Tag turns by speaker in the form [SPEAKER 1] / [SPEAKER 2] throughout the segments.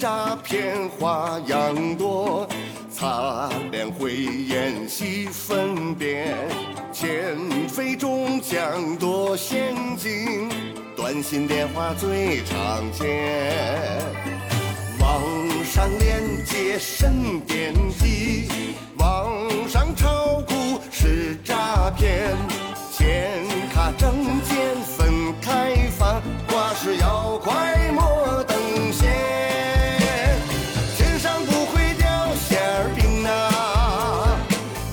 [SPEAKER 1] 诈骗花样多，擦亮慧眼细分辨，钱非中奖多陷阱，短信电话最常见。网上链接慎点击，网上炒股是诈骗，显卡证件分开发，挂失要快莫等闲。天上不会掉馅儿饼啊，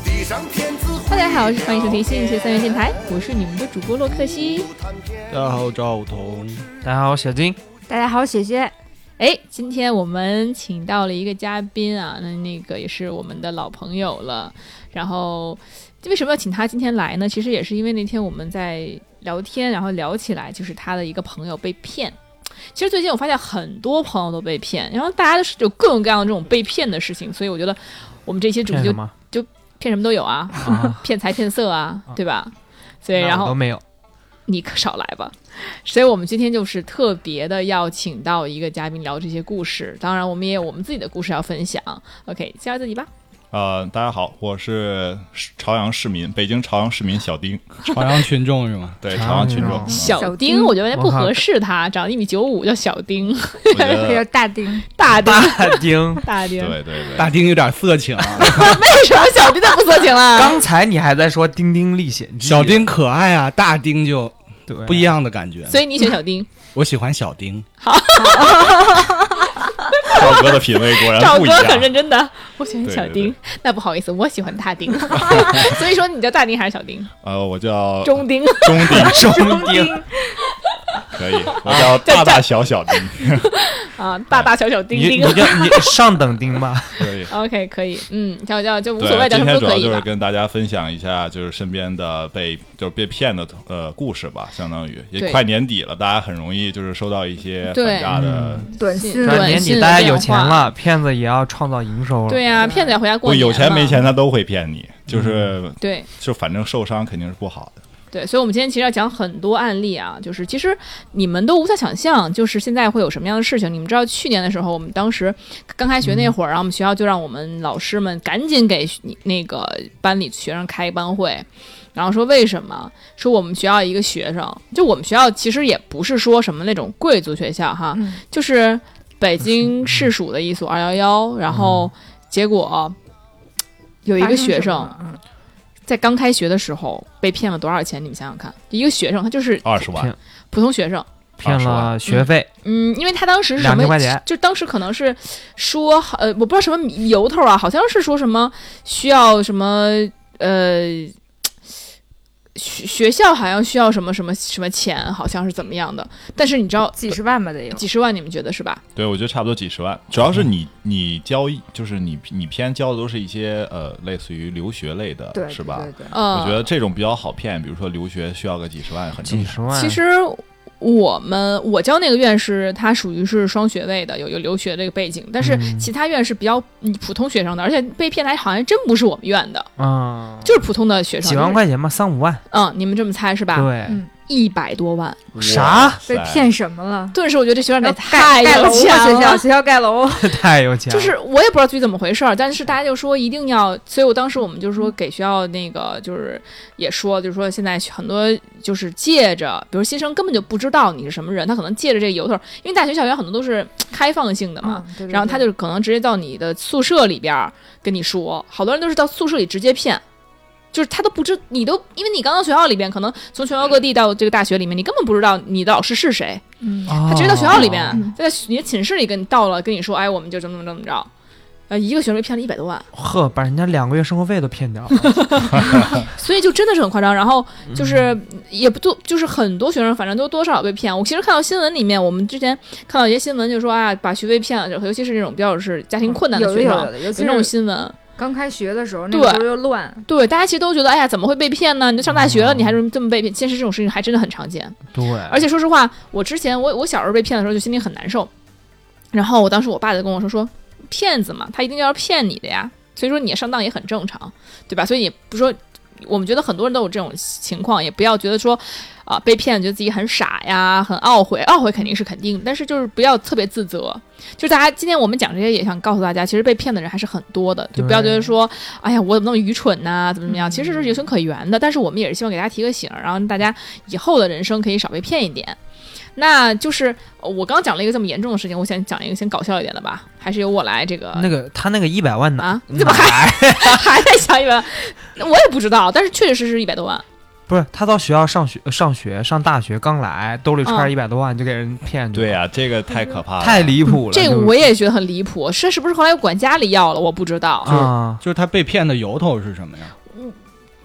[SPEAKER 1] 地上天自会
[SPEAKER 2] 大家好，欢迎收
[SPEAKER 1] 掉
[SPEAKER 2] 听新一期三元电台
[SPEAKER 1] 馅，
[SPEAKER 2] 我是你们的主播洛克西。
[SPEAKER 3] 大家好，我赵武桐。
[SPEAKER 4] 大家好，小金。
[SPEAKER 5] 大家好，雪雪，
[SPEAKER 2] 哎，今天我们请到了一个嘉宾啊，那那个也是我们的老朋友了。然后为什么要请他今天来呢？其实也是因为那天我们在聊天，然后聊起来就是他的一个朋友被骗。其实最近我发现很多朋友都被骗，然后大家都是有各种各样的这种被骗的事情，所以我觉得我们这期主题
[SPEAKER 4] 骗
[SPEAKER 2] 就
[SPEAKER 4] 什么？
[SPEAKER 2] 骗什么都有啊，
[SPEAKER 4] 啊，
[SPEAKER 2] 骗财骗色啊，对吧？所以
[SPEAKER 4] 那我
[SPEAKER 2] 然后
[SPEAKER 4] 都没有。
[SPEAKER 2] 你可少来吧。所以我们今天就是特别的要请到一个嘉宾聊这些故事，当然我们也有我们自己的故事要分享。OK，介绍自己吧。
[SPEAKER 6] 呃，大家好，我是朝阳市民，北京朝阳市民小丁，
[SPEAKER 3] 朝阳群众是吗？
[SPEAKER 6] 对
[SPEAKER 4] 朝阳
[SPEAKER 6] 朝阳群众
[SPEAKER 4] 人，
[SPEAKER 2] 小
[SPEAKER 5] 小
[SPEAKER 2] 丁，
[SPEAKER 5] 丁
[SPEAKER 2] 我觉得不合适他，长得一米九五叫小丁，
[SPEAKER 6] 我觉
[SPEAKER 5] 这叫
[SPEAKER 6] 得
[SPEAKER 5] 大丁，
[SPEAKER 2] 大丁，
[SPEAKER 4] 大丁，
[SPEAKER 2] 大丁
[SPEAKER 6] 对，对对，
[SPEAKER 3] 大丁有点色情啊，
[SPEAKER 2] 为什么小丁的不色情了？
[SPEAKER 4] 刚才你还在说《丁丁历险记》，
[SPEAKER 3] 小丁可爱啊，大丁就
[SPEAKER 4] 对
[SPEAKER 3] 不一样的感觉。
[SPEAKER 2] 所以你选小丁，
[SPEAKER 3] 我喜欢小丁，
[SPEAKER 6] 赵哥的品味果然
[SPEAKER 2] 赵
[SPEAKER 6] 不一
[SPEAKER 2] 哥很认
[SPEAKER 6] 样。
[SPEAKER 2] 真的， 我喜欢
[SPEAKER 6] 对
[SPEAKER 2] 小
[SPEAKER 6] 对
[SPEAKER 2] 丁
[SPEAKER 6] 对。
[SPEAKER 2] 那不好意思，我喜欢大 丁， 所以说你叫大丁还是小丁？
[SPEAKER 6] 呃，我叫
[SPEAKER 2] 中丁，
[SPEAKER 6] 中丁，
[SPEAKER 4] 中丁。
[SPEAKER 6] 可以，我叫大大小小丁，
[SPEAKER 2] 啊，大大小小丁
[SPEAKER 4] 你
[SPEAKER 2] 丁。
[SPEAKER 4] 你叫你上等丁吧，
[SPEAKER 6] 可以。
[SPEAKER 2] OK，可以，嗯，叫叫就无
[SPEAKER 6] 对，
[SPEAKER 2] 所谓，叫什
[SPEAKER 6] 今
[SPEAKER 2] 么
[SPEAKER 6] 天
[SPEAKER 2] 都
[SPEAKER 6] 主
[SPEAKER 2] 可
[SPEAKER 6] 要
[SPEAKER 2] 以
[SPEAKER 6] 就是
[SPEAKER 2] 吧。
[SPEAKER 6] 跟大家分享一下，就是身边的被就是被骗的呃故事吧，相当于也
[SPEAKER 2] 对
[SPEAKER 6] 快年底了，大家很容易就是收到一些
[SPEAKER 2] 对嗯
[SPEAKER 6] 反诈的，
[SPEAKER 5] 短
[SPEAKER 2] 对
[SPEAKER 5] 信
[SPEAKER 4] 对，
[SPEAKER 2] 短
[SPEAKER 4] 年
[SPEAKER 2] 信
[SPEAKER 4] 底
[SPEAKER 2] 的
[SPEAKER 4] 大家有
[SPEAKER 2] 变
[SPEAKER 4] 钱
[SPEAKER 2] 化
[SPEAKER 4] 了，骗子也要创造营收了。
[SPEAKER 2] 对呀、骗子也回家过
[SPEAKER 6] 不
[SPEAKER 2] 年
[SPEAKER 6] 有钱
[SPEAKER 2] 嘛
[SPEAKER 6] 没钱他都会骗你，
[SPEAKER 3] 嗯
[SPEAKER 6] 就是
[SPEAKER 2] 对
[SPEAKER 6] 就反正受伤肯定是不好的。
[SPEAKER 2] 对，所以我们今天其实要讲很多案例啊，就是其实你们都无法想象，就是现在会有什么样的事情。你们知道去年的时候，我们当时刚开学那会儿，然后我们学校就让我们老师们赶紧给学那个班里学生开班会，然后说为什么？说我们学校一个学生，就我们学校其实也不是说什么那种贵族学校哈，
[SPEAKER 5] 嗯
[SPEAKER 2] 就是北京市属的一所二幺幺，然后结果呃有一个学生。
[SPEAKER 5] 嗯，
[SPEAKER 2] 在刚开学的时候被骗了多少钱？你们想想看，一个学生他就是
[SPEAKER 6] 二十万，
[SPEAKER 4] 骗
[SPEAKER 2] 普通学生，
[SPEAKER 4] 骗了学费，
[SPEAKER 2] 嗯，因为他当时是什
[SPEAKER 4] 两
[SPEAKER 2] 么
[SPEAKER 4] 千块钱，
[SPEAKER 2] 就当时可能是说好，呃，我不知道什么由头啊，好像是说什么需要什么呃。学学校好像需要什么什么什么钱，好像是怎么样的？但是你知道
[SPEAKER 5] 几十万吧得有，
[SPEAKER 2] 几十万，你们觉得是吧？
[SPEAKER 6] 对，我觉得差不多几十万，主要是你你交易，就是你你偏交的都是一些呃，类似于留学类的，
[SPEAKER 5] 对，
[SPEAKER 6] 是吧？
[SPEAKER 5] 对对，
[SPEAKER 2] 嗯，
[SPEAKER 6] 我觉得这种比较好骗，比如说留学需要个几十万，很正
[SPEAKER 4] 几
[SPEAKER 6] 常。
[SPEAKER 4] 十万。
[SPEAKER 2] 其实我们我教那个院是它属于是双学位的，有有留学这个背景，但是
[SPEAKER 4] 嗯
[SPEAKER 2] 其他院是比较嗯普通学生的，而且被骗来好像还真不是我们院的，
[SPEAKER 4] 嗯，
[SPEAKER 2] 就是普通的学生。
[SPEAKER 4] 几万？块钱吧，三五万。
[SPEAKER 2] 嗯，你们这么猜是吧？
[SPEAKER 4] 对，
[SPEAKER 5] 嗯，
[SPEAKER 2] 一百多万，
[SPEAKER 4] 啥
[SPEAKER 5] 被骗什么了？
[SPEAKER 2] 顿时我觉得这学
[SPEAKER 4] 呃
[SPEAKER 2] 生得
[SPEAKER 5] 要
[SPEAKER 2] 太
[SPEAKER 5] 盖盖
[SPEAKER 2] 有
[SPEAKER 5] 楼
[SPEAKER 2] 钱
[SPEAKER 5] 吧学校
[SPEAKER 2] 了。
[SPEAKER 5] 学校盖楼，
[SPEAKER 4] 太有钱
[SPEAKER 2] 就
[SPEAKER 4] 了。
[SPEAKER 2] 是我也不知道自己怎么回事儿，
[SPEAKER 5] 嗯
[SPEAKER 2] 但是大家就说一定要，所以我当时我们就说给学校那个就是也说，就是说现在很多就是借着，比如新生根本就不知道你是什么人，他可能借着这个由头，因为大学校园很多都 是开放性的嘛，
[SPEAKER 5] 嗯，对对对
[SPEAKER 2] 然后他就可能直接到你的宿舍里边儿跟你说，好多人都是到宿舍里直接骗，就是他都不知你都，因为你刚到学校里边，可能从全国各地到这个大学里面，你根本不知道你的老师是谁，
[SPEAKER 5] 嗯，
[SPEAKER 6] 哦
[SPEAKER 4] 他
[SPEAKER 2] 他直接到学校里边，
[SPEAKER 5] 嗯
[SPEAKER 2] 在你的寝室里跟你到了，跟你说，哎，我们就怎么怎么怎么着，呃，一个学生被骗了一百多万，
[SPEAKER 4] 呵，把人家两个月生活费都骗掉了。
[SPEAKER 2] 所以就真的是很夸张。然后就是也不多，就是很多学生反正都多少被骗。我其实看到新闻里面，我们之前看到一些新闻就说啊，把学费骗了，尤其是那种比较是家庭困难的
[SPEAKER 5] 有
[SPEAKER 2] 学
[SPEAKER 5] 的有
[SPEAKER 2] 生，
[SPEAKER 5] 的，尤
[SPEAKER 2] 有
[SPEAKER 5] 其
[SPEAKER 2] 那种
[SPEAKER 5] 是
[SPEAKER 2] 新闻。
[SPEAKER 5] 刚开学的时候，那
[SPEAKER 2] 对
[SPEAKER 5] 个时候又乱，嗯
[SPEAKER 2] 对，大家其实都觉得，哎呀，怎么会被骗呢？你都上大学了，你还这么被骗？其实这种事情还真的很常见。
[SPEAKER 4] 对，
[SPEAKER 2] 而且说实话，我之前我我小时候被骗的时候就心里很难受，然后我当时我爸就跟我说说，骗子嘛，他一定要骗你的呀，所以说你上当也很正常，对吧？所以也不说我们觉得很多人都有这种情况，也不要觉得说啊、被骗觉得自己很傻呀，很懊悔，懊悔肯定是肯定，但是就是不要特别自责。就是大家今天我们讲这些，也想告诉大家，其实被骗的人还是很多的，就不要觉得说，哎呀，我怎么那么愚蠢呐、怎么怎么样，其实是有情可原的。但是我们也是希望给大家提个醒儿，然后大家以后的人生可以少被骗一点。那就是呃我刚讲了一个这么严重的事情，我想讲一个先搞笑一点的吧，还是由我来这个
[SPEAKER 4] 那个他那个一百万呢？
[SPEAKER 2] 啊？你怎么还 还在想一百万？我也不知道，但是确实是一百多万。
[SPEAKER 4] 不是他到学校上学上学上大学刚来，兜里揣
[SPEAKER 2] 嗯
[SPEAKER 4] 一百多万就给人骗去，
[SPEAKER 6] 对呀、这个太可怕了，
[SPEAKER 4] 太离谱了。
[SPEAKER 2] 这
[SPEAKER 4] 就
[SPEAKER 2] 个我也觉得很离谱，是是不是后来又管家里要了？我不知道，
[SPEAKER 4] 啊，
[SPEAKER 3] 就是他被骗的由头是什么呀？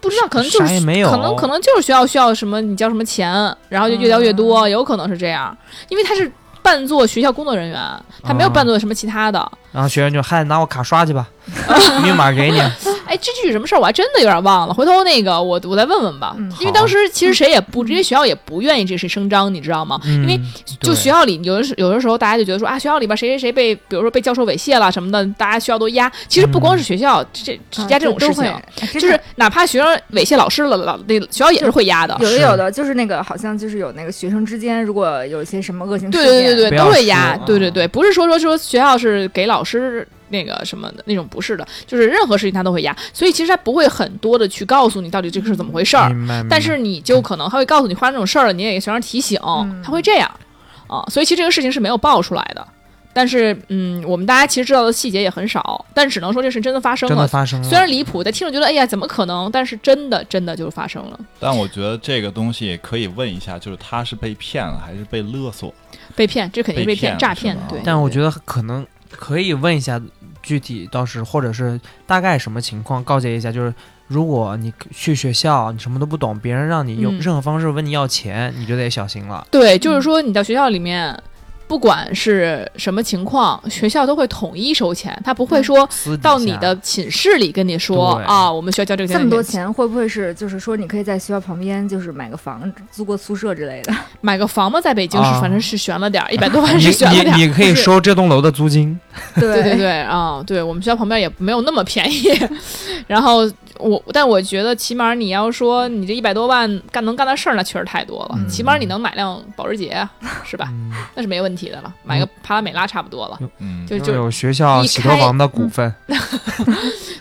[SPEAKER 2] 不知道，可能就是
[SPEAKER 4] 啥也没有
[SPEAKER 2] 可能可能就是学校需要什么，你交什么钱，然后就越交越多，
[SPEAKER 4] 啊
[SPEAKER 2] 有可能是这样，因为他是扮作学校工作人员，他
[SPEAKER 4] 啊
[SPEAKER 2] 没有扮作什么其他的。
[SPEAKER 4] 然后学生就嗨，拿我卡刷 去吧，密码给你。
[SPEAKER 2] 哎，这具体什么事儿我还真的有点忘了，回头那个我我再问问吧，
[SPEAKER 5] 嗯
[SPEAKER 2] 因为
[SPEAKER 4] 好
[SPEAKER 2] 当时其实谁也不，这些学校也不愿意这事声张，你知道吗？ 因为
[SPEAKER 4] 嗯
[SPEAKER 2] 就
[SPEAKER 4] 对
[SPEAKER 2] 学校里有的时有的时候，大家就觉得说啊，学校里边谁谁谁被，比如说被教授猥亵了什么的，大家学校都压。其实不
[SPEAKER 4] 嗯
[SPEAKER 2] 光是学校，这这
[SPEAKER 5] 啊
[SPEAKER 2] 压这种
[SPEAKER 5] 都
[SPEAKER 2] 事
[SPEAKER 5] 会
[SPEAKER 2] 情，
[SPEAKER 5] 哎
[SPEAKER 2] 就
[SPEAKER 5] 真
[SPEAKER 2] 是
[SPEAKER 5] 的
[SPEAKER 2] 哪怕学生猥亵老师了，老那学校也啊是会压的。
[SPEAKER 5] 有的
[SPEAKER 4] 是
[SPEAKER 5] 有的，就是那个好像就是有那个学生之间，如果有一些什么恶性事
[SPEAKER 2] 对
[SPEAKER 5] 件，
[SPEAKER 2] 对对对
[SPEAKER 4] 不
[SPEAKER 2] 对，
[SPEAKER 4] 要
[SPEAKER 2] 都会压。
[SPEAKER 4] 说啊
[SPEAKER 2] 对对对，不是说说说学校是给老师那个什么的那种，不是的，就是任何事情他都会压。所以其实他不会很多的去告诉你到底这个是怎么回事儿，
[SPEAKER 4] 明白明白
[SPEAKER 2] 但是你就可能他会告诉你发生这种事儿了，你也给学生提醒，
[SPEAKER 5] 嗯
[SPEAKER 2] 他会这样啊。所以其实这个事情是没有爆出来的，但是嗯，我们大家其实知道的细节也很少，但只能说这事真的发生
[SPEAKER 4] 真的
[SPEAKER 2] 了。
[SPEAKER 4] 发生了，
[SPEAKER 2] 虽然离谱，但听着觉得哎呀怎么可能？但是真的真的就发生了，
[SPEAKER 6] 但我觉得这个东西可以问一下，就是他是被骗了还是被勒索？
[SPEAKER 2] 被骗，这肯定是被
[SPEAKER 6] 被骗
[SPEAKER 2] 诈骗
[SPEAKER 6] 是吧
[SPEAKER 2] 对。
[SPEAKER 4] 但我
[SPEAKER 2] 得
[SPEAKER 4] 觉得可能可以问一下具体到时或者是大概什么情况，告诫一下，就是如果你去学校你什么都不懂，别人让你用
[SPEAKER 2] 嗯
[SPEAKER 4] 任何方式问你要钱，你就得小心了。
[SPEAKER 2] 对，就是说你到学校里面。不管是什么情况，学校都会统一收钱，他不会说
[SPEAKER 4] 私底
[SPEAKER 2] 到你
[SPEAKER 4] 下
[SPEAKER 2] 的寝室里跟你说
[SPEAKER 4] 嗯对
[SPEAKER 2] 啊，我们需要交这个
[SPEAKER 5] 这么多
[SPEAKER 2] 钱。
[SPEAKER 5] 钱会不会是就是说你可以在学校旁边就是买个房租个宿舍之类的？
[SPEAKER 2] 买个房嘛，在北京是
[SPEAKER 4] 啊
[SPEAKER 2] 反正是悬了点儿，一百多万
[SPEAKER 4] 你
[SPEAKER 2] 是悬了点儿。
[SPEAKER 4] 你你可以
[SPEAKER 2] 就是
[SPEAKER 4] 收这栋楼的租金，
[SPEAKER 2] 对对
[SPEAKER 5] 对
[SPEAKER 2] 对啊、对我们学校旁边也没有那么便宜。 然后我，但我觉得起码你要说你这一百多万干能干的事儿，那确实太多了。
[SPEAKER 4] 嗯
[SPEAKER 2] 起码你能买辆保时捷，啊是吧？
[SPEAKER 4] 嗯，
[SPEAKER 2] 那是没问题的了，买个帕拉梅拉差不多了。
[SPEAKER 6] 嗯，
[SPEAKER 2] 就
[SPEAKER 4] 又
[SPEAKER 2] 就，
[SPEAKER 4] 有学校
[SPEAKER 2] 一
[SPEAKER 4] 洗头
[SPEAKER 2] 开
[SPEAKER 4] 房的股份，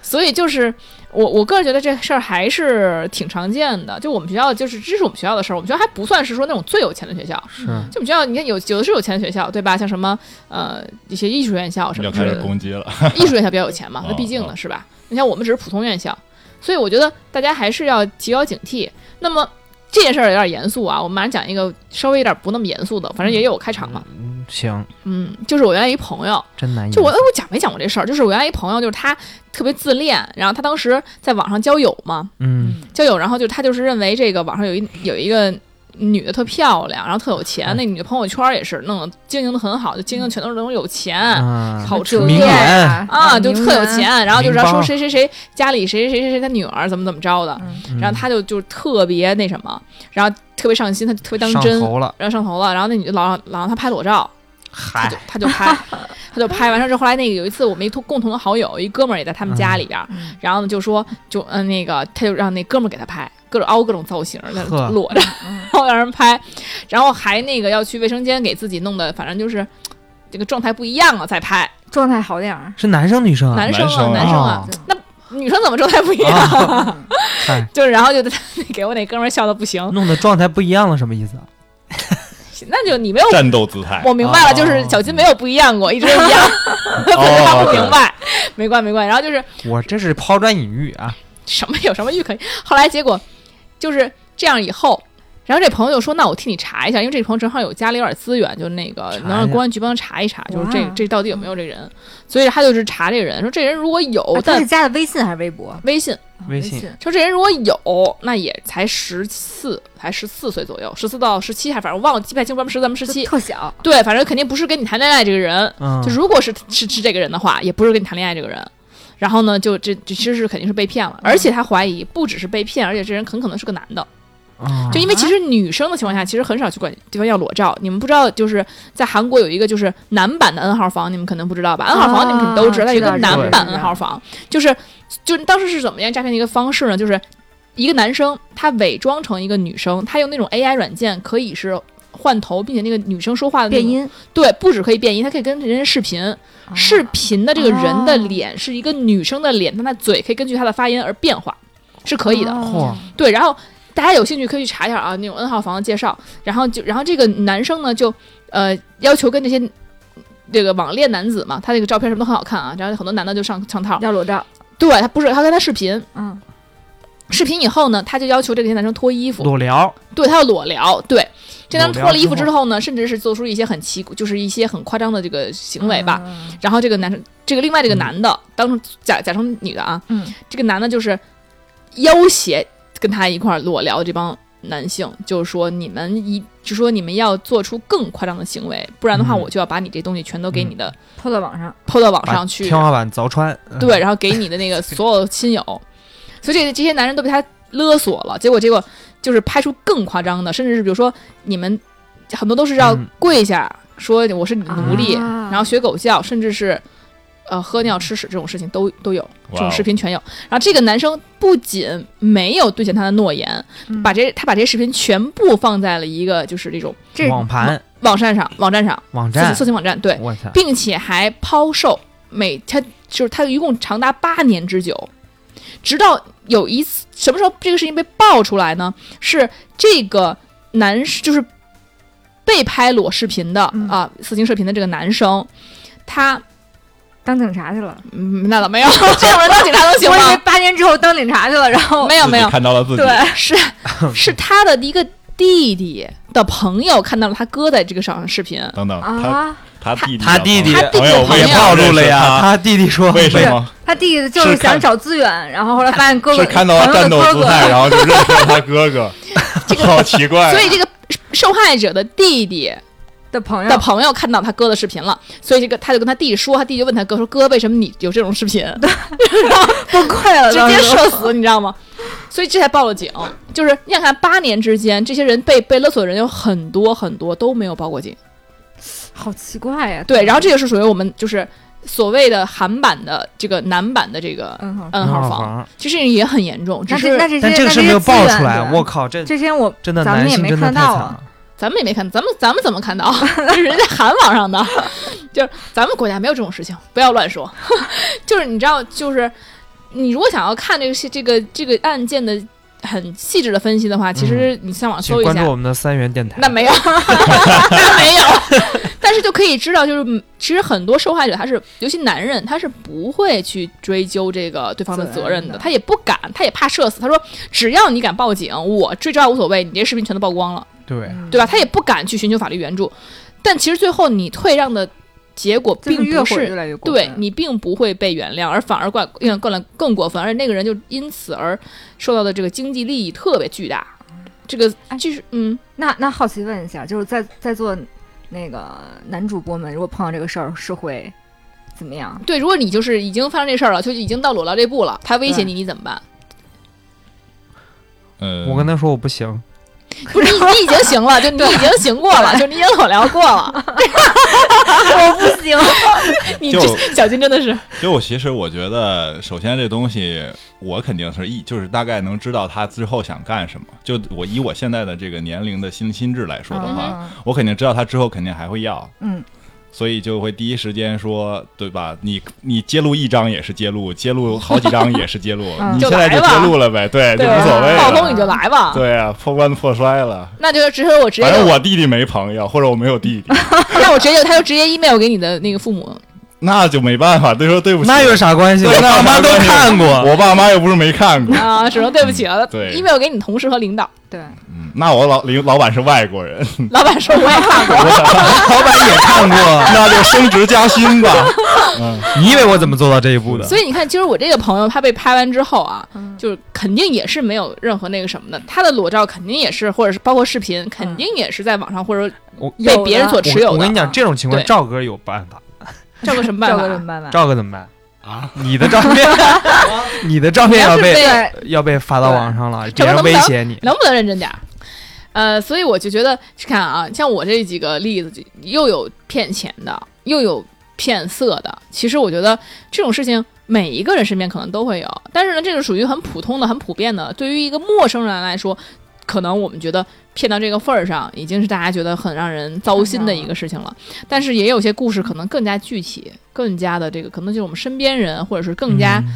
[SPEAKER 2] 所以就是我我个人觉得这事儿还是挺常见的。就我们学校，就是这是我们学校的事儿，我们学校还不算是说那种最有钱的学校。
[SPEAKER 4] 是
[SPEAKER 2] 就我们学校，你看有有的是有钱的学校，对吧？像什么呃一些艺术院校什
[SPEAKER 6] 要
[SPEAKER 2] 么之
[SPEAKER 6] 开
[SPEAKER 2] 类
[SPEAKER 6] 始
[SPEAKER 2] 的，
[SPEAKER 6] 攻击了。
[SPEAKER 2] 艺术院校比较有钱嘛，
[SPEAKER 6] 哦
[SPEAKER 2] 那毕竟呢，是吧？你像我们只是普通院校，所以我觉得大家还是要提高警惕。那么这件事儿有点严肃啊，我们马上讲一个稍微有点不那么严肃的，反正也有开场嘛。
[SPEAKER 4] 嗯行，
[SPEAKER 2] 嗯，就是我原来一朋友，
[SPEAKER 4] 真难以
[SPEAKER 2] 就我哎我讲没讲过这事儿？就是我原来一朋友，就是他特别自恋，然后他当时在网上交友嘛，
[SPEAKER 4] 嗯
[SPEAKER 2] 交友，然后就他就是认为这个网上有一有一个女的特漂亮，然后特有钱，
[SPEAKER 4] 嗯
[SPEAKER 2] 那女的朋友圈也是弄得经营的很好，就经营全都是那种有钱。
[SPEAKER 4] 啊
[SPEAKER 2] 嗯好
[SPEAKER 5] 酒
[SPEAKER 2] 车
[SPEAKER 5] 店
[SPEAKER 4] 名
[SPEAKER 5] 呀
[SPEAKER 2] 啊，就特有。
[SPEAKER 5] 名媛
[SPEAKER 2] 钱，然后就是
[SPEAKER 4] 名
[SPEAKER 2] 说
[SPEAKER 4] 帮
[SPEAKER 2] 谁谁谁家里谁谁谁谁他女儿怎么怎么着的，
[SPEAKER 5] 嗯
[SPEAKER 2] 然后他就就特别那什么，然后特别上心，他就特别当真
[SPEAKER 4] 上，头了，
[SPEAKER 2] 然后上头了，然后那女的老让老让他拍裸照，他
[SPEAKER 4] 嗨
[SPEAKER 2] 就，他就拍，他就拍完事儿之后，后来那个有一次我们一同共同的好友，一哥们儿也在他们家里边儿，
[SPEAKER 5] 嗯
[SPEAKER 2] 然后呢就说就嗯、呃那个他就让那哥们儿给他拍，各种凹各种造型，在那
[SPEAKER 4] 呵
[SPEAKER 2] 裸着，
[SPEAKER 5] 嗯
[SPEAKER 2] 然后让人拍，然后还那个要去卫生间给自己弄的，反正就是这个状态不一样了再拍，
[SPEAKER 5] 状态好点儿。
[SPEAKER 4] 是男生女生啊？
[SPEAKER 2] 男生啊
[SPEAKER 6] 男生啊
[SPEAKER 2] 男生啊
[SPEAKER 4] 哦，
[SPEAKER 2] 那女生怎么状态不一样？啊
[SPEAKER 5] 嗯
[SPEAKER 4] 嗨，
[SPEAKER 2] 就是然后就给我那哥们儿笑的不行，
[SPEAKER 4] 弄的状态不一样了，什么意思啊？
[SPEAKER 2] 那就你没有，
[SPEAKER 6] 战斗姿态，
[SPEAKER 2] 我明白了，就是
[SPEAKER 4] 哦
[SPEAKER 2] 小金没有不一样过，一直都一样， 他不明白，没关没关。然后就是
[SPEAKER 4] 我这是抛砖引玉啊，
[SPEAKER 2] 什么有 什么玉可以，后来结果就是这样以后。然后这朋友就说：“那我替你查一下，因为这朋友正好有家里有点资源，就那个
[SPEAKER 4] 查一下
[SPEAKER 2] 能让公安局帮他查一查，就是这
[SPEAKER 5] 哇
[SPEAKER 2] 这到底有没有这人。所以他就是查这人，说这人如果有，
[SPEAKER 5] 啊他
[SPEAKER 2] 但
[SPEAKER 5] 是加的微信还是微博？
[SPEAKER 2] 微信
[SPEAKER 4] 微信
[SPEAKER 5] 信
[SPEAKER 2] 说这人如果有，那也才十四，才十四岁左右，十四到十七，还反正我忘了，记不太清，咱们十，咱们十
[SPEAKER 5] 就
[SPEAKER 2] 七。
[SPEAKER 5] 特小，
[SPEAKER 2] 对，反正肯定不是跟你谈恋爱这个人。
[SPEAKER 4] 嗯，
[SPEAKER 2] 就如果是是是这个人的话，也不是跟你谈恋爱这个人。然后呢，就这这其实是肯定是被骗了，而且他怀疑不只是被骗，而且这人很可能是个男的。
[SPEAKER 4] 啊
[SPEAKER 2] 就因为其实女生的情况下，其实很少去管对方要裸照。你们不知道，就是在韩国有一个就是男版的 N 号房，你们可能不知道吧？N 号房你们肯定都知道，
[SPEAKER 5] 啊
[SPEAKER 2] 有一个
[SPEAKER 5] 知道
[SPEAKER 2] 男
[SPEAKER 5] 知道
[SPEAKER 2] 版
[SPEAKER 5] 知道
[SPEAKER 2] N 号房，就是就是当时是怎么样诈骗的一个方式呢？就是一个男生他伪装成一个女生，他用那种 AI 软件可以是换头，并且那个女生说话的那
[SPEAKER 5] 变
[SPEAKER 2] 种，
[SPEAKER 5] 音
[SPEAKER 2] 对，不止可以变音，他可以跟人家视频，视
[SPEAKER 4] 哦
[SPEAKER 2] 频的这个人的
[SPEAKER 5] 哦
[SPEAKER 2] 脸是一个女生的脸，但她嘴可以根据她的发音而变化，是可以的。
[SPEAKER 5] 哦
[SPEAKER 4] 嚯，
[SPEAKER 2] 对，然后大家有兴趣可以去查一下啊，那种 N 号房的介绍。然后就，然后这个男生呢，就呃要求跟这些这个网恋男子嘛，他那个照片什么都很好看啊，然后很多男的就上上套。
[SPEAKER 5] 要裸照，
[SPEAKER 2] 对他不是，他跟他视频，
[SPEAKER 5] 嗯，
[SPEAKER 2] 视频以后呢，他就要求这些男生脱衣服，
[SPEAKER 4] 裸聊，
[SPEAKER 2] 对他要裸聊，对。这男
[SPEAKER 4] 裸
[SPEAKER 2] 脱
[SPEAKER 4] 聊
[SPEAKER 2] 了衣
[SPEAKER 4] 之
[SPEAKER 2] 服之
[SPEAKER 4] 后
[SPEAKER 2] 后呢，甚至是做出一些很奇，就是一些很夸张的这个行为吧。
[SPEAKER 5] 嗯，
[SPEAKER 2] 然后这个男生，这个另外这个
[SPEAKER 4] 嗯
[SPEAKER 2] 男的，当成假假装女的啊，
[SPEAKER 5] 嗯，
[SPEAKER 2] 这个男的就是要挟跟他一块儿裸聊这帮男性，就是说你们一，就说你们要做出更夸张的行为，不然的话，
[SPEAKER 4] 嗯
[SPEAKER 2] 我就要把你这东西全都给你的
[SPEAKER 5] 抛到网上，
[SPEAKER 2] 抛到网
[SPEAKER 4] 把
[SPEAKER 2] 上去，
[SPEAKER 4] 天花板凿穿。嗯
[SPEAKER 2] 对，，然后给你的那个所有亲友， 所以这这些男人都被他勒索了，结果结果就是拍出更夸张的，甚至是比如说你们很多都是要
[SPEAKER 4] 嗯
[SPEAKER 2] 跪下、说我是你的奴隶，
[SPEAKER 5] 啊
[SPEAKER 2] 嗯然后学狗叫，甚至是呃喝尿吃屎这种事情都都有，这
[SPEAKER 4] 哦
[SPEAKER 2] 种视频全有。然后这个男生不仅没有兑现他的诺言，
[SPEAKER 5] 嗯
[SPEAKER 2] 把这他把这些视频全部放在了一个就是这嗯种
[SPEAKER 5] 这
[SPEAKER 4] 网盘
[SPEAKER 2] 网站上，网站上
[SPEAKER 4] 网
[SPEAKER 2] 色
[SPEAKER 4] 站
[SPEAKER 2] 情，色情网站对，
[SPEAKER 4] 我操，
[SPEAKER 2] 并且还抛售每他就是他一共长达八年之久，直到有一次什么时候这个事情被爆出来呢？是这个男就是被拍裸视频的啊、
[SPEAKER 5] 嗯
[SPEAKER 2] 色情视频的这个男生，他
[SPEAKER 5] 当警察去了。
[SPEAKER 2] 嗯那倒没有， 这种人当警察能行
[SPEAKER 5] 我以为
[SPEAKER 2] 吗？
[SPEAKER 5] 八年之后当警察去了，然后
[SPEAKER 2] 没有没有，
[SPEAKER 6] 看到了自己，
[SPEAKER 5] 啊对
[SPEAKER 2] 是是他的一个弟弟的朋友看到了他哥在这个上视频，
[SPEAKER 6] 等等，他
[SPEAKER 5] 啊，
[SPEAKER 6] 他弟弟
[SPEAKER 4] 他弟哎弟
[SPEAKER 6] 的朋
[SPEAKER 2] 他弟弟的朋
[SPEAKER 6] 友
[SPEAKER 2] 友
[SPEAKER 6] 为什么
[SPEAKER 4] 暴露了呀！
[SPEAKER 6] 啊他
[SPEAKER 4] 他弟弟说，
[SPEAKER 6] 为什么
[SPEAKER 5] 他弟弟就是
[SPEAKER 6] 是看
[SPEAKER 5] 想找资源，然后后来发现哥哥
[SPEAKER 6] 是看到了
[SPEAKER 5] 朋友
[SPEAKER 6] 战
[SPEAKER 5] 的
[SPEAKER 6] 斗
[SPEAKER 5] 哥
[SPEAKER 6] 姿
[SPEAKER 5] 哥
[SPEAKER 6] 态，然后就认识了他哥 哥？ 好奇怪啊，
[SPEAKER 2] 所以这个受害者的弟弟
[SPEAKER 5] 的朋友
[SPEAKER 2] 的朋友看到他哥的视频了，所以这个他就跟他弟弟说，他弟弟就问他哥说：“哥，为什么你有这种视频？”
[SPEAKER 5] 崩溃了，
[SPEAKER 2] 直
[SPEAKER 5] 当
[SPEAKER 2] 接
[SPEAKER 5] 时
[SPEAKER 2] 社死，你知道吗？所以这才报了警。就是你想看，八年之间，这些人被被勒索的人有很多很多都没有报过警。
[SPEAKER 5] 好奇怪呀。
[SPEAKER 2] 对，然后这个是属于我们就是所谓的韩版的这个男版的这个
[SPEAKER 5] 嗯好，
[SPEAKER 2] N 号房，，其实也很严重，只
[SPEAKER 5] 那
[SPEAKER 2] 是
[SPEAKER 5] 这那这些
[SPEAKER 4] 但这
[SPEAKER 5] 那
[SPEAKER 4] 个事没
[SPEAKER 5] 些
[SPEAKER 4] 有
[SPEAKER 5] 资
[SPEAKER 4] 爆
[SPEAKER 5] 源
[SPEAKER 4] 出来，
[SPEAKER 5] 对
[SPEAKER 4] 我靠，这
[SPEAKER 5] 这些我
[SPEAKER 4] 真的
[SPEAKER 5] 咱们
[SPEAKER 4] 男
[SPEAKER 5] 也
[SPEAKER 4] 性
[SPEAKER 5] 没
[SPEAKER 4] 真的
[SPEAKER 5] 看
[SPEAKER 4] 太惨
[SPEAKER 5] 到啊
[SPEAKER 4] 了。
[SPEAKER 2] 咱们也没看，咱们咱们怎么看到？ 这是人家韩网上的， 就是咱们国家没有这种事情，不要乱说。 就是你知道，就是你如果想要看这个这个这个案件的很细致的分析的话，其实你上网
[SPEAKER 4] 请
[SPEAKER 2] 搜一
[SPEAKER 4] 关
[SPEAKER 2] 下，
[SPEAKER 4] 注我们的三元电台。
[SPEAKER 2] 那没有， 那没有，但是就可以知道，就是嗯其实很多受害者他是，尤其男人，他是不会去追究这个对方的责任
[SPEAKER 5] 责任
[SPEAKER 2] 的，
[SPEAKER 5] 的
[SPEAKER 2] 他也不敢，他也怕社死。他说，只要你敢报警，我追抓无所谓，你这些视频全都曝光了。
[SPEAKER 4] 对，
[SPEAKER 2] 对
[SPEAKER 5] 嗯
[SPEAKER 2] 吧？他也不敢去寻求法律援助，但其实最后你退让的结果
[SPEAKER 5] 就是
[SPEAKER 2] 并
[SPEAKER 5] 越
[SPEAKER 2] 不
[SPEAKER 5] 火越
[SPEAKER 2] 是，
[SPEAKER 5] 来越过
[SPEAKER 2] 对
[SPEAKER 5] 分
[SPEAKER 2] 你并不会被原谅，而反而怪更更更过分，而那个人就因此而受到的这个经济利益特别巨大。这个
[SPEAKER 5] 哎
[SPEAKER 2] 就是嗯，
[SPEAKER 5] 那那好奇问一下，就是在在座那个男主播们，如果碰到这个事儿，是会怎么样？
[SPEAKER 2] 对，如果你就是已经发生这事儿了，就已经到裸聊这步了，他威胁
[SPEAKER 5] 对
[SPEAKER 2] 你，你怎么 办？
[SPEAKER 6] 呃，
[SPEAKER 4] 我跟他说我不行，
[SPEAKER 2] 不是你你已经行了，就你已经行过了，就你已经裸聊过 了，
[SPEAKER 5] 我 不行，
[SPEAKER 2] 你
[SPEAKER 6] 就
[SPEAKER 2] 这小金真的是
[SPEAKER 6] 就我其实我觉得，首先这东西我肯定是一就是大概能知道他之后想干什么。就我以我现在的这个年龄的心心智来说的
[SPEAKER 2] 嗯
[SPEAKER 6] 话，我肯定知道他之后肯定还会要，
[SPEAKER 5] 嗯，
[SPEAKER 6] 所以就会第一时间说，对吧？你你揭露一张也是揭露，揭露好几张也是揭露，
[SPEAKER 5] 嗯
[SPEAKER 6] 你现在就揭露了呗，对，就
[SPEAKER 2] 对
[SPEAKER 6] 无所谓
[SPEAKER 2] 暴
[SPEAKER 5] 吧
[SPEAKER 2] 风
[SPEAKER 6] 了。
[SPEAKER 2] 雨就来吧，
[SPEAKER 6] 对啊，破罐子破摔了。
[SPEAKER 2] 那就直接我直接
[SPEAKER 6] 反正
[SPEAKER 2] 就，
[SPEAKER 6] 我弟弟没朋友，或者我没 有弟弟，
[SPEAKER 2] 那我直接就他就直接 email 给你的那个父母，
[SPEAKER 6] 那就没办法。对说对不起，
[SPEAKER 4] 那有啥关系？
[SPEAKER 6] 对
[SPEAKER 4] 我爸妈都看过。
[SPEAKER 6] 我爸妈又不是没看过。
[SPEAKER 2] 啊，只能对不起了。
[SPEAKER 6] 对
[SPEAKER 2] email 给你同事和领导，
[SPEAKER 5] 对，
[SPEAKER 6] 嗯，那我老领老板是外国人，
[SPEAKER 4] 嗯
[SPEAKER 2] 老板说我也看过，
[SPEAKER 4] 老板也看过，
[SPEAKER 6] 那就升职加薪 吧。嗯
[SPEAKER 4] 你以为我怎么做到这一步的？
[SPEAKER 2] 所以你看，其实我这个朋友他被拍完之后啊，
[SPEAKER 5] 嗯
[SPEAKER 2] 就是肯定也是没有任何那个什么的，他的裸照肯定也是，或者是包括视频，肯定也是在网上或者
[SPEAKER 4] 我
[SPEAKER 2] 被别人所持有
[SPEAKER 4] 我跟
[SPEAKER 2] 的啊
[SPEAKER 4] 你。讲，这种情况
[SPEAKER 2] 对啊
[SPEAKER 4] 赵哥有办法，
[SPEAKER 2] 赵哥什么
[SPEAKER 5] 赵
[SPEAKER 2] 办
[SPEAKER 5] 哥怎
[SPEAKER 2] 法
[SPEAKER 5] 么？办吧？
[SPEAKER 4] 赵哥怎么办？啊，你的照 片，你的照片要
[SPEAKER 2] 你
[SPEAKER 4] 被
[SPEAKER 2] 要是
[SPEAKER 5] 对，
[SPEAKER 4] 要被发到网上了，
[SPEAKER 2] 赵哥
[SPEAKER 4] 别人
[SPEAKER 2] 能不
[SPEAKER 4] 威
[SPEAKER 2] 能
[SPEAKER 4] 胁你。
[SPEAKER 2] 能不能认真点儿？呃，所以我就觉得，去看啊，像我这几个例子，就又有骗钱的，又有骗色的。其实我觉得这种事情，每一个人身边可能都会有，但是呢，这个属于很普通的、很普遍的。对于一个陌生人来说，可能我们觉得骗到这个份儿上，已经是大家觉得很让人糟心的一个事情了。但是也有些故事可能更加具体，更加的这个，可能就是我们身边人，或者是更加
[SPEAKER 4] 嗯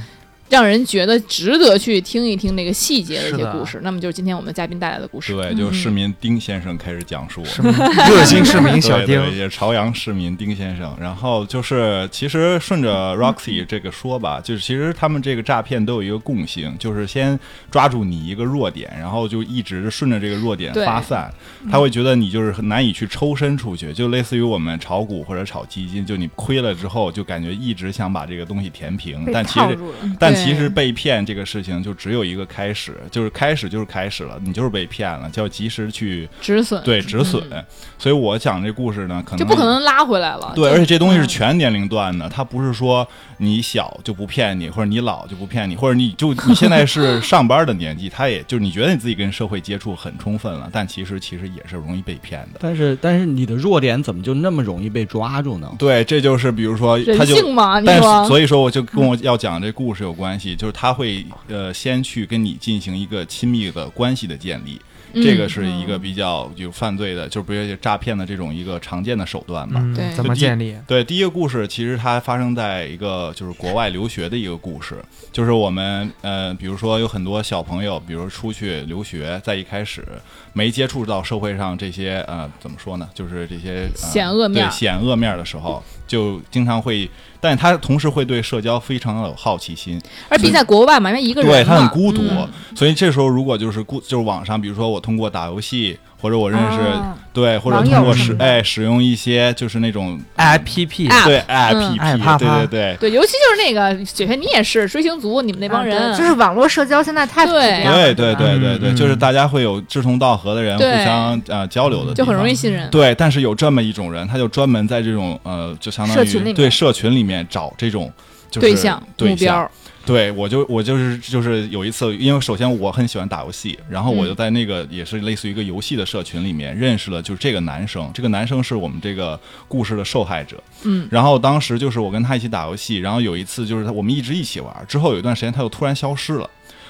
[SPEAKER 2] 让人觉得值得去听一听那个细节的一
[SPEAKER 4] 是
[SPEAKER 2] 些
[SPEAKER 4] 的
[SPEAKER 2] 故事。那么就是今天我们嘉宾带来的故事。
[SPEAKER 6] 对，就市民丁先生开始讲 述。
[SPEAKER 4] 市民 热心市民小
[SPEAKER 6] 对
[SPEAKER 4] 丁，
[SPEAKER 6] 对，也是朝阳市民丁先生。然后就是，其实顺
[SPEAKER 4] 嗯
[SPEAKER 6] 着 Roxy 这个说吧，就是其实他们这个诈骗都有一个共性，就是先抓住你一个弱点，然后就一直顺着这个弱点
[SPEAKER 2] 对
[SPEAKER 6] 发散，他会觉得你就是很难以去抽身出去，就类似于我们炒股或者炒基金，就你亏了之后，就感觉一直想把这个东西填平，
[SPEAKER 5] 被
[SPEAKER 6] 但其
[SPEAKER 5] 套
[SPEAKER 6] 实
[SPEAKER 5] 住了。
[SPEAKER 6] 但
[SPEAKER 2] 对
[SPEAKER 6] 其实被骗这个事情就只有一个开始，就是开始就是开始了，你就是被骗了，就要及时去
[SPEAKER 2] 止损，
[SPEAKER 6] 对止损
[SPEAKER 2] 嗯。
[SPEAKER 6] 所以我讲这故事呢，可能
[SPEAKER 2] 就不可能拉回来了。
[SPEAKER 6] 对，
[SPEAKER 2] 就
[SPEAKER 6] 而且这东西是全年龄段的，它不是说你小就不骗你，或者你老就不骗你，或者你就你现在 是上班的年纪，它也就是你觉得你自己跟社会接触很充分了，但其实其实也是容易被骗的。
[SPEAKER 3] 但是但是你的弱点怎么就那么容易被抓住呢？
[SPEAKER 6] 对，这就是比如说，他
[SPEAKER 2] 人
[SPEAKER 6] 就
[SPEAKER 2] 性嘛，你
[SPEAKER 6] 但
[SPEAKER 2] 说
[SPEAKER 6] 是，所以说，我就跟我要讲这故事有关系，就是他会呃先去跟你进行一个亲密的关系的建立，
[SPEAKER 2] 嗯
[SPEAKER 6] 这个是一个比较有犯罪的，就是不是诈骗的这种一个常见的手段吧。
[SPEAKER 4] 嗯
[SPEAKER 2] 对，
[SPEAKER 4] 怎么建立？
[SPEAKER 6] 对，第一个故事其实它发生在一个就是国外留学的一个故事，就是我们呃，比如说有很多小朋友，比如出去留学，在一开始没接触到社会上这些呃，怎么说呢，就是这些、呃、
[SPEAKER 2] 险恶面儿
[SPEAKER 6] 对险恶面儿的时候， 就经常会，但他同时会对社交非常有好奇心，
[SPEAKER 2] 而毕竟在国外嘛，因为一个人
[SPEAKER 6] 对他很
[SPEAKER 2] 嘛
[SPEAKER 6] 孤独，
[SPEAKER 2] 嗯
[SPEAKER 6] 所以这时候如果就是孤，就是网上，比如说我通过打游戏。或者我认识、
[SPEAKER 5] 啊
[SPEAKER 2] 嗯
[SPEAKER 6] 对，或者
[SPEAKER 5] 网
[SPEAKER 6] 通
[SPEAKER 5] 友
[SPEAKER 6] 过
[SPEAKER 5] 什
[SPEAKER 6] 使
[SPEAKER 5] 么的
[SPEAKER 6] 哎使用一些就是那种
[SPEAKER 4] I P P，
[SPEAKER 2] App
[SPEAKER 6] 对
[SPEAKER 2] 嗯
[SPEAKER 6] app，、
[SPEAKER 4] 哎啪啪
[SPEAKER 6] 对对对。
[SPEAKER 2] 对，尤其就是那个雪飞，你也是追星族，你们那帮人，
[SPEAKER 5] 啊对就是网络社交现在太普遍了
[SPEAKER 6] 对对
[SPEAKER 5] 吧
[SPEAKER 6] 对对对，
[SPEAKER 4] 嗯
[SPEAKER 6] 就是大家会有志同道合的人
[SPEAKER 2] 对
[SPEAKER 6] 互相呃交流的，
[SPEAKER 2] 就很容易。信
[SPEAKER 4] 嗯
[SPEAKER 2] 任。
[SPEAKER 6] 对，但是有这么一种人，他就专门在这种呃，就相当
[SPEAKER 5] 社
[SPEAKER 6] 于
[SPEAKER 5] 群里面
[SPEAKER 6] 对社群里面找这种就是
[SPEAKER 2] 对象
[SPEAKER 6] 对
[SPEAKER 2] 目标，
[SPEAKER 6] 对我就我就是就是有一次，因为首先我很喜欢打游戏，然后我
[SPEAKER 2] 嗯
[SPEAKER 6] 就在那个也是类似于一个游戏的社群里面认识了，就是这个男生，这个男生是我们这个故事的受害者。
[SPEAKER 2] 嗯，
[SPEAKER 6] 然后当时就是我跟他一起打游戏，然后有一次就是他我们一直一起玩，之后有一段时间他又突然消失了。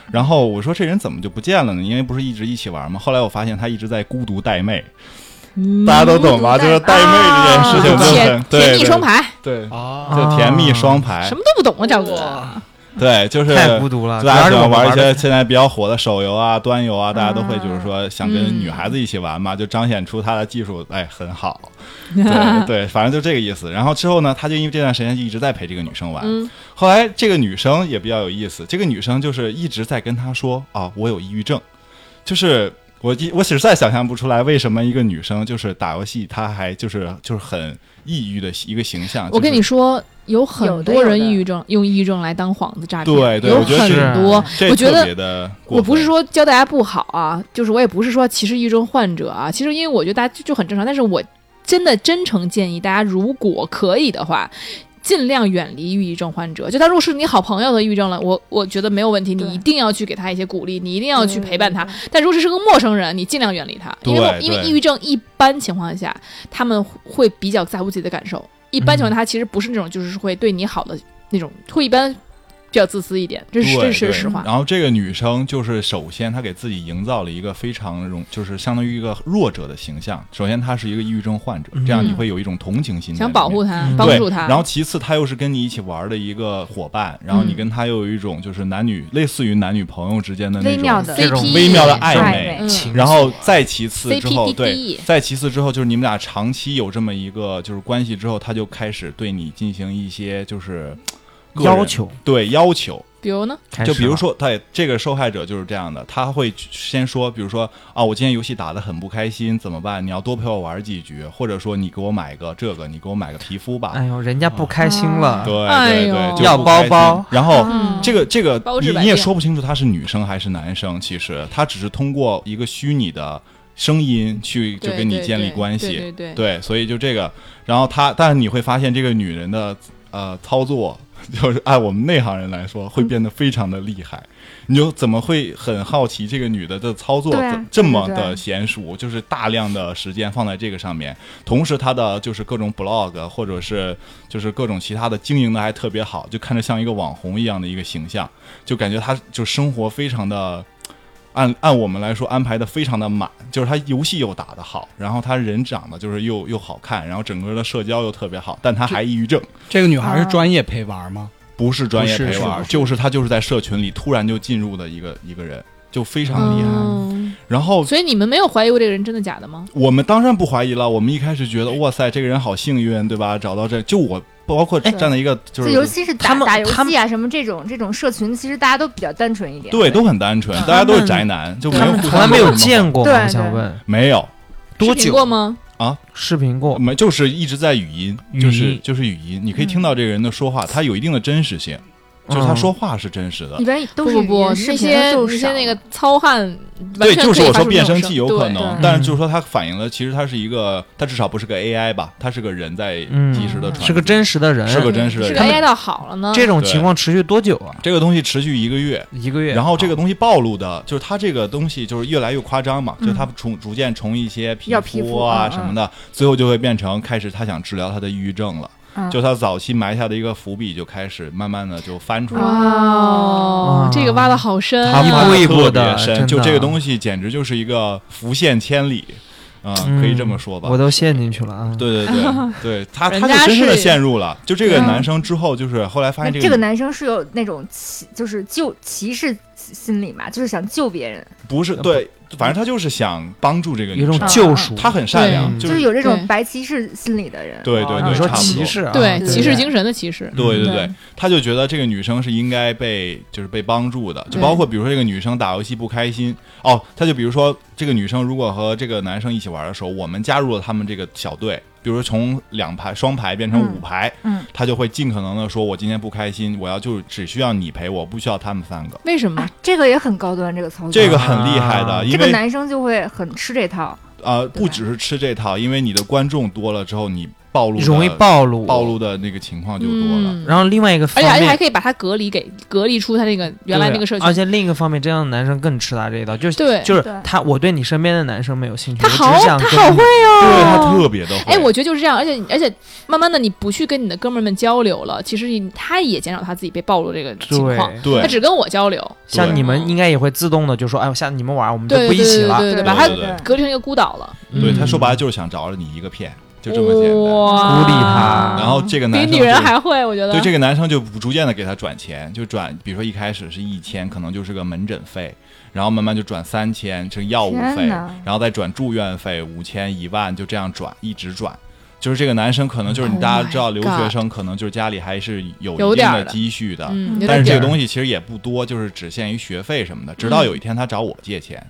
[SPEAKER 6] 然后我说这人怎么就不见了呢？因为不是一直一起玩吗？后来我发现他一直在孤独带妹，
[SPEAKER 2] 嗯
[SPEAKER 6] 大家都懂吧？就是带妹这件事情就很
[SPEAKER 2] 啊甜
[SPEAKER 6] 对哎
[SPEAKER 2] 甜蜜双，排，
[SPEAKER 6] 对对，
[SPEAKER 3] 啊，
[SPEAKER 6] 就甜蜜双排，
[SPEAKER 2] 什么都不懂啊，赵哥。
[SPEAKER 6] 对，就是
[SPEAKER 4] 太孤独了
[SPEAKER 6] 大家喜欢玩一
[SPEAKER 4] 啊主要是我玩
[SPEAKER 6] 些
[SPEAKER 4] 的
[SPEAKER 6] 现在比较火的手游啊、端游啊，大家都会就是说想
[SPEAKER 2] 嗯
[SPEAKER 6] 跟女孩子一起玩嘛，就彰显出他的技术哎 很好。对对，反正就这个意思。然后之后呢，他就因为这段时间就一直在陪这个女生玩。
[SPEAKER 2] 嗯
[SPEAKER 6] 后来这个女生也比较有意思，这个女生就是一直在跟他说啊，我有抑郁症，就是。我一我实在想象不出来，为什么一个女生就是打游戏，她还就是就是很抑郁的一个形象。
[SPEAKER 2] 我跟
[SPEAKER 6] 就是
[SPEAKER 2] 你说，有很
[SPEAKER 5] 有的
[SPEAKER 2] 多
[SPEAKER 5] 有
[SPEAKER 2] 人
[SPEAKER 5] 的
[SPEAKER 2] 抑郁症，用抑郁症来当幌子诈骗，
[SPEAKER 6] 对对
[SPEAKER 2] 有
[SPEAKER 6] 我觉得
[SPEAKER 2] 很
[SPEAKER 4] 是
[SPEAKER 2] 多。
[SPEAKER 6] 这
[SPEAKER 2] 我觉
[SPEAKER 6] 特
[SPEAKER 2] 得
[SPEAKER 6] 别的过
[SPEAKER 2] 我不是
[SPEAKER 6] 分
[SPEAKER 2] 说教大家不好啊，就是我也不是说歧视抑郁症患者啊。其实因为我觉得大家就就很正常，但是我真的真诚建议大家，如果可以的话。尽量远离抑郁症患者。就他如果是你好朋友的抑郁症了，我我觉得没有问题，你
[SPEAKER 5] 对
[SPEAKER 2] 一定要去给他一些鼓励，你一定要去陪伴他
[SPEAKER 5] 对。
[SPEAKER 2] 但如果这是个陌生人，你尽量远离他，因为我
[SPEAKER 6] 对
[SPEAKER 2] 因为
[SPEAKER 6] 对
[SPEAKER 2] 抑郁症一般情况下他们会比较在乎自己的感受，一般情
[SPEAKER 6] 嗯
[SPEAKER 2] 况下他其实不是那种就是会对你好的那种，会一般比较自私一点，这是
[SPEAKER 6] 对
[SPEAKER 2] 这是
[SPEAKER 6] 对
[SPEAKER 2] 实话。
[SPEAKER 6] 然后这个女生就是首先她给自己营造了一个非常容，就是相当于一个弱者的形象。首先她是一个抑郁症患者，这样你
[SPEAKER 2] 嗯
[SPEAKER 6] 会有一种同情心在
[SPEAKER 2] 想
[SPEAKER 6] 里
[SPEAKER 2] 保
[SPEAKER 6] 面
[SPEAKER 2] 护他，
[SPEAKER 4] 嗯
[SPEAKER 2] 帮
[SPEAKER 6] 对，
[SPEAKER 2] 助他。
[SPEAKER 6] 然后其次，他又是跟你一起玩的一个伙伴，然后你
[SPEAKER 2] 嗯
[SPEAKER 6] 跟他又有一种就是男女类似于男女朋友之间的那
[SPEAKER 5] 微妙
[SPEAKER 6] 种
[SPEAKER 5] 的
[SPEAKER 4] 这种
[SPEAKER 2] CP
[SPEAKER 6] 微妙的
[SPEAKER 5] 暧
[SPEAKER 6] 暧
[SPEAKER 5] 昧
[SPEAKER 6] 昧。
[SPEAKER 2] 嗯
[SPEAKER 4] 情
[SPEAKER 6] 然后再其次之后，
[SPEAKER 2] CPDD
[SPEAKER 6] 对，再其次之后就是你们俩长期有这么一个就是关系之后，他就开始对你进行一些就是个人
[SPEAKER 4] 要求，
[SPEAKER 6] 对要求，
[SPEAKER 2] 比如呢？
[SPEAKER 4] 开始
[SPEAKER 6] 就比如
[SPEAKER 4] 了
[SPEAKER 6] 说，对这个受害者就是这样的，他会先说，比如说啊，我今天游戏打得很不开心，怎么办？你要多陪我玩几局，或者说你给我买个这个，你给我买个皮肤吧。
[SPEAKER 4] 哎呦，人家不开心
[SPEAKER 5] 啊
[SPEAKER 4] 了，
[SPEAKER 6] 对
[SPEAKER 2] 哎
[SPEAKER 6] 对
[SPEAKER 2] 呦
[SPEAKER 6] 对，就
[SPEAKER 4] 要
[SPEAKER 6] 不开
[SPEAKER 4] 包
[SPEAKER 6] 心
[SPEAKER 4] 包。
[SPEAKER 6] 然后
[SPEAKER 2] 嗯
[SPEAKER 6] 这个这个
[SPEAKER 2] 包治
[SPEAKER 6] 你
[SPEAKER 2] 百
[SPEAKER 6] 你也
[SPEAKER 2] 病
[SPEAKER 6] 说不清楚他是女生还是男生，其实他只是通过一个虚拟的声音去就
[SPEAKER 2] 对
[SPEAKER 6] 跟你
[SPEAKER 2] 对
[SPEAKER 6] 建立
[SPEAKER 2] 对
[SPEAKER 6] 关系。
[SPEAKER 2] 对对对
[SPEAKER 6] 对，所以就这个，然后他，但是你会发现这个女人的呃操作就是按我们内行人来说，
[SPEAKER 5] 嗯
[SPEAKER 6] 会变得非常的厉害。你就怎么会很好奇这个女的的操作
[SPEAKER 5] 对啊
[SPEAKER 6] 怎这么
[SPEAKER 5] 对对
[SPEAKER 6] 的
[SPEAKER 5] 对
[SPEAKER 6] 娴熟，就是大量的时间放在这个上面，同时她的就是各种 blog 或者是就是各种其他的经营的还特别好，就看着像一个网红一样的一个形象，就感觉她就生活非常的。按按我们来说安排的非常的满，就是她游戏又打得好，然后她人长得就是又又好看，然后整个的社交又特别好，但她还抑郁症。
[SPEAKER 3] 这个女孩是专业陪玩吗？
[SPEAKER 6] 不是专业
[SPEAKER 3] 不是
[SPEAKER 6] 陪
[SPEAKER 3] 是
[SPEAKER 6] 玩儿，
[SPEAKER 3] 不是
[SPEAKER 6] 就是他就是在社群里突然就进入的一个一个人，就非常厉害。
[SPEAKER 2] 嗯，
[SPEAKER 6] 然后
[SPEAKER 2] 所以你们没有怀疑过这个人真的假的吗？
[SPEAKER 6] 我们当然不怀疑了，我们一开始觉得哇塞，这个人好幸运，对吧？找到这就我，包括
[SPEAKER 4] 哎
[SPEAKER 6] 站在一个就
[SPEAKER 5] 就尤
[SPEAKER 6] 是。
[SPEAKER 5] 其是
[SPEAKER 4] 他
[SPEAKER 5] 打
[SPEAKER 4] 们
[SPEAKER 5] 打游
[SPEAKER 4] 他们
[SPEAKER 5] 戏啊什么这种这种社群，其实大家都比较单纯一点。
[SPEAKER 6] 对，都很单纯，大家都是宅男，就没
[SPEAKER 4] 他
[SPEAKER 6] 有
[SPEAKER 4] 们
[SPEAKER 6] 互
[SPEAKER 4] 从
[SPEAKER 6] 相
[SPEAKER 4] 来没有
[SPEAKER 6] 什么
[SPEAKER 4] 见过吗？
[SPEAKER 5] 对
[SPEAKER 4] 我想
[SPEAKER 5] 对
[SPEAKER 4] 问，
[SPEAKER 6] 没有，
[SPEAKER 4] 多
[SPEAKER 2] 视频
[SPEAKER 4] 久
[SPEAKER 2] 过吗？
[SPEAKER 4] 视频过？
[SPEAKER 6] 没就是一直在语音，
[SPEAKER 4] 语
[SPEAKER 6] 就是
[SPEAKER 4] 音
[SPEAKER 6] 就是语音，你可以听到这个人的说话，他有一定的真实性，就是他
[SPEAKER 4] 嗯
[SPEAKER 6] 说话是真实的
[SPEAKER 5] 一，般都
[SPEAKER 2] 不
[SPEAKER 5] 是
[SPEAKER 2] 不不，
[SPEAKER 5] 人
[SPEAKER 2] 那
[SPEAKER 5] 视频
[SPEAKER 2] 些
[SPEAKER 5] 都
[SPEAKER 2] 那
[SPEAKER 5] 是
[SPEAKER 2] 些
[SPEAKER 5] 少
[SPEAKER 2] 那个糙汉，完
[SPEAKER 6] 对，
[SPEAKER 2] 全
[SPEAKER 6] 就
[SPEAKER 2] 可
[SPEAKER 6] 是
[SPEAKER 2] 以
[SPEAKER 6] 我
[SPEAKER 2] 发
[SPEAKER 6] 说
[SPEAKER 2] 出
[SPEAKER 6] 变
[SPEAKER 2] 这种
[SPEAKER 6] 声
[SPEAKER 2] 声
[SPEAKER 6] 器有可能，
[SPEAKER 5] 对
[SPEAKER 6] 但
[SPEAKER 4] 嗯
[SPEAKER 6] 是就是说它反映了，其实它是一个，它至少不是个 AI 吧，它是个人在
[SPEAKER 4] 嗯
[SPEAKER 6] 及时的传、
[SPEAKER 4] 是个真，实的人，
[SPEAKER 6] 是个真实
[SPEAKER 2] 对是
[SPEAKER 6] 的人。
[SPEAKER 2] 个 AI 到好了呢。
[SPEAKER 4] 这种
[SPEAKER 6] 对
[SPEAKER 4] 情况持续多久啊？
[SPEAKER 6] 这个东西持续一个月，
[SPEAKER 4] 一个月。
[SPEAKER 6] 然后这个
[SPEAKER 4] 啊
[SPEAKER 6] 东西暴露的，就是它这个东西就是越来越夸张嘛，就是它从逐渐从一些皮
[SPEAKER 5] 要皮
[SPEAKER 6] 肤
[SPEAKER 5] 肤
[SPEAKER 6] 啊
[SPEAKER 5] 嗯嗯
[SPEAKER 6] 什么的，最后就会变成开始他想治疗他的抑郁症了，
[SPEAKER 5] 嗯
[SPEAKER 6] 就他早期埋下的一个伏笔，就开始慢慢的就翻出来。
[SPEAKER 2] 哇
[SPEAKER 4] 啊，
[SPEAKER 5] 哦
[SPEAKER 2] 这个挖的好深
[SPEAKER 6] 他
[SPEAKER 2] 啊，
[SPEAKER 6] 挖得
[SPEAKER 4] 一步一步的
[SPEAKER 6] 特别深，
[SPEAKER 4] 真
[SPEAKER 6] 就
[SPEAKER 4] 的
[SPEAKER 6] 这个东西简直就是一个浮现千里，啊、
[SPEAKER 4] 嗯
[SPEAKER 6] 可以这么说吧
[SPEAKER 4] 我。都陷进去了啊！
[SPEAKER 6] 对对 对对，他
[SPEAKER 2] 人
[SPEAKER 6] 他就
[SPEAKER 2] 家
[SPEAKER 6] 深深的
[SPEAKER 2] 是
[SPEAKER 6] 陷入了。就这个
[SPEAKER 5] 嗯
[SPEAKER 6] 男生之后，就是后来发
[SPEAKER 5] 那
[SPEAKER 6] 现
[SPEAKER 5] 这
[SPEAKER 6] 这
[SPEAKER 5] 个
[SPEAKER 6] 个
[SPEAKER 5] 男生是有那种歧，就是救歧视心理嘛，就是想救别人，
[SPEAKER 6] 不是对，反正他就是想帮助这个
[SPEAKER 4] 呃有一
[SPEAKER 6] 女生，
[SPEAKER 4] 种救赎。
[SPEAKER 6] 他很善良，
[SPEAKER 4] 对
[SPEAKER 6] 就
[SPEAKER 5] 就是是有这
[SPEAKER 2] 对
[SPEAKER 5] 种白骑士心理的人。
[SPEAKER 6] 对对
[SPEAKER 4] 啊
[SPEAKER 6] 对，
[SPEAKER 4] 你说
[SPEAKER 6] 差不
[SPEAKER 4] 歧
[SPEAKER 6] 多。
[SPEAKER 4] 视啊？
[SPEAKER 2] 对骑士
[SPEAKER 5] 对
[SPEAKER 2] 精神的骑士，
[SPEAKER 6] 对对
[SPEAKER 2] 嗯
[SPEAKER 6] 对
[SPEAKER 2] 对，
[SPEAKER 6] 他就觉得这个女生是应该被就是被帮助的，就包括比如说这个女生打游戏不开心哦，他就比如说这个女生如果和这个男生一起玩的时候，我们加入了他们这个小队，比如说从两排双排变成五排，
[SPEAKER 5] 嗯嗯，
[SPEAKER 6] 他就会尽可能的说我今天不开心，我要就只需要你陪我，不需要他们三个，
[SPEAKER 2] 为什么
[SPEAKER 5] 啊？，这个也很高端，这个操作。
[SPEAKER 6] 这个很厉害的，
[SPEAKER 4] 啊
[SPEAKER 6] 因
[SPEAKER 5] 这个
[SPEAKER 6] 为
[SPEAKER 5] 男生就会很吃这套。
[SPEAKER 6] 呃
[SPEAKER 5] 对
[SPEAKER 6] 不只是吃这套，因为你的观众多了之后，你暴露的
[SPEAKER 4] 容易暴露，
[SPEAKER 6] 暴露。的那个情况就多了。
[SPEAKER 2] 嗯
[SPEAKER 4] 然后另外一个
[SPEAKER 2] 而
[SPEAKER 4] 方
[SPEAKER 2] 且
[SPEAKER 4] 面，
[SPEAKER 2] 而且还可以把它隔离给隔离出他那个原来那个社
[SPEAKER 4] 对而
[SPEAKER 6] 啊
[SPEAKER 2] 区，
[SPEAKER 4] 且另一个方面，这样的男生更吃他这一道，就是
[SPEAKER 2] 对
[SPEAKER 4] 就是
[SPEAKER 5] 对
[SPEAKER 4] 他，我对你身边的男生没有兴趣，
[SPEAKER 2] 他
[SPEAKER 4] 我只
[SPEAKER 2] 好
[SPEAKER 4] 想
[SPEAKER 2] 他
[SPEAKER 4] 跟
[SPEAKER 2] 好
[SPEAKER 4] 你
[SPEAKER 2] 会哦，
[SPEAKER 6] 对他特别的会，
[SPEAKER 2] 哎，我觉得就是这样，而且而且慢慢的，你不去跟你的哥们儿们交流了，其实你他也减少他自己被暴露这个情况，
[SPEAKER 4] 对。
[SPEAKER 6] 对
[SPEAKER 2] 他只跟我交流，
[SPEAKER 4] 像
[SPEAKER 6] 对
[SPEAKER 4] 你们应该也会自动的就说，哎，我下次你们玩儿，我们就
[SPEAKER 2] 对
[SPEAKER 4] 不
[SPEAKER 2] 对
[SPEAKER 4] 一起
[SPEAKER 2] 对
[SPEAKER 4] 了。
[SPEAKER 2] 对
[SPEAKER 5] 对
[SPEAKER 2] 把他
[SPEAKER 6] 对对
[SPEAKER 2] 隔离成一个孤岛了，
[SPEAKER 6] 对
[SPEAKER 4] 嗯
[SPEAKER 6] 他说白了就是想找着你一个骗，就这么简单。
[SPEAKER 2] 哇，
[SPEAKER 4] 孤立他
[SPEAKER 6] 然后这个男
[SPEAKER 2] 比哦
[SPEAKER 6] 生
[SPEAKER 2] 女人
[SPEAKER 6] 就
[SPEAKER 2] 还会，我觉得
[SPEAKER 6] 对这个男生就逐渐的给他转钱，就转，比如说一开始是一千，可能就是个门诊费，然后慢慢就转三千，是药物费
[SPEAKER 5] 天哪，
[SPEAKER 6] 然后再转住院费五千一万，就这样转，一直转。就是这个男生可能就是你
[SPEAKER 2] Oh
[SPEAKER 6] 大家知道
[SPEAKER 2] my
[SPEAKER 6] 留学生可能就是家里还是有
[SPEAKER 2] 有
[SPEAKER 6] 一定
[SPEAKER 2] 点
[SPEAKER 6] 的
[SPEAKER 2] 儿的
[SPEAKER 6] 积蓄的，
[SPEAKER 2] 嗯，有
[SPEAKER 6] 但
[SPEAKER 2] 点
[SPEAKER 6] 是这个
[SPEAKER 2] 劲儿嗯
[SPEAKER 6] 东西其实也不多，就是只限于学费什么的。直到有一天他找我借钱，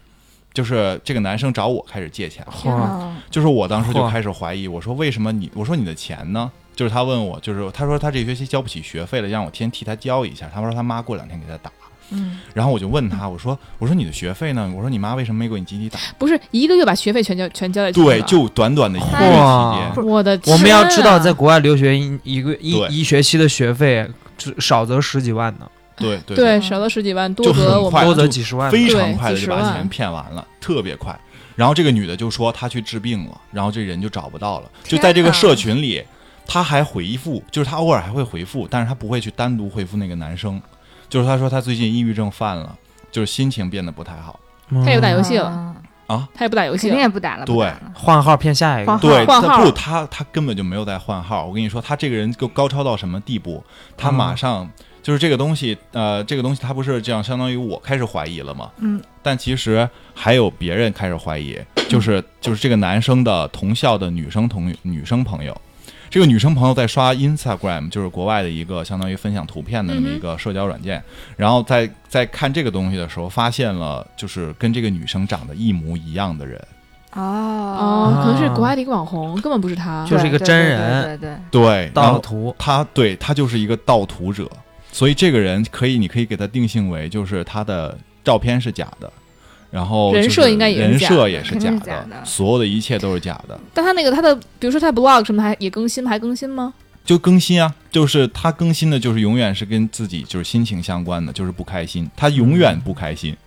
[SPEAKER 6] 就是这个男生找我开始借钱了。
[SPEAKER 4] 哇，
[SPEAKER 5] 嗯
[SPEAKER 6] 就是我当时就
[SPEAKER 4] 嚯
[SPEAKER 6] 开始怀疑，我说为什么你？我说你的钱呢？就是他问我，就是他说他这学期交不起学费了，让我先替他交一下。他说他妈过两天给他打。
[SPEAKER 5] 嗯，
[SPEAKER 6] 然后我就问他，我说我说你的学费呢？我说你妈为什么没给你集体打？
[SPEAKER 2] 不是一个月把学费全交全交在身上
[SPEAKER 6] 对，就短短的一个月 期
[SPEAKER 4] 嚯
[SPEAKER 6] 间，
[SPEAKER 2] 我的
[SPEAKER 4] 我们要
[SPEAKER 2] 天
[SPEAKER 4] 知道，
[SPEAKER 2] 啊
[SPEAKER 4] 在国外留学一一个一
[SPEAKER 6] 对
[SPEAKER 4] 一学期的学费，至少则十几万呢，
[SPEAKER 6] 对对
[SPEAKER 2] 对少了十几万，多
[SPEAKER 6] 就
[SPEAKER 2] 得
[SPEAKER 6] 很
[SPEAKER 2] 我
[SPEAKER 6] 快
[SPEAKER 2] 们
[SPEAKER 4] 多则
[SPEAKER 6] 就
[SPEAKER 4] 几十万呢。
[SPEAKER 6] 非常快
[SPEAKER 2] 对
[SPEAKER 6] 的就
[SPEAKER 2] 几十
[SPEAKER 6] 把
[SPEAKER 2] 万
[SPEAKER 6] 钱骗完了，特别快。然后这个女的就说她去治病了，然后这人就找不到了，就
[SPEAKER 5] 天
[SPEAKER 6] 在这个
[SPEAKER 5] 哪
[SPEAKER 6] 社群里，她还回复，就是她偶尔还会回复，但是她不会去单独回复那个男生，就是她说她最近抑郁症犯了，就是心情变得不太好，
[SPEAKER 4] 嗯
[SPEAKER 2] 他有打游戏了，
[SPEAKER 5] 嗯
[SPEAKER 2] 他也不打游戏
[SPEAKER 5] 肯定
[SPEAKER 2] 了，
[SPEAKER 5] 也不打了。
[SPEAKER 6] 对
[SPEAKER 5] 不打了
[SPEAKER 4] 嗯换号骗下一个
[SPEAKER 5] 换，
[SPEAKER 6] 对，
[SPEAKER 2] 换
[SPEAKER 6] 她
[SPEAKER 2] 号
[SPEAKER 6] 不，
[SPEAKER 2] 了
[SPEAKER 6] 她她根本就没有在换号。我跟你说，她这个人就高超到什么地步，她
[SPEAKER 5] 嗯
[SPEAKER 6] 马上。就是这个东西，呃，这个东西她不是这样，相当于我开始怀疑了吗？
[SPEAKER 5] 嗯，
[SPEAKER 6] 但其实还有别人开始怀疑，就是就是这个男生的同校的女生同女生朋友，这个女生朋友在刷 Instagram，就是国外的一个相当于分享图片的那么
[SPEAKER 5] 嗯
[SPEAKER 6] 一个社交软件，然后在在看这个东西的时候，发现了就是跟这个女生长得一模一样的人，
[SPEAKER 5] 哦，
[SPEAKER 2] 哦，可能是国外的一个网红，根本不是他，
[SPEAKER 4] 啊就是一个
[SPEAKER 5] 对
[SPEAKER 4] 真
[SPEAKER 5] 对
[SPEAKER 4] 人
[SPEAKER 5] 对对对
[SPEAKER 6] 对，然
[SPEAKER 4] 盗
[SPEAKER 6] 后
[SPEAKER 4] 图，
[SPEAKER 6] 他对他就是一个盗图者，所以这个人可以，你可以给他定性为就是他的照片是假的。然后
[SPEAKER 2] 人
[SPEAKER 6] 就是
[SPEAKER 2] 设应该也是
[SPEAKER 6] 人
[SPEAKER 2] 假
[SPEAKER 6] 设
[SPEAKER 2] 的
[SPEAKER 6] 也是
[SPEAKER 5] 肯
[SPEAKER 6] 假
[SPEAKER 5] 定
[SPEAKER 6] 的，
[SPEAKER 5] 是假的
[SPEAKER 6] 所有的一切都是假的。
[SPEAKER 2] 但他那个他的，比如说他 blog 什么的还也更新吗还更新吗？
[SPEAKER 6] 就更新啊，就是他更新的，就是永远是跟自己就是心情相关的，就是不开心，他永远不开心，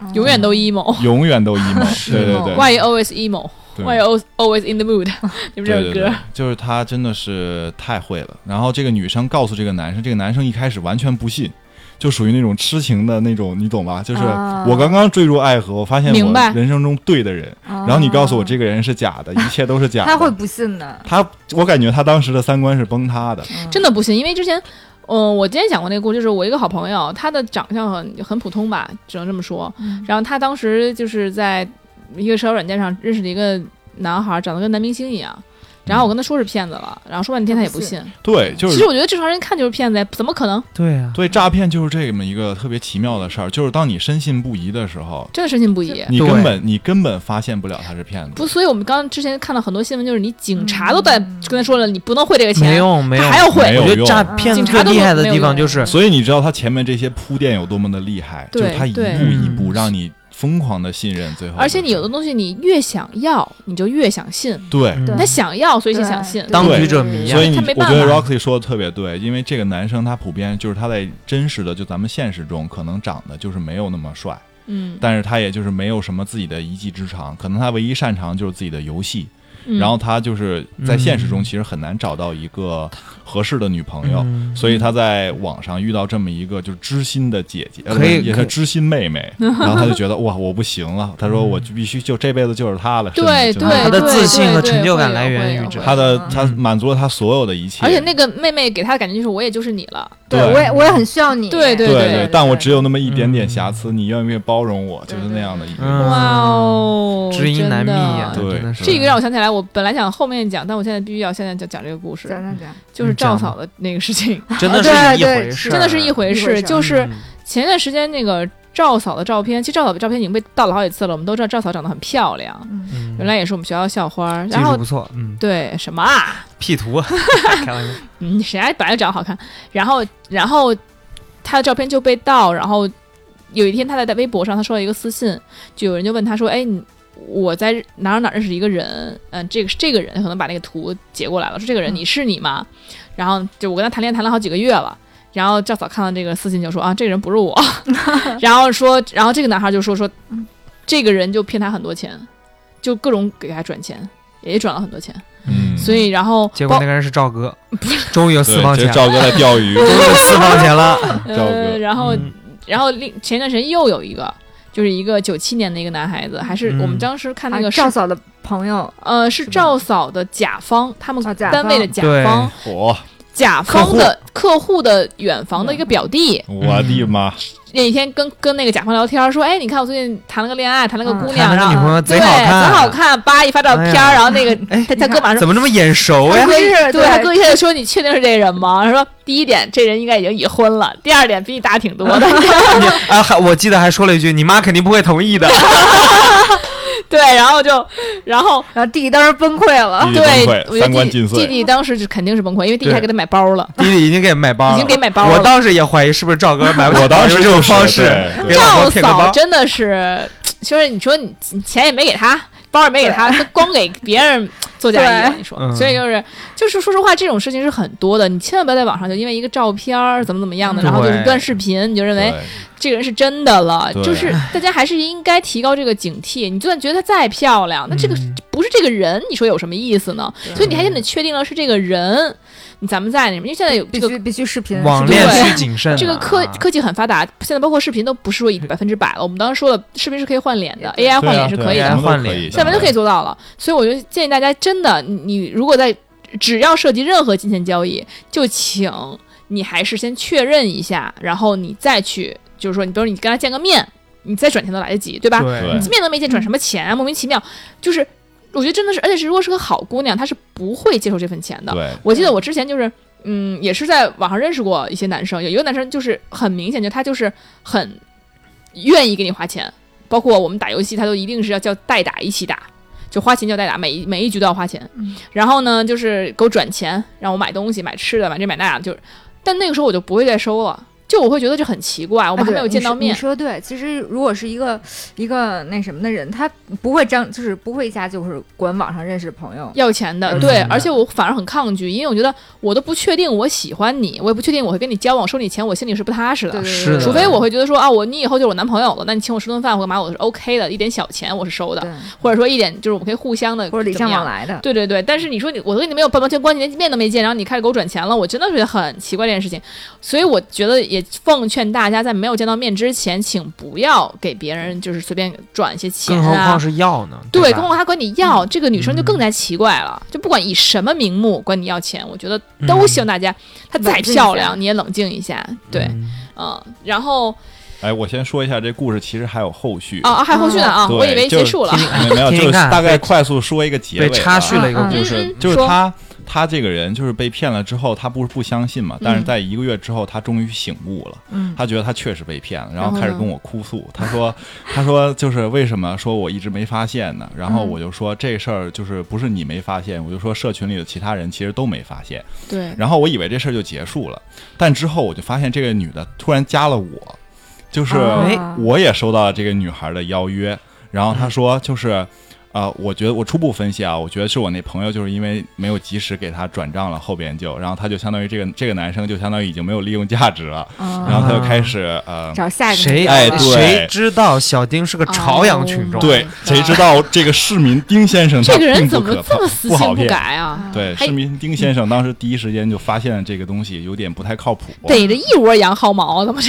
[SPEAKER 4] 嗯
[SPEAKER 2] 永远都 emo。
[SPEAKER 6] 永远都 emo，对对对
[SPEAKER 2] Why you always emo?
[SPEAKER 6] 对
[SPEAKER 2] Why you always in the mood? 你们这首
[SPEAKER 6] 对对对
[SPEAKER 2] 歌，，
[SPEAKER 6] 就是他真的是太会了。然后这个女生告诉这个男生，这个男生一开始完全不信，就属于那种痴情的那种，你懂吧？就是
[SPEAKER 5] 啊
[SPEAKER 6] 我刚刚坠入爱河，我发现
[SPEAKER 2] 明
[SPEAKER 6] 我
[SPEAKER 2] 白
[SPEAKER 6] 人生中对的人，然后你告诉我这个人是假的，一切都是假的。
[SPEAKER 5] 嗯他会不信的，
[SPEAKER 6] 他我感觉他当时的三观是崩塌的。
[SPEAKER 2] 真的不行，因为之前。嗯，我之前讲过那个故事，就是我一个好朋友，他的长相很很普通吧，只能这么说。嗯
[SPEAKER 5] 嗯
[SPEAKER 2] 然后他当时就是在一个社交软件上认识了一个男孩，长得跟男明星一样。然后我跟他说是骗子了，然后说半天他也不信。
[SPEAKER 6] 对，就
[SPEAKER 2] 其
[SPEAKER 6] 是
[SPEAKER 2] 实我觉得正常人看就是骗子，怎么可能
[SPEAKER 4] 对啊，
[SPEAKER 6] 对诈骗就是这么一个特别奇妙的事儿，就是当你深信不疑的时候，
[SPEAKER 2] 真的深信不疑？
[SPEAKER 6] 你
[SPEAKER 4] 对
[SPEAKER 6] 根本你根本发现不了他是骗
[SPEAKER 2] 不，
[SPEAKER 6] 子。
[SPEAKER 2] 所以我们刚之前看到很多新闻，就是你警察都在跟他说了，你不能会这个钱，
[SPEAKER 4] 没用没
[SPEAKER 2] 他
[SPEAKER 4] 用
[SPEAKER 2] 还，要
[SPEAKER 6] 没
[SPEAKER 2] 会
[SPEAKER 6] 有。
[SPEAKER 4] 我觉
[SPEAKER 6] 用啊
[SPEAKER 4] 得诈骗
[SPEAKER 2] 警察
[SPEAKER 4] 最
[SPEAKER 2] 都
[SPEAKER 4] 厉害
[SPEAKER 2] 没
[SPEAKER 4] 的
[SPEAKER 2] 有
[SPEAKER 4] 地方
[SPEAKER 2] 用
[SPEAKER 4] 就是
[SPEAKER 6] 所以你知道他前面这些铺垫有多么的厉害，就
[SPEAKER 2] 对
[SPEAKER 6] 是他一步
[SPEAKER 2] 对
[SPEAKER 6] 一步
[SPEAKER 4] 嗯
[SPEAKER 6] 让你疯狂的信任，最后
[SPEAKER 2] 而且你有的东西，你越想要，你就越想信。
[SPEAKER 6] 对。
[SPEAKER 4] 嗯
[SPEAKER 2] 他想要，所以
[SPEAKER 5] 对
[SPEAKER 2] 先想信。
[SPEAKER 5] 对
[SPEAKER 4] 当局者迷啊呀
[SPEAKER 6] 所以你
[SPEAKER 2] 他没，
[SPEAKER 6] 我
[SPEAKER 2] 办法
[SPEAKER 6] 觉得 Rocky 说的特别对，因为这个男生他普遍就是他在真实的，就咱们现实中可能长得就是没有那么帅，
[SPEAKER 2] 嗯，
[SPEAKER 6] 但是他也就是没有什么自己的一技之长，可能他唯一擅长就是自己的游戏，
[SPEAKER 2] 嗯
[SPEAKER 6] 然后他就是在现实中
[SPEAKER 4] 嗯
[SPEAKER 6] 其实很难找到一个合适的女朋友，
[SPEAKER 4] 嗯
[SPEAKER 6] 所以他在网上遇到这么一个就是知心的姐姐，呃
[SPEAKER 4] 可以
[SPEAKER 6] 不是也
[SPEAKER 4] 可
[SPEAKER 6] 是
[SPEAKER 4] 以
[SPEAKER 6] 知心妹 妹，然后他就觉得哇我不行了，他说我就必须就这辈子就是她了，
[SPEAKER 2] 对
[SPEAKER 6] 甚至就
[SPEAKER 2] 对
[SPEAKER 6] 是，
[SPEAKER 4] 他的
[SPEAKER 2] 对
[SPEAKER 4] 自信
[SPEAKER 2] 对
[SPEAKER 4] 和
[SPEAKER 2] 对
[SPEAKER 4] 成就
[SPEAKER 2] 会
[SPEAKER 4] 感
[SPEAKER 2] 有
[SPEAKER 4] 来源
[SPEAKER 2] 会
[SPEAKER 4] 于
[SPEAKER 2] 有
[SPEAKER 4] 这
[SPEAKER 2] 会
[SPEAKER 6] 他
[SPEAKER 2] 有
[SPEAKER 6] 的
[SPEAKER 5] 嗯
[SPEAKER 6] 他满足了他所有的一切，
[SPEAKER 2] 而且那个妹妹给他的感觉就是我也就是你了，
[SPEAKER 5] 对
[SPEAKER 6] 对
[SPEAKER 5] 我也我也很需要你，
[SPEAKER 2] 对对
[SPEAKER 6] 对
[SPEAKER 2] 对
[SPEAKER 6] 但我只有那么一点点
[SPEAKER 4] 嗯
[SPEAKER 6] 瑕疵，你愿不愿意包容我？就是
[SPEAKER 5] 对
[SPEAKER 6] 那样的一个人。
[SPEAKER 4] 嗯
[SPEAKER 2] 哇哦，
[SPEAKER 4] 知音难觅啊呀，
[SPEAKER 2] 真的
[SPEAKER 6] 对
[SPEAKER 4] 真的是
[SPEAKER 2] 这个让我想起来，我本来想后面讲，但我现在必须要现在就讲这个故事，
[SPEAKER 4] 嗯
[SPEAKER 5] 讲讲讲，
[SPEAKER 2] 就是赵
[SPEAKER 4] 讲
[SPEAKER 2] 嫂的那个事情，
[SPEAKER 4] 真的
[SPEAKER 5] 啊
[SPEAKER 4] 是一
[SPEAKER 5] 对
[SPEAKER 4] 回
[SPEAKER 5] 对
[SPEAKER 4] 事儿，啊
[SPEAKER 2] 真的是一回
[SPEAKER 5] 一回事
[SPEAKER 2] 事。
[SPEAKER 5] 儿
[SPEAKER 2] 就是
[SPEAKER 4] 嗯
[SPEAKER 2] 前段时间那个赵嫂的照片，其实赵嫂的照片已经被盗了好几次了。我们都知道赵嫂长得很漂亮，
[SPEAKER 5] 嗯，
[SPEAKER 4] 嗯
[SPEAKER 2] 原来也是我们学校校花。
[SPEAKER 4] 技
[SPEAKER 2] 然
[SPEAKER 4] 术
[SPEAKER 2] 后
[SPEAKER 4] 不错， 嗯，
[SPEAKER 2] 对什么啊？
[SPEAKER 4] P 图，开玩笑，
[SPEAKER 2] 嗯，谁还本来就长得好看？然后，然后她的照片就被盗。然后有一天，她在在微博上，她收到一个私信，就有人就问她说：“哎，你我在哪儿哪儿认识一个人？嗯、这个这个人可能把那个图截过来了，说这个人你是你吗？”然后就我跟他谈恋爱谈了好几个月了。然后赵嫂看到这个私信就说啊，这个人不是我， 然后说，然后这个男孩就说说，这个人就骗他很多钱，就各种给他转钱，也转了很多钱，
[SPEAKER 6] 嗯，
[SPEAKER 2] 所以然后
[SPEAKER 4] 结
[SPEAKER 2] 包
[SPEAKER 4] 果那个人是赵哥， 终于有私
[SPEAKER 6] 对，
[SPEAKER 4] 房
[SPEAKER 6] 这
[SPEAKER 4] 钱
[SPEAKER 6] 是，赵哥在钓鱼，
[SPEAKER 4] 终于有私房钱了，
[SPEAKER 6] 赵哥
[SPEAKER 2] 呃，然后
[SPEAKER 4] 嗯
[SPEAKER 2] 然后另前段时间又有一个，就是一个九七年的一个男孩子，还是
[SPEAKER 4] 嗯
[SPEAKER 2] 我们当时看那
[SPEAKER 5] 啊
[SPEAKER 2] 个是、
[SPEAKER 5] 赵嫂的朋友，
[SPEAKER 2] 呃是赵嫂的甲方，他们
[SPEAKER 5] 啊甲
[SPEAKER 2] 单位的
[SPEAKER 5] 方
[SPEAKER 2] 甲
[SPEAKER 4] 对
[SPEAKER 2] 方，
[SPEAKER 6] 火，
[SPEAKER 2] 甲方的客户的远房的一个
[SPEAKER 5] 嗯
[SPEAKER 2] 表弟，
[SPEAKER 6] 我的妈！
[SPEAKER 2] 那天跟跟那个甲方聊天说，哎，你看我最近谈了个恋爱，谈了个姑
[SPEAKER 5] 嗯
[SPEAKER 2] 娘，
[SPEAKER 4] 看
[SPEAKER 2] 然
[SPEAKER 4] 他
[SPEAKER 2] 后
[SPEAKER 4] 女朋友
[SPEAKER 2] 对
[SPEAKER 4] 哎贼好看，啊
[SPEAKER 2] 很好，看，叭一发照片，
[SPEAKER 4] 哎呀
[SPEAKER 2] 然后那个
[SPEAKER 4] 哎
[SPEAKER 2] 他他哥马上说
[SPEAKER 4] 怎。么这么眼熟
[SPEAKER 2] 他
[SPEAKER 4] 呀？
[SPEAKER 2] 哥一
[SPEAKER 5] 是
[SPEAKER 2] 对
[SPEAKER 5] 对
[SPEAKER 2] 他哥一下就说：“你确定是这人吗？”他说：“第一点，这人应该已经已婚了；第二点，比你大挺多的。
[SPEAKER 4] 你啊，还我记得还说了一句，你妈肯定不会同 意的，
[SPEAKER 2] 对，然后就，然后
[SPEAKER 5] 然后弟弟当时崩溃了，
[SPEAKER 6] 弟弟崩溃
[SPEAKER 2] 对，我觉
[SPEAKER 6] 三
[SPEAKER 2] 得
[SPEAKER 6] 观
[SPEAKER 2] 弟
[SPEAKER 6] 尽
[SPEAKER 2] 弟
[SPEAKER 6] 碎
[SPEAKER 2] 弟当时就肯定是崩溃，因为弟弟还给他买包了。
[SPEAKER 4] 弟弟已经给买包了，
[SPEAKER 2] 已经给买包
[SPEAKER 4] 我
[SPEAKER 2] 了
[SPEAKER 4] 当时也怀疑是不是赵哥 买，
[SPEAKER 6] 我当时
[SPEAKER 4] 用这种方式
[SPEAKER 6] 就是对
[SPEAKER 4] 给老
[SPEAKER 2] 赵
[SPEAKER 4] 婆骗个
[SPEAKER 2] 嫂
[SPEAKER 4] 包，
[SPEAKER 2] 真的是，就是你说你你钱也没给他，包也没给他，光给别人做嫁衣了，
[SPEAKER 5] 对
[SPEAKER 2] 你说，
[SPEAKER 4] 嗯
[SPEAKER 2] 所以就是就是说实话，这种事情是很多的，你千万不要在网上就因为一个照片儿怎么怎么样的，
[SPEAKER 4] 对
[SPEAKER 2] 然后就是一段视频，你就认为
[SPEAKER 6] 对
[SPEAKER 2] 这个人是真的了，
[SPEAKER 6] 对
[SPEAKER 2] 就是大家还是应该提高这个警惕。你就算觉得她再漂亮，那这个
[SPEAKER 4] 嗯
[SPEAKER 2] 不是这个人，你说有什么意思呢？所以你还得确定了是这个人，你咱们在那什么？因为现在有这
[SPEAKER 5] 必
[SPEAKER 2] 个
[SPEAKER 5] 须必须视频，
[SPEAKER 4] 网
[SPEAKER 5] 视频
[SPEAKER 4] 恋
[SPEAKER 2] 对
[SPEAKER 4] 需谨慎啊，
[SPEAKER 2] 这个科科技很发达，现在包括视频都不是说百分之百了。我们当时说了，视频是可以换脸的
[SPEAKER 5] 对
[SPEAKER 2] ，AI 换
[SPEAKER 6] 对
[SPEAKER 2] 脸
[SPEAKER 6] 啊
[SPEAKER 2] 是
[SPEAKER 6] 对啊
[SPEAKER 2] 可以
[SPEAKER 6] 什
[SPEAKER 2] 的，
[SPEAKER 6] 么都
[SPEAKER 4] 换
[SPEAKER 6] 可
[SPEAKER 4] 脸
[SPEAKER 6] 以
[SPEAKER 2] 什么都可以做到了。所以我就建议大家，真的，你你如果在只要涉及任何金钱交易，就请你还是先确认一下，然后你再去，就是说，你比如你跟他见个面，你再转钱都来得及，对吧？
[SPEAKER 4] 对
[SPEAKER 6] 对
[SPEAKER 2] 面都没见，转什么钱啊？莫名其妙，就是我觉得真的是，而且是如果是个好姑娘，她是不会接受这份钱的。
[SPEAKER 6] 对，
[SPEAKER 2] 我记得我之前就是，嗯，也是在网上认识过一些男生，有一个男生就是很明显，就他就是很愿意给你花钱，包括我们打游戏，他都一定是要叫代打一起打，就花钱叫代打，每一每一局都要花钱。
[SPEAKER 5] 嗯
[SPEAKER 2] 然后呢，就是给我转钱，让我买东西、买吃的、买这买那的，就是，但那个时候我就不会再收了。就我会觉得这很奇哦怪，我
[SPEAKER 5] 啊
[SPEAKER 2] 们还
[SPEAKER 5] 对
[SPEAKER 2] 没有见到面
[SPEAKER 5] 你。说你说对，其实如果是一个一个那什么的人，他不会张，就是不会一下就是管网上认识的朋友。
[SPEAKER 2] 要钱的，
[SPEAKER 4] 嗯
[SPEAKER 2] 对，
[SPEAKER 4] 嗯
[SPEAKER 2] 而且我反而很抗拒，因为我觉得我都不确定我喜欢你，我也不确定我会跟你交往，收你钱，我心里是不踏实的。
[SPEAKER 5] 对对
[SPEAKER 4] 是
[SPEAKER 5] 对
[SPEAKER 4] 的
[SPEAKER 2] 除非我会觉得说啊，我你以后就是我男朋友了，那你请我吃顿饭或干嘛，我是 OK 的，一点小钱我是收的，
[SPEAKER 5] 对，
[SPEAKER 2] 或者说一点就是我们可以互相的
[SPEAKER 5] 或者礼
[SPEAKER 2] 怎
[SPEAKER 5] 尚
[SPEAKER 2] 么样
[SPEAKER 5] 往。来的。
[SPEAKER 2] 对对对，但是你说你我都跟你没有半毛钱关系，连面都没见，然后你开始给我转钱了，我真的是很奇怪这件事情。所以我觉得也奉劝大家，在没有见到面之前，请不要给别人就是随便转一些钱
[SPEAKER 4] 更
[SPEAKER 2] 啊，
[SPEAKER 4] 何况是药呢？
[SPEAKER 2] 对，
[SPEAKER 4] 对吧，
[SPEAKER 2] 跟我还管你要，这个女生就更加奇怪了，就不管以什么名目管你要钱，我觉得都
[SPEAKER 5] 嗯
[SPEAKER 2] 希望大家，她再
[SPEAKER 5] 冷静一
[SPEAKER 2] 漂
[SPEAKER 5] 下
[SPEAKER 2] 亮你也冷静一下，对，
[SPEAKER 4] 嗯
[SPEAKER 2] 嗯，然后
[SPEAKER 6] 哎，我先说一下这故事，其实还有后续
[SPEAKER 2] 啊，啊还有后续呢啊，
[SPEAKER 6] 对
[SPEAKER 2] 我以为
[SPEAKER 6] 就是
[SPEAKER 2] 结束了，
[SPEAKER 6] 没没有，
[SPEAKER 4] 听
[SPEAKER 6] 就
[SPEAKER 4] 听
[SPEAKER 6] 是
[SPEAKER 4] 看
[SPEAKER 6] 大概快速说一个结尾
[SPEAKER 4] 被
[SPEAKER 6] 吧。
[SPEAKER 4] 插叙了一个
[SPEAKER 5] 嗯
[SPEAKER 4] 故
[SPEAKER 6] 就
[SPEAKER 2] 嗯
[SPEAKER 4] 事，
[SPEAKER 6] 是
[SPEAKER 2] 嗯
[SPEAKER 6] 就是
[SPEAKER 2] 说
[SPEAKER 6] 他他这个人就是被骗了之后，他不是不相信嘛，
[SPEAKER 2] 嗯
[SPEAKER 6] 但是在一个月之后，他终于醒悟了，
[SPEAKER 5] 嗯
[SPEAKER 6] 他觉得他确实被骗了，然
[SPEAKER 2] 然后
[SPEAKER 6] 后开始
[SPEAKER 2] 呢
[SPEAKER 6] 跟我哭诉，他说他说就是为什么说我一直没发现呢？然
[SPEAKER 2] 嗯
[SPEAKER 6] 后我就说这事儿就是不是你没发现，我就说社群里的其他人其实都没发现，
[SPEAKER 2] 对，
[SPEAKER 6] 然后我以为这事儿就结束了，但之后我就发现这个女的突然加了我，就是
[SPEAKER 5] 啊
[SPEAKER 4] 哎
[SPEAKER 6] 我也收到了这个女孩的邀约，然后她说就是，呃，我觉得我初步分析啊，我觉得是我那朋友就是因为没有及时给她转账了，后边就，然后她就相当于这个这个男生就相当于已经没有利用价值了，
[SPEAKER 2] 啊
[SPEAKER 5] 嗯，
[SPEAKER 6] 然后他就开始呃。
[SPEAKER 5] 找下一个
[SPEAKER 2] 嗯
[SPEAKER 4] 谁
[SPEAKER 5] 目标
[SPEAKER 6] 哎
[SPEAKER 5] 吧
[SPEAKER 6] 对
[SPEAKER 4] 谁知道小丁是个朝阳群
[SPEAKER 2] 哦
[SPEAKER 4] 众？
[SPEAKER 6] 对，谁知道这个市民丁先生他
[SPEAKER 2] 这个人
[SPEAKER 6] 并不
[SPEAKER 2] 怎么
[SPEAKER 6] 可怕
[SPEAKER 2] 这么私
[SPEAKER 6] 不
[SPEAKER 2] 心
[SPEAKER 6] 好
[SPEAKER 2] 不
[SPEAKER 6] 骗
[SPEAKER 2] 改啊？
[SPEAKER 6] 对，
[SPEAKER 2] 还
[SPEAKER 6] 市民丁先生当时第一时间就发现了这个东西有点不太靠谱，
[SPEAKER 2] 逮着一窝羊薅毛，怎么着？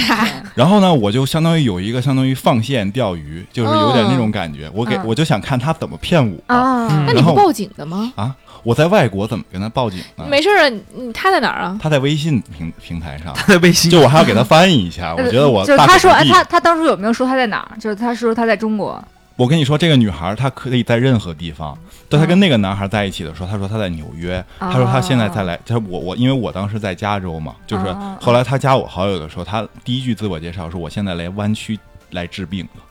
[SPEAKER 6] 然后呢，我就相当于有一个相当于放线钓鱼，就是有点那种感觉。我给、
[SPEAKER 5] 嗯
[SPEAKER 6] 我就想看他怎么骗我
[SPEAKER 5] 啊
[SPEAKER 4] 嗯
[SPEAKER 2] 那你不报警的吗？
[SPEAKER 6] 啊！我在外国怎么跟他报警呢？
[SPEAKER 2] 没事儿啊，你他在哪儿啊？
[SPEAKER 6] 他在微信平平台 上，
[SPEAKER 4] 他的微信
[SPEAKER 6] 就我还要给他翻译一下。我
[SPEAKER 5] 呃
[SPEAKER 6] 觉得我
[SPEAKER 5] 就是
[SPEAKER 6] 大可
[SPEAKER 5] 他
[SPEAKER 6] 不
[SPEAKER 5] 说，哎，
[SPEAKER 6] 必
[SPEAKER 5] 他他当初有没有说他在哪儿？就是他说他在中国，
[SPEAKER 6] 我跟你说，这个女孩她可以在任何地方。就她跟那个男孩在一起的时候，她说她在纽约，
[SPEAKER 5] 哦
[SPEAKER 6] 她说她现在在来，就是我我因为我当时在加州嘛，就是
[SPEAKER 5] 哦
[SPEAKER 6] 后来她加我好友的时候，她第一句自我介绍说我现在来湾区来治病了。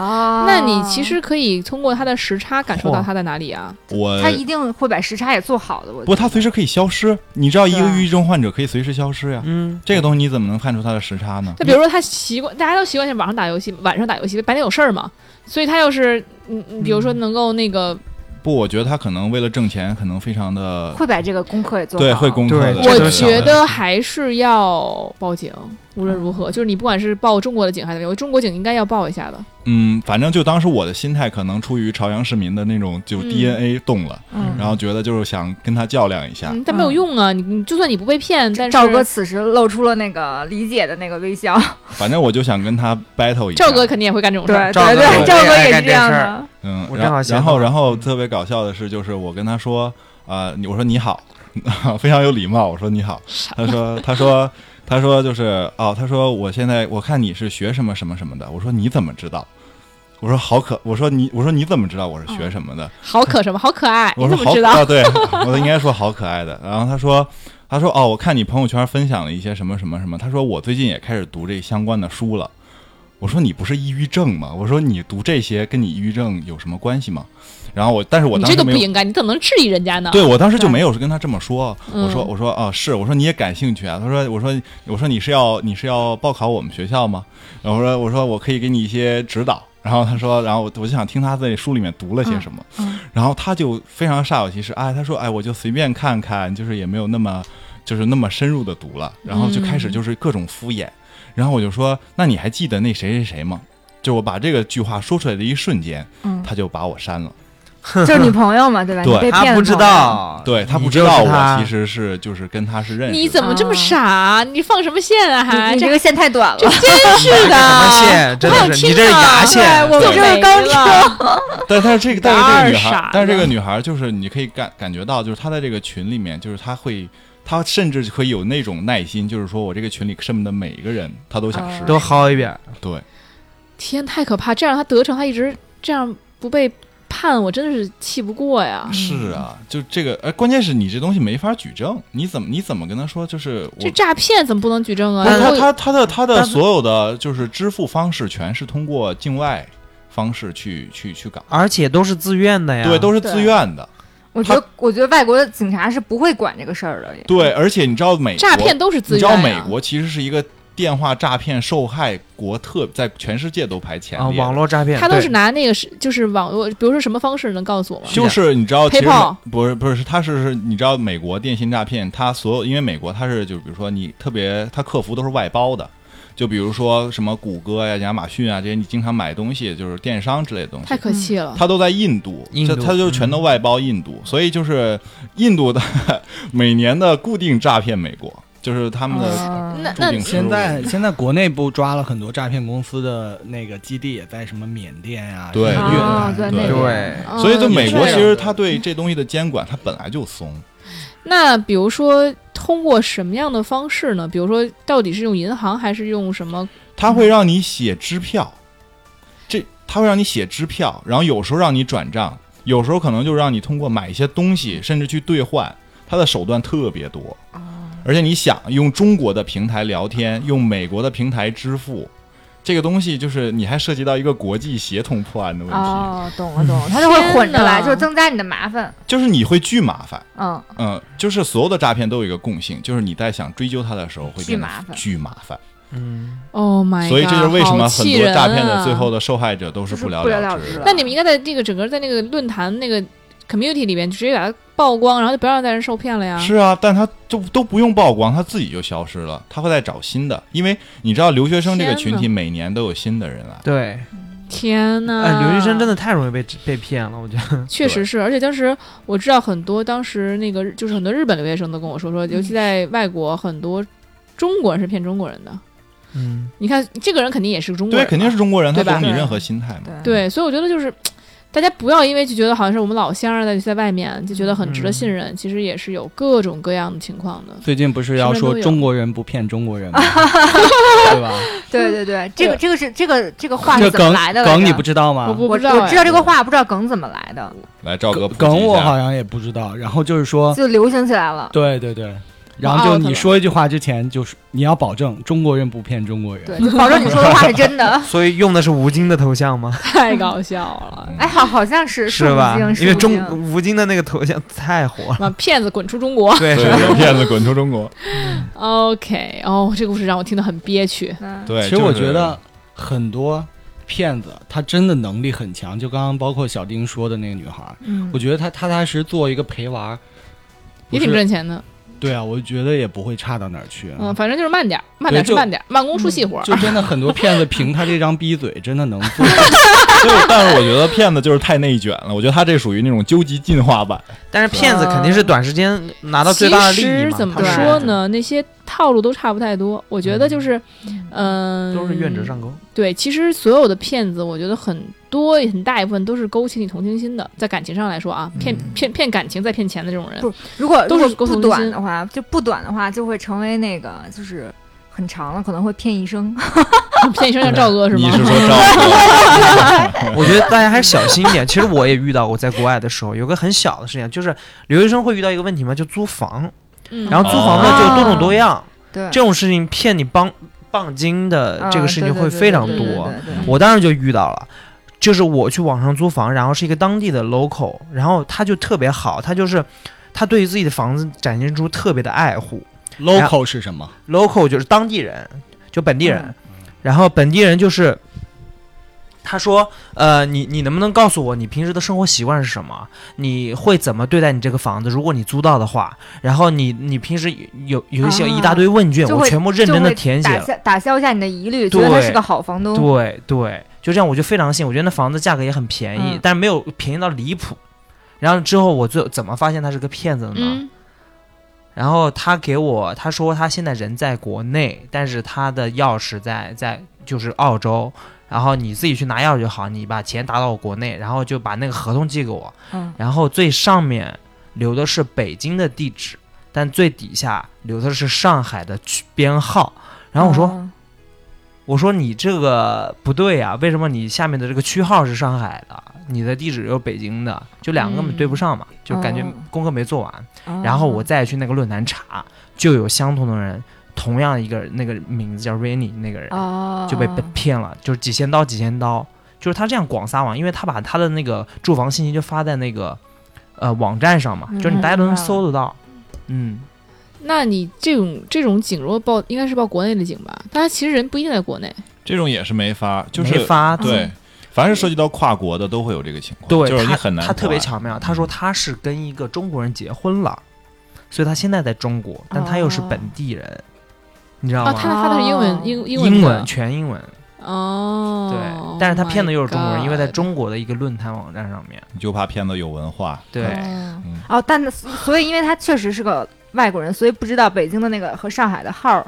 [SPEAKER 5] 啊
[SPEAKER 2] 那你其实可以通过他的时差感受到
[SPEAKER 4] 嚯
[SPEAKER 2] 他在哪里啊？
[SPEAKER 6] 我
[SPEAKER 5] 他一定会把时差也做好的，我
[SPEAKER 6] 呃不
[SPEAKER 5] 觉
[SPEAKER 6] 过
[SPEAKER 5] 得。
[SPEAKER 6] 他随时可以消失，你知道一
[SPEAKER 5] 对
[SPEAKER 6] 个
[SPEAKER 5] 啊
[SPEAKER 6] 抑郁症患者可以随时消失呀。
[SPEAKER 4] 嗯，
[SPEAKER 6] 这个东西你怎么能看出他的时差呢
[SPEAKER 2] 那？比如说他习惯，大家都习惯性晚上打游戏，晚上打游戏，白天有事儿嘛，所以他要是嗯，嗯比如说能够那个，
[SPEAKER 6] 不，我觉得他可能为了挣钱，可能非常的
[SPEAKER 5] 会把这个功课也做好，
[SPEAKER 6] 对，会攻克
[SPEAKER 4] 对
[SPEAKER 6] 的。
[SPEAKER 4] 这
[SPEAKER 2] 我
[SPEAKER 4] 都是小
[SPEAKER 2] 觉
[SPEAKER 4] 的
[SPEAKER 2] 得还是要报警。无论如何，就是你不管是报中国的警还是我觉得中国警应该要报一下的。
[SPEAKER 6] 嗯，反正就当时我的心态可能出于朝阳市民的那种就
[SPEAKER 2] 嗯
[SPEAKER 6] DNA 动了，
[SPEAKER 5] 嗯，
[SPEAKER 6] 然后觉得就是想跟他较量一下。
[SPEAKER 2] 嗯，但没有用啊！你你就算你不被骗，但是
[SPEAKER 5] 赵哥此时露出了那个理解的那个微笑，
[SPEAKER 6] 反正我就想跟他 battle 一下。
[SPEAKER 2] 赵哥肯定也会干这种事儿。
[SPEAKER 5] 对
[SPEAKER 4] 赵哥
[SPEAKER 5] 对
[SPEAKER 4] 我
[SPEAKER 5] 对，
[SPEAKER 4] 也
[SPEAKER 5] 赵哥
[SPEAKER 4] 爱
[SPEAKER 5] 也
[SPEAKER 4] 干
[SPEAKER 5] 是
[SPEAKER 4] 这
[SPEAKER 5] 这样
[SPEAKER 4] 事儿
[SPEAKER 5] 的，
[SPEAKER 6] 嗯，
[SPEAKER 4] 我
[SPEAKER 6] 然
[SPEAKER 4] 正好
[SPEAKER 6] 然
[SPEAKER 4] 想
[SPEAKER 6] 后
[SPEAKER 4] 到嗯
[SPEAKER 6] 然后特别搞笑的是，就是我跟他说，呃，我说你好， 非常有礼貌，我说你好，他说他说他说就是哦，他说我现在我看你是学什么什么什么的，我说你怎么知道？我说好可，我说你，我说你怎么知道我是学什么的？
[SPEAKER 2] 好可什么？好可爱！你
[SPEAKER 6] 我说
[SPEAKER 2] 怎么
[SPEAKER 6] 好
[SPEAKER 2] 知
[SPEAKER 6] 可
[SPEAKER 2] 道？
[SPEAKER 6] 啊，对，我应该说好可爱的。然后他说，他说哦，我看你朋友圈分享了一些什么什么什么，他说我最近也开始读这相关的书了。我说你不是抑郁症吗？我说你读这些跟你抑郁症有什么关系吗？然后我，但是我
[SPEAKER 2] 你
[SPEAKER 6] 当
[SPEAKER 2] 这
[SPEAKER 6] 时
[SPEAKER 2] 个不
[SPEAKER 6] 没有。
[SPEAKER 2] 应该，你怎么能质疑人家呢？
[SPEAKER 6] 对，我当时就没有跟他这么说，
[SPEAKER 2] 嗯
[SPEAKER 6] 我说我说啊是，我说你也感兴趣啊，他说我说我说你是要你是要报考我们学校吗？然后我说我说我可以给你一些指导，然后他说，然后我我就想听他在书里面读了些什么，然后他就非常煞有其事，哎，他说，哎，我就随便看看，就是也没有那么，就是那么深入的读了，然后就开始就是各种敷衍，然后我就说，那你还记得那谁谁谁吗？就我把这个句话说出来的一瞬间，
[SPEAKER 5] 嗯，
[SPEAKER 6] 他就把我删了。
[SPEAKER 5] 就是你朋友嘛，对吧？
[SPEAKER 6] 对
[SPEAKER 5] 你被骗
[SPEAKER 4] 他
[SPEAKER 5] 了
[SPEAKER 4] 不知
[SPEAKER 5] 朋友，
[SPEAKER 4] 道，
[SPEAKER 6] 对他
[SPEAKER 4] 你
[SPEAKER 6] 不
[SPEAKER 4] 就
[SPEAKER 6] 知道
[SPEAKER 4] 是
[SPEAKER 6] 我
[SPEAKER 4] 他
[SPEAKER 6] 其实是就是跟他是认识的。
[SPEAKER 2] 你怎么这么傻？你放什么线啊？
[SPEAKER 5] 你
[SPEAKER 2] 还
[SPEAKER 5] 哦你
[SPEAKER 2] 这
[SPEAKER 5] 这个线太短了，
[SPEAKER 2] 真是的，
[SPEAKER 4] 什么线真的
[SPEAKER 2] 我还有
[SPEAKER 4] 是
[SPEAKER 2] 听
[SPEAKER 4] 你这是
[SPEAKER 2] 呢
[SPEAKER 4] 牙线
[SPEAKER 2] 对我们
[SPEAKER 5] 对
[SPEAKER 2] 这是刚说，
[SPEAKER 6] 但但是这个但是这个
[SPEAKER 2] 哪
[SPEAKER 6] 女
[SPEAKER 2] 儿傻呢
[SPEAKER 6] 孩，但是这个女孩就是你可以感感觉到，就是她在这个群里面，就是她会，她甚至可以有那种耐心，就是说我这个群里剩的每一个人，她都
[SPEAKER 2] 哦
[SPEAKER 5] 嗯
[SPEAKER 6] 想试。
[SPEAKER 4] 都薅一遍，
[SPEAKER 6] 对，
[SPEAKER 2] 天，太可怕！这样他得逞，他一直这样不被判，我真的是气不过呀。
[SPEAKER 6] 是啊，就这个，哎，关键是你这东西没法举证，你怎么你怎么跟他说？就是我
[SPEAKER 2] 这嗯诈骗怎么不能举证啊？
[SPEAKER 6] 不是他
[SPEAKER 2] 我
[SPEAKER 6] 他他的他的
[SPEAKER 4] 但是
[SPEAKER 6] 所有的就是支付方式全是通过境外方式去去去搞，
[SPEAKER 4] 而且都是自愿哎的呀。
[SPEAKER 6] 对，都是
[SPEAKER 2] 对
[SPEAKER 6] 自愿的，
[SPEAKER 5] 我觉得我觉得外国的警察是不会管这个事儿的，也
[SPEAKER 6] 对，而且你知道美国
[SPEAKER 2] 诈骗都是自
[SPEAKER 6] 你
[SPEAKER 2] 愿啊
[SPEAKER 6] 知
[SPEAKER 2] 呀、
[SPEAKER 6] 道美国其实是一个电话诈骗受害国特在全世界都排前
[SPEAKER 4] 啊，
[SPEAKER 6] 列。
[SPEAKER 4] 网络诈骗，
[SPEAKER 2] 他都
[SPEAKER 4] 对
[SPEAKER 2] 是拿那个是就是网络，比如说什么方式能告诉我吗？
[SPEAKER 6] 就是你知道，其实
[SPEAKER 2] PayPal
[SPEAKER 6] 不是不是，他是是，你知道美国电信诈骗，它所有因为美国它是就比如说你特别，它客服都是外包的，就比如说什么谷歌呀、亚马逊啊这些，你经常买东西就是电商之类的东西
[SPEAKER 2] 太，可气了。
[SPEAKER 6] 它都在印度，
[SPEAKER 4] 印度嗯
[SPEAKER 6] 这它就全都外包印度，所以就是印度的 每年的固定诈骗美国，就是他们的
[SPEAKER 5] 啊
[SPEAKER 2] 哦那
[SPEAKER 6] 固
[SPEAKER 2] 那
[SPEAKER 6] 定收入
[SPEAKER 3] 现在现在国内不抓了很多诈骗公司的那个基地也在什么缅甸呀、
[SPEAKER 6] 对
[SPEAKER 3] 越
[SPEAKER 5] 啊
[SPEAKER 3] 南，
[SPEAKER 5] 对那个
[SPEAKER 4] 对，
[SPEAKER 2] 嗯
[SPEAKER 6] 所以就美国
[SPEAKER 2] 是
[SPEAKER 6] 其实它对这东西的监管它本来就松。
[SPEAKER 2] 那比如说通过什么样的方式呢？比如说到底是用银行还是用什么？
[SPEAKER 6] 他会让你写支票，这他会让你写支票，然后有时候让你转账，有时候可能就让你通过买一些东西，甚至去兑换，他的手段特别多。
[SPEAKER 5] 哦
[SPEAKER 6] 而且你想用中国的平台聊天，用美国的平台支付，这个东西就是你还涉及到一个国际协同破案的问题，
[SPEAKER 5] 哦，懂了懂了，他就会混着来，
[SPEAKER 2] 天哪
[SPEAKER 5] 就增加你的麻烦。
[SPEAKER 6] 就是你会巨麻烦。
[SPEAKER 5] 嗯，
[SPEAKER 6] 嗯，就是所有的诈骗都有一个共性，就是你在想追究它的时候会
[SPEAKER 5] 巨
[SPEAKER 6] 变得
[SPEAKER 5] 麻烦
[SPEAKER 6] 巨麻烦。
[SPEAKER 4] 嗯，
[SPEAKER 2] Oh my god！
[SPEAKER 6] 所以这就是为什么很
[SPEAKER 2] 好气
[SPEAKER 6] 多
[SPEAKER 2] 人啊啊
[SPEAKER 6] 诈骗的最后的受害者都是
[SPEAKER 5] 就是
[SPEAKER 6] 不了
[SPEAKER 5] 不了了
[SPEAKER 6] 之
[SPEAKER 5] 之
[SPEAKER 6] 的
[SPEAKER 5] 了。
[SPEAKER 2] 那你们应该在这个整个在那个论坛那个 community 里面直接把它曝光，然后就不要让再人受骗了呀。
[SPEAKER 6] 是啊，但他就都不用曝光，他自己就消失了，他会再找新的，因为你知道留学生这个群体
[SPEAKER 2] 天
[SPEAKER 6] 每年都有新的人啊来。
[SPEAKER 4] 对，
[SPEAKER 2] 天呐，
[SPEAKER 4] 哎，留学生真的太容易被被骗了，我觉得，
[SPEAKER 2] 确实是，而且当时我知道很多，当时那个就是很多日本留学生都跟我说说，尤其在外国，很多中国人是骗中国人的。
[SPEAKER 4] 嗯，。
[SPEAKER 2] 你看这个人肯定也是个中国
[SPEAKER 6] 对，
[SPEAKER 2] 人，啊
[SPEAKER 6] 肯定是。中国人，他
[SPEAKER 2] 对吧
[SPEAKER 6] 懂你
[SPEAKER 5] 对
[SPEAKER 6] 任何心态嘛。
[SPEAKER 5] 对
[SPEAKER 2] 对，所以我觉得就是。大家不要因为就觉得好像是我们老乡儿在在外面就觉得很值得信任，其实也是有各种各样的情况的。
[SPEAKER 3] 最近不是要
[SPEAKER 2] 什么
[SPEAKER 3] 说
[SPEAKER 2] 都有
[SPEAKER 3] 中国人不骗中 国人吗？对吧？
[SPEAKER 5] 对对对，这个这个是这个这个话
[SPEAKER 3] 这
[SPEAKER 5] 是怎么
[SPEAKER 3] 梗
[SPEAKER 5] 来的来着？
[SPEAKER 3] 梗你不知道吗？
[SPEAKER 2] 我不
[SPEAKER 5] 我
[SPEAKER 2] 知道、哎，
[SPEAKER 5] 我知道这个话，不知道梗怎么来的，
[SPEAKER 6] 来，赵哥
[SPEAKER 3] 梗
[SPEAKER 6] 普及一下
[SPEAKER 3] 梗我好像也不知道。然后就是说，
[SPEAKER 5] 就流行起来了。
[SPEAKER 3] 对对对，然后就
[SPEAKER 2] out 了
[SPEAKER 3] 你说一句话之前，就是你要保证中国人不骗中国人。
[SPEAKER 5] 对，就保证你说的话是真的
[SPEAKER 4] 嗯所以用的是吴京的头像吗？
[SPEAKER 2] 太搞笑了。
[SPEAKER 5] 哎，好，好像是
[SPEAKER 4] 是吧
[SPEAKER 5] 吴京？
[SPEAKER 4] 因为
[SPEAKER 5] 是吴
[SPEAKER 4] 中
[SPEAKER 5] 京
[SPEAKER 4] 吴京的那个头像太火了，
[SPEAKER 2] 妈，骗子滚出中国
[SPEAKER 4] 对
[SPEAKER 6] 对，有骗子滚出中 国。
[SPEAKER 2] ！OK，哦，这个故事让我听得很憋屈。
[SPEAKER 5] 嗯
[SPEAKER 6] 对，
[SPEAKER 3] 其实
[SPEAKER 6] 就是
[SPEAKER 3] 我觉得很多骗子他真的能力很强，就刚刚包括小丁说的那个女孩儿，
[SPEAKER 5] 嗯
[SPEAKER 3] 我觉得她踏踏实实做一个陪玩儿，不
[SPEAKER 2] 也挺
[SPEAKER 3] 是
[SPEAKER 2] 挣钱的，
[SPEAKER 3] 对啊，我觉得也不会差到哪儿去。
[SPEAKER 2] 嗯，反正就是慢点儿，慢点儿是
[SPEAKER 3] 就
[SPEAKER 2] 慢点儿，慢工
[SPEAKER 4] 嗯
[SPEAKER 2] 出细活儿。
[SPEAKER 3] 就真的很多骗子凭他这张逼嘴，真的能做。
[SPEAKER 6] 就是，但是我觉得骗子就是太内卷了。我觉得他这属于那种究极进化版。
[SPEAKER 4] 但是骗子肯定是短时间拿到最大的利
[SPEAKER 2] 呃其实
[SPEAKER 4] 益嘛。
[SPEAKER 2] 怎么
[SPEAKER 4] 他们
[SPEAKER 2] 说呢？那些套路都差不太多。我觉得就是，嗯，
[SPEAKER 4] 都是愿者上钩。
[SPEAKER 2] 对，其实所有的骗子，我觉得很多很大一部分都是勾起你同情心的，在感情上来说啊，
[SPEAKER 4] 嗯
[SPEAKER 2] 骗骗骗感情再骗钱的这种人
[SPEAKER 5] 不，如果
[SPEAKER 2] 都
[SPEAKER 5] 如
[SPEAKER 2] 是沟
[SPEAKER 5] 果不
[SPEAKER 2] 通
[SPEAKER 5] 短
[SPEAKER 2] 心
[SPEAKER 5] 的话，就不短的话，就会成为那个就是很长了，可能会骗一生。
[SPEAKER 2] 骗一生像赵 哥是
[SPEAKER 6] 你
[SPEAKER 2] 吗？
[SPEAKER 6] 是说赵
[SPEAKER 4] 我觉得大家还是小心一点。其实我也遇到过，在国外的时候，有个很小的事情，就是留学生会遇到一个问题嘛，就租房，
[SPEAKER 2] 嗯，哦
[SPEAKER 4] 然后租房呢就有多种多样，
[SPEAKER 5] 对，
[SPEAKER 4] 这种事情骗你帮棒金的
[SPEAKER 5] 啊
[SPEAKER 4] 这个事情会非常
[SPEAKER 5] 对对对
[SPEAKER 4] 多。
[SPEAKER 5] 对对对对
[SPEAKER 4] 我当时就遇到了。就是我去网上租房，然后是一个当地的 local，然后他就特别好，他就是他对于自己的房子展现出特别的爱护，
[SPEAKER 3] local 是什么？
[SPEAKER 4] local 就是当地人，就
[SPEAKER 5] 嗯
[SPEAKER 4] 本地人。然后本地人就是，他说，呃，你你能不能告诉我你平时的生活习惯是什么？你会怎么对待你这个房子？如果你租到的话，然后你你平时有有一些
[SPEAKER 5] 啊
[SPEAKER 4] 一大堆问卷，
[SPEAKER 5] 就
[SPEAKER 4] 我
[SPEAKER 5] 会
[SPEAKER 4] 全部认真的填写
[SPEAKER 5] 打
[SPEAKER 4] 了。
[SPEAKER 5] 消打消一下你的疑虑，觉得他
[SPEAKER 4] 对
[SPEAKER 5] 是个好房东。
[SPEAKER 4] 对对，就这样，我就非常信。我觉得那房子价格也很便宜，
[SPEAKER 5] 嗯
[SPEAKER 4] 但是没有便宜到离谱。然后之后我最怎么发现他是个骗子的呢？
[SPEAKER 2] 嗯，
[SPEAKER 4] 然后他给我，他说他现在人在国内，但是他的钥匙在在就是澳洲，然后你自己去拿钥匙就好，你把钱打到我国内，然后就把那个合同寄给我，
[SPEAKER 5] 嗯，
[SPEAKER 4] 然后最上面留的是北京的地址，但最底下留的是上海的区编号。然后我说，
[SPEAKER 5] 嗯
[SPEAKER 4] 我说你这个不对呀、为什么你下面的这个区号是上海的，你的地址又是北京的，就两个根本对不上嘛，就感觉
[SPEAKER 5] 嗯哦
[SPEAKER 4] 功课没做完。
[SPEAKER 2] 嗯
[SPEAKER 4] 然后我再去那个论坛查，就有相同的人，同样一个那个名字叫 Rainy 那个人、
[SPEAKER 5] 哦
[SPEAKER 4] 就被被骗了，就是几千刀几千刀，就是他这样广撒网，因为他把他的那个住房信息就发在那个呃网站上嘛，
[SPEAKER 5] 嗯
[SPEAKER 4] 就是你大家都能
[SPEAKER 5] 明白了
[SPEAKER 4] 搜得到，嗯，
[SPEAKER 2] 那你这种这种警如果报应该是报国内的警吧？但他其实人不一定在国内，
[SPEAKER 6] 这种也是没法，就是
[SPEAKER 4] 没法
[SPEAKER 2] 嗯
[SPEAKER 4] 子
[SPEAKER 6] 对，凡是涉及到跨国的都会有这个情况，
[SPEAKER 4] 对，
[SPEAKER 6] 就是你
[SPEAKER 4] 他
[SPEAKER 6] 很难嗯
[SPEAKER 4] 他特别
[SPEAKER 6] 破案，
[SPEAKER 4] 巧妙，他说他是跟一个中国人结婚了，所以他现在在中国，但他又是本地人，你知道
[SPEAKER 2] 哦，
[SPEAKER 4] 吗？
[SPEAKER 2] 他发的是英
[SPEAKER 5] 哦
[SPEAKER 2] 文英英
[SPEAKER 4] 英
[SPEAKER 2] 文
[SPEAKER 4] 文
[SPEAKER 2] 的
[SPEAKER 4] 全英文，
[SPEAKER 2] 哦
[SPEAKER 4] 对，，
[SPEAKER 5] 哦
[SPEAKER 4] 但是他
[SPEAKER 5] ，Oh
[SPEAKER 2] my
[SPEAKER 4] 骗的又是中国人，因为在
[SPEAKER 2] God
[SPEAKER 4] 中国的一个论坛网站上面，
[SPEAKER 6] 你就怕骗子有文化，
[SPEAKER 4] 对，
[SPEAKER 5] 哦
[SPEAKER 6] 嗯
[SPEAKER 5] 哦，但那所以因为他确实是个外国人，所以不知道北京的那个和上海的号儿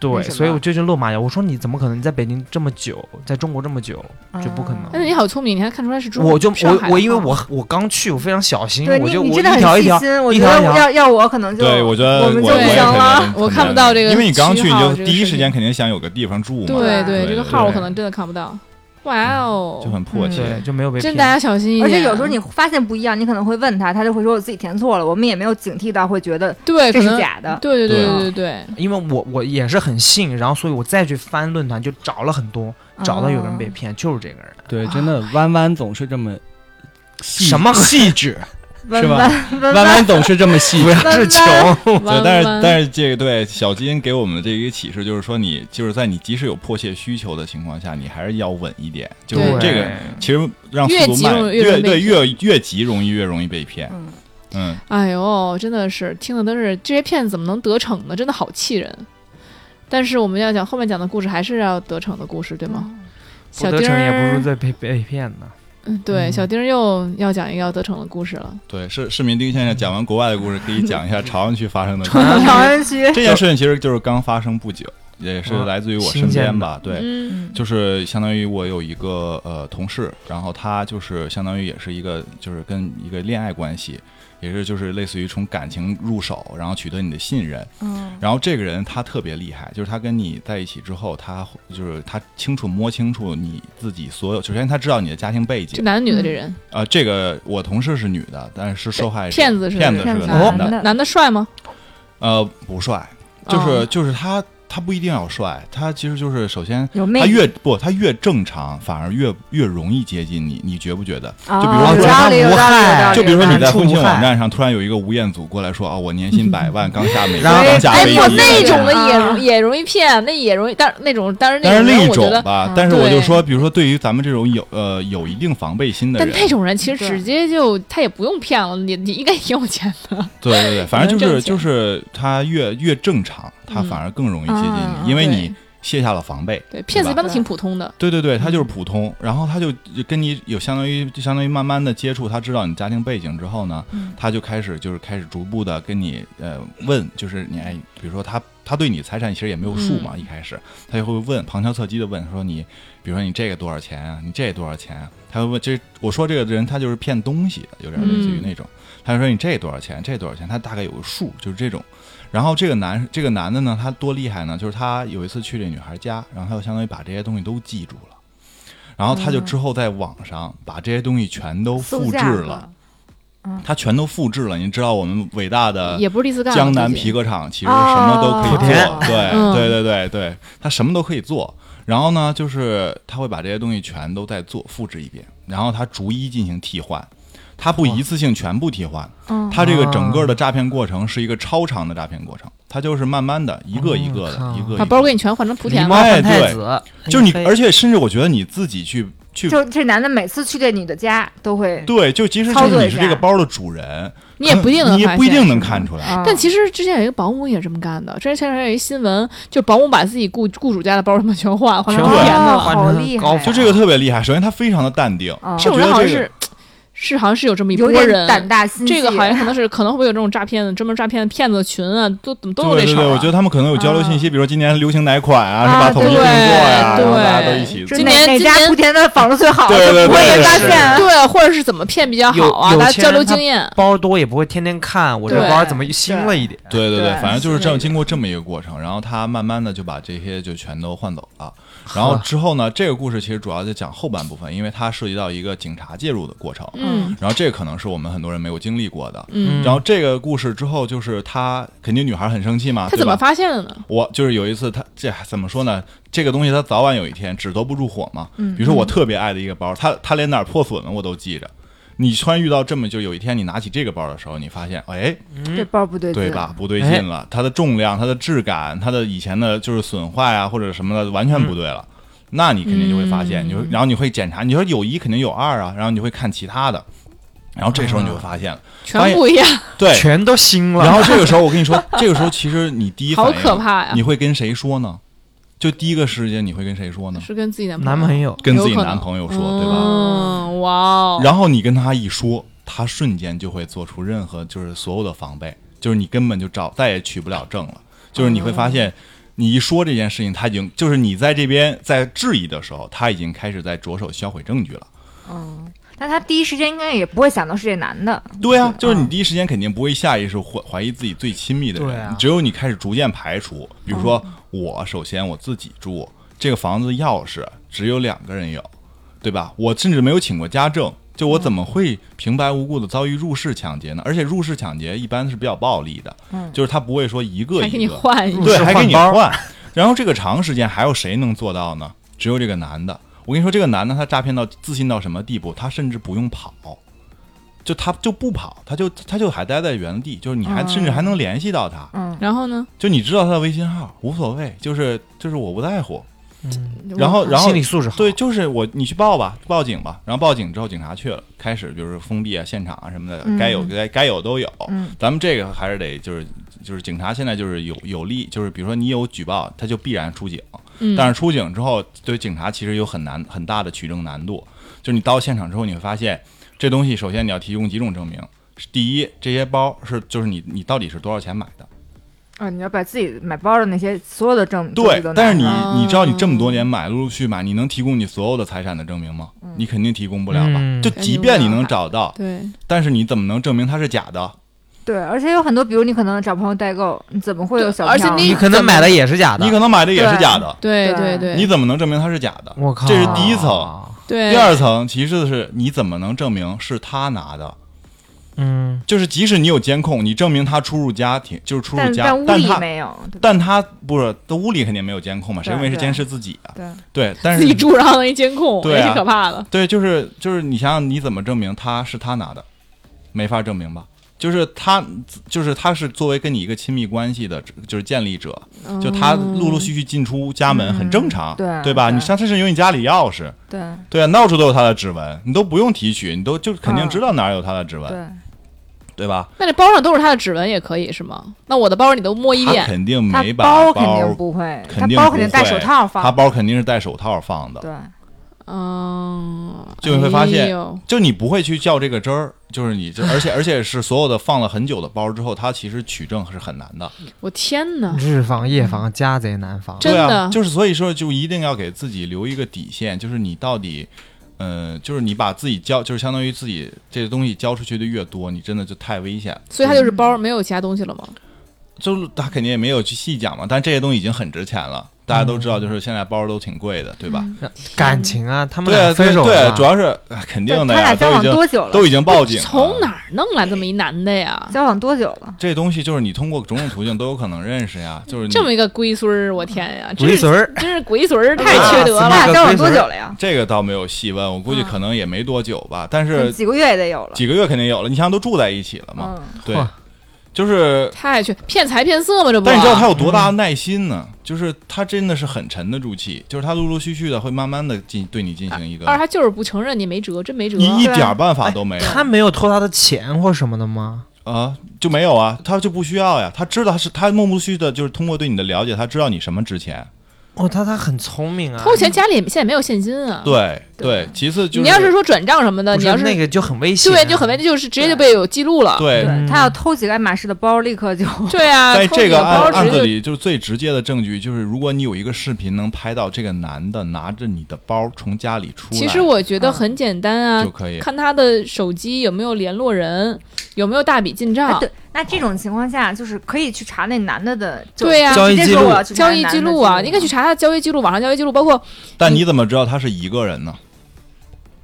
[SPEAKER 4] 对，
[SPEAKER 5] 为什
[SPEAKER 4] 所以
[SPEAKER 5] 么
[SPEAKER 4] 我就就落马谣，我说你怎么可能你在北京这么久，在中国这么久？
[SPEAKER 5] 嗯
[SPEAKER 4] 这不可能
[SPEAKER 2] 但是你好聪明，你还看出来是中
[SPEAKER 4] 我就
[SPEAKER 2] 上海
[SPEAKER 4] 我
[SPEAKER 2] 的
[SPEAKER 4] 我因为
[SPEAKER 2] 话
[SPEAKER 4] 我我刚去，我非常小心，
[SPEAKER 5] 对
[SPEAKER 4] 我
[SPEAKER 5] 你，
[SPEAKER 4] 就我
[SPEAKER 5] 你
[SPEAKER 4] 一
[SPEAKER 5] 真的很
[SPEAKER 4] 条一
[SPEAKER 5] 细
[SPEAKER 4] 条，
[SPEAKER 5] 心。我
[SPEAKER 4] 一
[SPEAKER 5] 觉得
[SPEAKER 4] 一条
[SPEAKER 5] 要要我可能就
[SPEAKER 2] 哦
[SPEAKER 6] 对，我觉得
[SPEAKER 5] 们就
[SPEAKER 6] 我
[SPEAKER 5] 不
[SPEAKER 6] 也
[SPEAKER 5] 行
[SPEAKER 6] 很
[SPEAKER 5] 了。
[SPEAKER 6] 难
[SPEAKER 2] 啊我看不到这个
[SPEAKER 6] 因为你刚
[SPEAKER 2] 区
[SPEAKER 6] 去，你
[SPEAKER 2] 号
[SPEAKER 6] 就
[SPEAKER 2] 这个
[SPEAKER 6] 第一
[SPEAKER 2] 事
[SPEAKER 6] 时
[SPEAKER 2] 情
[SPEAKER 6] 间肯定想有个地方住嘛，
[SPEAKER 2] 对
[SPEAKER 5] 对
[SPEAKER 2] 这个
[SPEAKER 6] 对
[SPEAKER 2] 号我
[SPEAKER 6] 对
[SPEAKER 2] 可能真的看不到。哇哦，
[SPEAKER 6] 就很迫
[SPEAKER 5] 嗯
[SPEAKER 6] 切
[SPEAKER 4] 对，。就没有被
[SPEAKER 2] 真
[SPEAKER 4] 骗。
[SPEAKER 2] 大家小心一点。啊
[SPEAKER 5] 而且有时候你发现不一样，你可能会问他，他就会说我自己填错了，我们也没有警惕到，会觉得
[SPEAKER 2] 对
[SPEAKER 5] 这
[SPEAKER 2] 可
[SPEAKER 5] 是
[SPEAKER 2] 能
[SPEAKER 5] 假的。
[SPEAKER 2] 对对对
[SPEAKER 6] 对啊
[SPEAKER 2] 对对 对，
[SPEAKER 4] 因为我我也是很信，然后所以我再去翻论坛就找了很多，找到有人被
[SPEAKER 5] 哦
[SPEAKER 4] 骗，就是这个人。
[SPEAKER 3] 对，真的弯弯总是这么细
[SPEAKER 4] 什么
[SPEAKER 3] 细致，
[SPEAKER 5] 弯
[SPEAKER 3] 是吧
[SPEAKER 5] 弯
[SPEAKER 3] 弯
[SPEAKER 5] 弯
[SPEAKER 3] 弯总是这么细致。
[SPEAKER 5] 弯
[SPEAKER 4] 智
[SPEAKER 5] 弯
[SPEAKER 4] 穷，
[SPEAKER 6] 对
[SPEAKER 2] 弯，
[SPEAKER 6] 但是
[SPEAKER 2] 弯
[SPEAKER 6] 但是这个对小金给我们的这一个启示就是说你，就是在你即使有迫切需求的情况下，你还是要稳一点。就是
[SPEAKER 2] 对
[SPEAKER 6] 这个，其实让速
[SPEAKER 2] 越
[SPEAKER 6] 度
[SPEAKER 2] 急
[SPEAKER 6] 慢，
[SPEAKER 2] 容易
[SPEAKER 6] 越
[SPEAKER 2] 容易被
[SPEAKER 6] 对越越急容易越容易被骗。
[SPEAKER 5] 嗯
[SPEAKER 6] 嗯，
[SPEAKER 2] 哎呦，真的是听的都是这些骗子怎么能得逞呢？真的好气人。但是我们要讲后面讲的故事，还是要得逞的故事，对吗？
[SPEAKER 4] 不
[SPEAKER 2] 小
[SPEAKER 4] 得
[SPEAKER 2] 丁
[SPEAKER 4] 逞也不
[SPEAKER 2] 儿
[SPEAKER 4] 如，被被被骗呢。
[SPEAKER 2] 嗯对，
[SPEAKER 4] 嗯
[SPEAKER 2] 小丁儿又要讲一个要得逞的故事了。
[SPEAKER 6] 对，市市民丁先生讲完国外的故事，可以讲 一下朝阳区发生的故事。
[SPEAKER 5] 长安区
[SPEAKER 6] 这件事情其实就是刚发生不久，也
[SPEAKER 2] 啊
[SPEAKER 6] 是来自于我身边吧。对，
[SPEAKER 2] 嗯
[SPEAKER 6] 就是相当于我有一个呃同事，然后他就是相当于也是一个就是跟一个恋爱关系，也是就是类似于从感情入手，然后取得你的信任。
[SPEAKER 5] 嗯
[SPEAKER 6] 然后这个人他特别厉害，就是他跟你在一起之后，他就是他清楚摸清楚你自己所有，首先他知道你的家庭背
[SPEAKER 2] 这
[SPEAKER 6] 景。
[SPEAKER 2] 男的女的这人，
[SPEAKER 6] 呃，这个我同事是女的，但是受害者
[SPEAKER 2] 骗子是
[SPEAKER 6] 骗子
[SPEAKER 2] 骗
[SPEAKER 6] 是个
[SPEAKER 2] 子
[SPEAKER 6] 男的，
[SPEAKER 5] 男的
[SPEAKER 2] 男的帅吗？
[SPEAKER 6] 呃，不帅，就是、
[SPEAKER 2] 哦
[SPEAKER 6] 就是他他不一定要帅，他其实就是首先
[SPEAKER 5] 有魅
[SPEAKER 6] 他
[SPEAKER 5] 力，
[SPEAKER 6] 越不他越正常，反而越越容易接近你，你觉不觉得？
[SPEAKER 5] 啊
[SPEAKER 6] 就比如说
[SPEAKER 5] 有
[SPEAKER 6] 他
[SPEAKER 5] 道理，有
[SPEAKER 4] 无
[SPEAKER 5] 道理，有
[SPEAKER 4] 害
[SPEAKER 2] 啊
[SPEAKER 5] 道理。
[SPEAKER 6] 就比如说你
[SPEAKER 5] 有道
[SPEAKER 6] 在
[SPEAKER 5] 理
[SPEAKER 4] 触
[SPEAKER 6] 婚庆
[SPEAKER 4] 不害
[SPEAKER 6] 网站上突然有一个吴彦祖过来说啊，我年
[SPEAKER 2] 嗯
[SPEAKER 6] 薪百万，刚 下美国，
[SPEAKER 4] 然后
[SPEAKER 6] 刚下
[SPEAKER 2] 哎
[SPEAKER 6] 飞机
[SPEAKER 2] 不，那种的也
[SPEAKER 5] 啊
[SPEAKER 2] 容也容易骗，那也容易，但是那种但是那
[SPEAKER 6] 但
[SPEAKER 2] 种
[SPEAKER 6] 是另
[SPEAKER 2] 人
[SPEAKER 6] 一
[SPEAKER 2] 我觉
[SPEAKER 6] 种
[SPEAKER 2] 得，
[SPEAKER 6] 吧
[SPEAKER 5] 嗯，
[SPEAKER 6] 但是我就
[SPEAKER 2] 对
[SPEAKER 6] 说，比如说对于咱们这种有呃有一定防备心的
[SPEAKER 2] 但
[SPEAKER 6] 人，
[SPEAKER 2] 那种人其实
[SPEAKER 5] 对
[SPEAKER 2] 直接就他也不用骗了，你你应该挺有钱的。
[SPEAKER 6] 对对对，反正就
[SPEAKER 2] 能挣
[SPEAKER 6] 是
[SPEAKER 2] 钱
[SPEAKER 6] 就是他越越正常，他
[SPEAKER 2] 嗯
[SPEAKER 6] 反而更容易接近
[SPEAKER 5] 啊
[SPEAKER 6] 你，因为
[SPEAKER 2] 对
[SPEAKER 6] 你卸下了防备。
[SPEAKER 2] 对，骗子
[SPEAKER 6] 吧
[SPEAKER 2] 一般都
[SPEAKER 5] 对
[SPEAKER 2] 挺普通的。
[SPEAKER 6] 对对对，他就是普通，然后他就就跟你有相当于就相当于慢慢的接触，他知道你家庭背景之后呢，他就开始就是开始逐步的跟你呃问，就是你哎，比如说他他对你财产其实也没有数嘛，一开始他就会问旁敲侧击的问说你，比如说你这个多少钱啊，你这多少钱啊，他会问这我说这个人他就是骗东西的，有点类似于那种，他就说你这多少钱，这多少钱，他大概有个数，就是这种。然后这个男这个男的呢，他多厉害呢？就是他有一次去这女孩家，然后他就相当于把这些东西都记住了，然
[SPEAKER 2] 嗯
[SPEAKER 6] 后他就之后在网上把这些东西全都复
[SPEAKER 5] 搜
[SPEAKER 6] 制
[SPEAKER 5] 价格
[SPEAKER 6] 了，他全都复制了。你知道我们伟大的
[SPEAKER 2] 嗯也不是第一次干了。
[SPEAKER 6] 江南
[SPEAKER 2] 最近
[SPEAKER 6] 皮革厂其实什么都可以
[SPEAKER 4] 哦
[SPEAKER 6] 做，
[SPEAKER 2] 嗯
[SPEAKER 6] 对对对对对，他什么都可以做。然后呢，就是他会把这些东西全都再做复制一遍，然后他逐一进行替换，他不一次性全部替换，
[SPEAKER 5] 嗯
[SPEAKER 6] 他这个整个的诈骗过程是一个超长的诈骗过程，他就是慢慢的一个一个的，
[SPEAKER 4] 哦
[SPEAKER 6] 一个一
[SPEAKER 2] 把
[SPEAKER 6] 个
[SPEAKER 2] 包
[SPEAKER 6] 的，
[SPEAKER 2] 给你全换成莆
[SPEAKER 4] 狸
[SPEAKER 2] 田
[SPEAKER 4] 猫
[SPEAKER 2] 了。
[SPEAKER 6] 哎
[SPEAKER 4] 换太
[SPEAKER 6] 对
[SPEAKER 4] 子，
[SPEAKER 6] 就是你，
[SPEAKER 4] 林飞
[SPEAKER 5] 哎
[SPEAKER 6] 而且甚至我觉得你自己去去。
[SPEAKER 5] 就这男的每次去这女的家都会，
[SPEAKER 6] 对，就即使
[SPEAKER 5] 操
[SPEAKER 6] 就
[SPEAKER 5] 作
[SPEAKER 6] 是
[SPEAKER 5] 一
[SPEAKER 6] 你是这个
[SPEAKER 5] 下
[SPEAKER 6] 包的主人，
[SPEAKER 2] 你也
[SPEAKER 6] 可
[SPEAKER 2] 不一定能
[SPEAKER 6] 你也
[SPEAKER 2] 发
[SPEAKER 6] 不一
[SPEAKER 2] 现啊
[SPEAKER 6] 定能看出
[SPEAKER 5] 嗯
[SPEAKER 6] 来。
[SPEAKER 2] 但其实之前有一个保姆也这么干的，之前前两天有一新闻，就保姆把自己雇雇主家的包什么全换，换
[SPEAKER 4] 全
[SPEAKER 2] 成莆
[SPEAKER 5] 哦
[SPEAKER 6] 换
[SPEAKER 2] 田的
[SPEAKER 5] 哦
[SPEAKER 2] 了。
[SPEAKER 4] 换
[SPEAKER 5] 好
[SPEAKER 4] 成
[SPEAKER 5] 厉害
[SPEAKER 4] 高
[SPEAKER 5] 啊，
[SPEAKER 6] 就这
[SPEAKER 2] 哦
[SPEAKER 6] 个特别厉害。首先，他非常的淡定，
[SPEAKER 5] 啊
[SPEAKER 6] 我
[SPEAKER 2] 这
[SPEAKER 5] 这
[SPEAKER 2] 种
[SPEAKER 6] 觉
[SPEAKER 2] 人
[SPEAKER 6] 得
[SPEAKER 2] 好像
[SPEAKER 6] 这个
[SPEAKER 2] 是是好像是有这么一波
[SPEAKER 5] 嗯有
[SPEAKER 2] 人
[SPEAKER 5] 点，胆大心细。
[SPEAKER 2] 这个好像可能是可能会不会有这种诈骗专门诈骗骗子群啊，都怎么都有
[SPEAKER 6] 对
[SPEAKER 2] 这
[SPEAKER 6] 对
[SPEAKER 2] 事
[SPEAKER 6] 对，
[SPEAKER 2] 儿
[SPEAKER 6] 我
[SPEAKER 2] 啊
[SPEAKER 6] 觉。得他们可能有交流信息，比如说今年流行哪款啊，是
[SPEAKER 5] 啊
[SPEAKER 6] 吧？统一订做呀，
[SPEAKER 2] 对
[SPEAKER 6] 然后大家
[SPEAKER 2] 对
[SPEAKER 6] 都一起做
[SPEAKER 5] 就
[SPEAKER 2] 今
[SPEAKER 5] 哪
[SPEAKER 2] 年
[SPEAKER 5] 哪
[SPEAKER 2] 今
[SPEAKER 5] 家
[SPEAKER 2] 年
[SPEAKER 5] 莆田的房子最好，
[SPEAKER 6] 对对对
[SPEAKER 5] 就不会被发
[SPEAKER 6] 是
[SPEAKER 5] 现。啊
[SPEAKER 2] 对，或者是怎么骗比较好啊？
[SPEAKER 4] 有有
[SPEAKER 2] 大家
[SPEAKER 4] 钱
[SPEAKER 2] 交
[SPEAKER 4] 人
[SPEAKER 2] 流
[SPEAKER 4] 他
[SPEAKER 2] 经验。
[SPEAKER 4] 包多也不会天天看我这
[SPEAKER 2] 对
[SPEAKER 4] 包怎么新了一点。
[SPEAKER 6] 对对对，
[SPEAKER 5] 对
[SPEAKER 6] 反正就是这样，
[SPEAKER 2] 是
[SPEAKER 6] 经过这么一个过程，然后他慢慢的就把这些就全都换走了。然后之后呢，这个故事其实主要就讲后半部分，因为它涉及到一个警察介入的过程。
[SPEAKER 2] 嗯
[SPEAKER 6] 然后这个可能是我们很多人没有经历过的。
[SPEAKER 2] 嗯，
[SPEAKER 6] 然后这个故事之后，就是他肯定女孩很生气嘛，
[SPEAKER 2] 他
[SPEAKER 6] 对
[SPEAKER 2] 怎
[SPEAKER 6] 吧
[SPEAKER 2] 么发现的呢？
[SPEAKER 6] 我就是有一次他，这怎么说呢？这个东西他早
[SPEAKER 2] 嗯
[SPEAKER 6] 晚有一天纸都不住火嘛。比如说我特别爱的一个包，他他连哪儿破损了我都记着。你突然遇到这么就有一天你拿起这个包的时候，你发现，哎，
[SPEAKER 5] 这包不对劲，
[SPEAKER 6] 对吧？不对
[SPEAKER 4] 哎
[SPEAKER 6] 劲了，它的重量、它的质感、它的以前的就是损坏啊或者什么的，完
[SPEAKER 4] 嗯
[SPEAKER 6] 全不对了。那你肯定就会发
[SPEAKER 2] 嗯
[SPEAKER 6] 现，你就然后你会检查，你说有一肯定有二啊，然后你会看其他的，然后这时候你就会发现了，发
[SPEAKER 2] 全
[SPEAKER 6] 现
[SPEAKER 2] 不一样，
[SPEAKER 6] 对，
[SPEAKER 4] 啊全都新了。
[SPEAKER 6] 然后这个时候，我跟你说，这个时候其实你第一反
[SPEAKER 2] 好
[SPEAKER 6] 应
[SPEAKER 2] 可怕呀！
[SPEAKER 6] 你会跟谁说呢？就第一个时间你会跟谁说呢？
[SPEAKER 2] 是跟自己的
[SPEAKER 4] 男朋友
[SPEAKER 6] 跟自己
[SPEAKER 2] 有可能
[SPEAKER 6] 男朋友说，对吧？
[SPEAKER 2] 嗯，哇哦，
[SPEAKER 6] 然后你跟他一说，他瞬间就会做出任何就是所有的防备，就是你根本就找再也取不了证了。就是你会发现，你一说这件事情，他已经就是你在这边在质疑的时候，他已经开始在着手销毁证据了。
[SPEAKER 5] 嗯，但他第一时间应该也不会想到是这男的，
[SPEAKER 6] 对啊，就是你第一时间肯定不会下意识怀怀疑自己最亲密的
[SPEAKER 4] 对
[SPEAKER 6] 人，
[SPEAKER 4] 啊
[SPEAKER 6] 只有你开始逐渐排除。比如说，我首先我自己住，这个房子钥匙只有两个人有，对吧？我甚至没有请过家政，就我怎么会平白无故的遭遇入室抢劫呢？而且入室抢劫一般是比较暴力的，就是他不会说一个
[SPEAKER 2] 还给
[SPEAKER 6] 一
[SPEAKER 2] 你
[SPEAKER 6] 个，
[SPEAKER 2] 换一个，
[SPEAKER 6] 对，
[SPEAKER 4] 是
[SPEAKER 6] 还给
[SPEAKER 4] 换
[SPEAKER 6] 你
[SPEAKER 4] 包儿
[SPEAKER 6] 换。然后这个长时间还有谁能做到呢？只有这个男的。我跟你说，这个男的他诈骗到自信到什么地步？他甚至不用跑，就他就不跑，他就他就还待在原地，就是你还、甚至还能联系到他，
[SPEAKER 2] 然后呢？
[SPEAKER 6] 就你知道他的微信号，无所谓，就是就是我不在乎。
[SPEAKER 2] 我
[SPEAKER 6] 然后然后
[SPEAKER 4] 心理素质好，
[SPEAKER 6] 对，就是我，你去报吧，报警吧。然后报警之后，警察去了，开始就是封闭啊、现场啊什么的，该有该该有都有。咱们这个还是得就是就是警察现在就是有有利，就是比如说你有举报，他就必然出警。
[SPEAKER 2] 嗯
[SPEAKER 6] 但是出警之后，对警察其实有很难很大的取证难度。就是你到现场之后，你会发现这东西首先你要提供几种证明：第一，这些包是就是你你到底是多少钱买的。
[SPEAKER 5] 啊，你要把自己买包的那些所有的证都
[SPEAKER 6] 对
[SPEAKER 5] 记得，
[SPEAKER 6] 但是你
[SPEAKER 5] 拿
[SPEAKER 6] 你知道你这么多年买陆陆续续买，你能提供你所有的财产的证明吗？
[SPEAKER 5] 嗯
[SPEAKER 6] 你肯定提供不了吧？
[SPEAKER 4] 嗯
[SPEAKER 6] 就即便你能找到，
[SPEAKER 2] 对，
[SPEAKER 6] 但是你怎么能证明它是假的？
[SPEAKER 5] 对，而且有很多，比如你可能找朋友代购，你怎么会有
[SPEAKER 2] 对
[SPEAKER 5] 小票
[SPEAKER 2] 而
[SPEAKER 5] 呢？
[SPEAKER 2] 且
[SPEAKER 4] 你可能买的也是假的
[SPEAKER 6] 你。可能买的也是假的，
[SPEAKER 2] 对啊对
[SPEAKER 5] 对
[SPEAKER 2] 对，
[SPEAKER 6] 你怎么能证明它是假的？
[SPEAKER 4] 我靠，
[SPEAKER 6] 这是第一层。
[SPEAKER 2] 对
[SPEAKER 6] 第二层其次是你怎么能证明是他拿的？
[SPEAKER 4] 嗯，
[SPEAKER 6] 就是即使你有监控，你证明他出入家庭，就是出入
[SPEAKER 5] 但
[SPEAKER 6] 家
[SPEAKER 5] 但，屋
[SPEAKER 6] 但
[SPEAKER 5] 里
[SPEAKER 6] 他
[SPEAKER 5] 没有，对吧
[SPEAKER 6] 但他不是，他屋里肯定没有监控嘛，谁
[SPEAKER 5] 对
[SPEAKER 6] 认为是
[SPEAKER 5] 对
[SPEAKER 6] 监视自己啊？
[SPEAKER 5] 对，
[SPEAKER 6] 对，但
[SPEAKER 2] 自
[SPEAKER 6] 是
[SPEAKER 2] 己住然后那监控，
[SPEAKER 6] 对
[SPEAKER 2] 也
[SPEAKER 6] 啊
[SPEAKER 2] 挺可怕的。
[SPEAKER 6] 对，就是就是，你想想你怎么证明他是他拿的，没法证明吧？就是他，就是他是作为跟你一个亲密关系的，就是建立者，就他陆陆续续进出家门很正常，
[SPEAKER 5] 嗯对
[SPEAKER 6] 对吧？
[SPEAKER 5] 对
[SPEAKER 6] 你像甚至有你家里钥匙，
[SPEAKER 5] 对
[SPEAKER 6] 对啊，到处都有他的指纹，你都不用提取，你都就肯定知道哪儿有他的指纹，
[SPEAKER 5] 嗯对，
[SPEAKER 6] 对吧？
[SPEAKER 2] 那这包上都是他的指纹也可以是吗？那我的包你都摸一
[SPEAKER 6] 他
[SPEAKER 2] 遍，
[SPEAKER 6] 肯定
[SPEAKER 5] 他
[SPEAKER 6] 没把
[SPEAKER 5] 包肯
[SPEAKER 6] 包
[SPEAKER 5] 定，不会，
[SPEAKER 6] 肯定
[SPEAKER 5] 他包
[SPEAKER 6] 不
[SPEAKER 5] 肯定戴
[SPEAKER 6] 会
[SPEAKER 5] 手套
[SPEAKER 6] 他
[SPEAKER 5] 放，
[SPEAKER 6] 包肯定是戴手套放的，
[SPEAKER 5] 对，
[SPEAKER 2] 嗯，
[SPEAKER 6] 就会发现
[SPEAKER 2] 哎呦
[SPEAKER 6] 就你不会去较这个真儿，就是你这，而且而且是所有的放了很久的包之后，它其实取证是很难 的。
[SPEAKER 2] 我天哪！
[SPEAKER 4] 日防夜防，家贼难防。
[SPEAKER 2] 真
[SPEAKER 6] 对
[SPEAKER 2] 的
[SPEAKER 6] 啊，就是所以说，就一定要给自己留一个底线，就是你到底，呃，就是你把自己交，就是相当于自己这个东西交出去的越多，你真的就太危险了。
[SPEAKER 2] 所以他就是包，没有其他东西了吗？
[SPEAKER 6] 就是他肯定也没有去细讲嘛，但这些东西已经很值钱了，大家都知道，就是现在包都挺贵的，对吧？
[SPEAKER 5] 嗯
[SPEAKER 4] 感情啊，他们
[SPEAKER 6] 对啊，
[SPEAKER 4] 俩
[SPEAKER 6] 嗯
[SPEAKER 4] 分
[SPEAKER 6] 对
[SPEAKER 4] 手
[SPEAKER 6] 对啊，
[SPEAKER 4] 了
[SPEAKER 6] 主要是 哎肯
[SPEAKER 5] 对
[SPEAKER 6] 定的
[SPEAKER 5] 他俩
[SPEAKER 6] 呀，
[SPEAKER 5] 交
[SPEAKER 6] 都已
[SPEAKER 5] 往
[SPEAKER 6] 经
[SPEAKER 5] 多久了？
[SPEAKER 6] 都已经报警了，啊嗯
[SPEAKER 2] 从哪儿弄来这么一男的呀？
[SPEAKER 5] 交往多久了？
[SPEAKER 6] 这东西就是你通过种种途径都有可能认识呀，就是你
[SPEAKER 2] 这么一个龟孙儿，我天呀！真
[SPEAKER 4] 龟
[SPEAKER 2] 是
[SPEAKER 4] 孙儿，
[SPEAKER 2] 真是龟孙儿
[SPEAKER 6] 哎
[SPEAKER 2] 太缺德
[SPEAKER 5] 他
[SPEAKER 2] 了。
[SPEAKER 5] 俩交往多久了呀？
[SPEAKER 6] 这个倒没有细问，我估计可能也没多久吧，但是
[SPEAKER 5] 嗯几个月也得有了。
[SPEAKER 6] 几个月肯定有了。你想想都住在一起了嘛，
[SPEAKER 5] 嗯，
[SPEAKER 6] 对
[SPEAKER 4] 嚯，
[SPEAKER 6] 就是。
[SPEAKER 2] 太缺骗财骗色嘛，这不？
[SPEAKER 6] 但你知道他有多大的耐心呢？就是他真的是很沉得住气，就是他陆陆续续的会慢慢的进对你进行一个，
[SPEAKER 2] 二他就是不承认，你没辙，真没辙。
[SPEAKER 6] 你一
[SPEAKER 5] 对啊
[SPEAKER 6] 点儿办法都没有
[SPEAKER 4] 他没有偷他的钱或什么的吗？
[SPEAKER 6] 啊，就没有啊，他就不需要呀，他知道他是他陆陆续续的，就是通过对你的了解，他知道你什么值钱，
[SPEAKER 4] 哦，他他很聪明啊。
[SPEAKER 2] 偷钱家里也现在没有现金啊。，
[SPEAKER 6] 对对。其次就是
[SPEAKER 2] 你要是说转账什么的，
[SPEAKER 4] 不
[SPEAKER 2] 啊你要
[SPEAKER 4] 是那个就很危险啊，
[SPEAKER 2] 对就很危险，就是直接就被有记录了。
[SPEAKER 6] 对，
[SPEAKER 5] 对他要偷几个爱马仕的包，立刻就
[SPEAKER 2] 对啊，
[SPEAKER 6] 在
[SPEAKER 2] 偷
[SPEAKER 6] 这
[SPEAKER 2] 你的
[SPEAKER 6] 个案
[SPEAKER 2] 包
[SPEAKER 6] 案
[SPEAKER 2] 直
[SPEAKER 6] 子
[SPEAKER 2] 接就
[SPEAKER 6] 里，就是最直接的证据就是，如果你有一个视频能拍到这个男的拿着你的包从家里出来，
[SPEAKER 2] 其实我觉得很简单啊，
[SPEAKER 6] 嗯就可以
[SPEAKER 2] 看他的手机有没有联络人，有没有大笔进
[SPEAKER 5] 哎
[SPEAKER 4] 嗯
[SPEAKER 2] 账，
[SPEAKER 5] 对。那这种情况下，就是可以去查那男的的，就
[SPEAKER 2] 对呀
[SPEAKER 5] 直
[SPEAKER 4] 交易
[SPEAKER 5] 接
[SPEAKER 4] 记录
[SPEAKER 5] 说我要去查
[SPEAKER 2] 交易
[SPEAKER 5] 男
[SPEAKER 2] 记啊
[SPEAKER 5] 的啊
[SPEAKER 2] 录啊，你应该去查他的交易记录，网上交易记录，包括
[SPEAKER 6] 但你怎么知道他是一个人呢？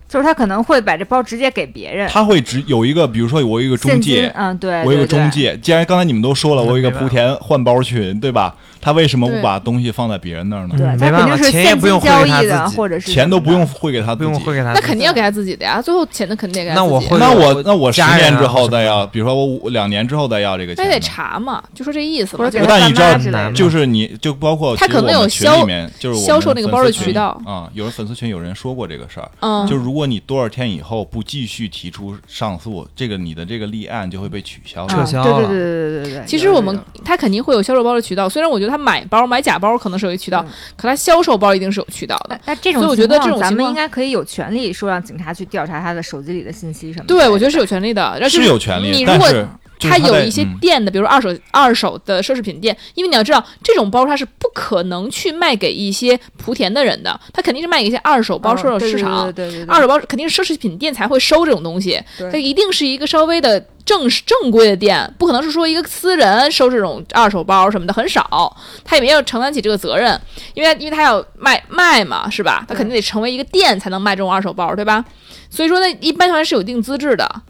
[SPEAKER 5] 就是他可能会把这包直接给别人，
[SPEAKER 6] 他会只有一个，比如说我有一个中
[SPEAKER 5] 现金
[SPEAKER 6] 介，，
[SPEAKER 5] 嗯，对，
[SPEAKER 6] 我有一个
[SPEAKER 5] 对对
[SPEAKER 6] 中介。既然刚才你们都说了，我有一个
[SPEAKER 4] 没办
[SPEAKER 6] 莆
[SPEAKER 4] 法
[SPEAKER 6] 田换包群，对吧？他为什么不
[SPEAKER 2] 对
[SPEAKER 6] 把东西放在别人那儿呢？
[SPEAKER 5] 对，
[SPEAKER 4] 嗯
[SPEAKER 5] 他
[SPEAKER 4] 没
[SPEAKER 5] 肯
[SPEAKER 4] 办
[SPEAKER 5] 定
[SPEAKER 4] 法
[SPEAKER 5] 是
[SPEAKER 4] 钱也
[SPEAKER 5] 现
[SPEAKER 4] 不用
[SPEAKER 5] 金
[SPEAKER 4] 汇
[SPEAKER 5] 交
[SPEAKER 4] 给他
[SPEAKER 5] 易的，
[SPEAKER 4] 自己
[SPEAKER 5] 或者是
[SPEAKER 6] 钱都不
[SPEAKER 5] 怎么
[SPEAKER 6] 用
[SPEAKER 5] 的。
[SPEAKER 6] 汇给他自
[SPEAKER 4] 不用
[SPEAKER 6] 己
[SPEAKER 4] 汇。给他，
[SPEAKER 2] 那肯定要给他自己的呀，最后钱都肯定得给他
[SPEAKER 4] 那我
[SPEAKER 2] 自己
[SPEAKER 4] 会，
[SPEAKER 6] 那我那我十
[SPEAKER 4] 家人啊
[SPEAKER 6] 年之后
[SPEAKER 4] 什么
[SPEAKER 6] 再要，比如说我五两年之后再要这个
[SPEAKER 2] 那
[SPEAKER 6] 钱
[SPEAKER 2] 也得
[SPEAKER 6] 呢，
[SPEAKER 2] 查嘛，就说这意思嘛。
[SPEAKER 5] 或者
[SPEAKER 2] 就
[SPEAKER 5] 给
[SPEAKER 2] 是
[SPEAKER 5] 他
[SPEAKER 6] 但
[SPEAKER 5] 爸
[SPEAKER 6] 你知
[SPEAKER 5] 妈
[SPEAKER 6] 道
[SPEAKER 5] 之类的，
[SPEAKER 6] 就是你就包括
[SPEAKER 2] 他
[SPEAKER 6] 其
[SPEAKER 2] 可能
[SPEAKER 6] 实我
[SPEAKER 2] 有
[SPEAKER 6] 们群
[SPEAKER 2] 销
[SPEAKER 6] 里面就是我们
[SPEAKER 2] 销售那个
[SPEAKER 6] 粉丝
[SPEAKER 2] 包的
[SPEAKER 6] 群
[SPEAKER 2] 渠道
[SPEAKER 6] 啊，有人粉丝群有人说过这个事儿，
[SPEAKER 2] 嗯，
[SPEAKER 6] 就是如果你多少天以后不继续提出上诉，这个你的这个立案就会被取消
[SPEAKER 4] 撤
[SPEAKER 6] 的。
[SPEAKER 5] 嗯
[SPEAKER 4] 销
[SPEAKER 5] 对对
[SPEAKER 4] 了
[SPEAKER 5] 对对对对对。
[SPEAKER 2] 其实
[SPEAKER 5] 有
[SPEAKER 2] 我
[SPEAKER 5] 这
[SPEAKER 2] 们
[SPEAKER 5] 种
[SPEAKER 2] 他肯定会有销售包的渠道，虽然我觉得他买包买假包可能是有一渠道
[SPEAKER 5] 嗯，
[SPEAKER 2] 可他销售包一定是有渠道的
[SPEAKER 6] 哎
[SPEAKER 5] 那。那这种情况，
[SPEAKER 2] 所以我觉得这种
[SPEAKER 5] 咱
[SPEAKER 2] 情
[SPEAKER 5] 们
[SPEAKER 2] 况
[SPEAKER 5] 应该可以有权利说让警察去调查他的手机里的信息什么的。
[SPEAKER 2] 对，我觉得是有权利的，而且
[SPEAKER 6] 是有权
[SPEAKER 2] 你
[SPEAKER 6] 利，
[SPEAKER 2] 如
[SPEAKER 6] 但
[SPEAKER 2] 果
[SPEAKER 6] 是就是
[SPEAKER 2] 它
[SPEAKER 6] 他
[SPEAKER 2] 有
[SPEAKER 6] 在
[SPEAKER 2] 一些
[SPEAKER 6] 嗯
[SPEAKER 2] 店的，比如说二手二手的奢侈品店，因为你要知道，这种包它是不可能去卖给一些莆田的人的，它肯定是卖给一些二手包
[SPEAKER 5] 嗯
[SPEAKER 2] 收售
[SPEAKER 5] 对
[SPEAKER 2] 市
[SPEAKER 5] 对
[SPEAKER 2] 场。
[SPEAKER 5] 对对对对，
[SPEAKER 2] 二手包肯定是奢侈品店才会收这种东西，
[SPEAKER 5] 对
[SPEAKER 2] 它一定是一个稍微的正正规的店，不可能是说一个私人收这种二手包什么的很少，他也没有承担起这个责任，因为因为他要卖卖嘛，是吧？他
[SPEAKER 5] 对
[SPEAKER 2] 肯定得成为一个店才能卖这种二手包，对吧？所以说那一般情况下是有一定资质的，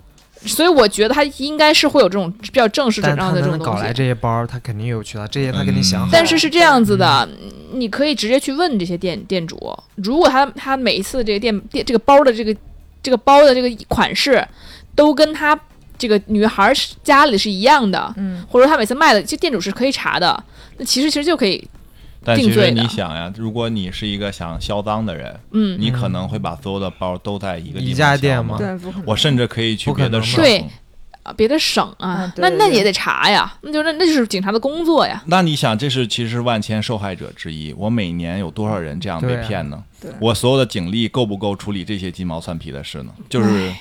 [SPEAKER 2] 所以我觉得他应该是会有这种比较正式整
[SPEAKER 4] 但他
[SPEAKER 2] 让的这种
[SPEAKER 4] 能
[SPEAKER 2] 东
[SPEAKER 4] 搞来
[SPEAKER 2] 西。
[SPEAKER 4] 这些包儿，他肯定有渠道，这些他肯定想好
[SPEAKER 6] 嗯
[SPEAKER 4] 了。
[SPEAKER 2] 但是是这样子的，你可以直接去问这些店店主，如果他他每一次这个店店这个包的这个这个包的这个款式都跟他这个女孩是家里是一样的，
[SPEAKER 5] 嗯，
[SPEAKER 2] 或者说他每次卖的，这店主是可以查的。那其实其实就可以，
[SPEAKER 6] 但
[SPEAKER 2] 定
[SPEAKER 6] 其实
[SPEAKER 2] 罪的
[SPEAKER 6] 你想呀，如果你是一个想销赃的人，
[SPEAKER 2] 嗯，
[SPEAKER 6] 你可能会把所有的包都在一个地
[SPEAKER 4] 一
[SPEAKER 6] 方
[SPEAKER 4] 家
[SPEAKER 6] 销
[SPEAKER 4] 店
[SPEAKER 6] 嘛
[SPEAKER 4] 吗
[SPEAKER 5] 对不可能。
[SPEAKER 6] 我甚至可以去
[SPEAKER 4] 不可
[SPEAKER 6] 别的
[SPEAKER 4] 能
[SPEAKER 6] 省。
[SPEAKER 4] 吧
[SPEAKER 2] 对啊别的省啊
[SPEAKER 5] 嗯，对
[SPEAKER 2] 那
[SPEAKER 5] 对
[SPEAKER 2] 那
[SPEAKER 5] 对
[SPEAKER 2] 也得查呀，那就那那就是警察的工作呀。
[SPEAKER 6] 那你想，这是其实万千受害者之一，我每年有多少人这样被
[SPEAKER 4] 对啊
[SPEAKER 6] 骗呢？
[SPEAKER 5] 对
[SPEAKER 6] 我所有的警力够不够处理这些鸡毛蒜皮的事呢？ 就是，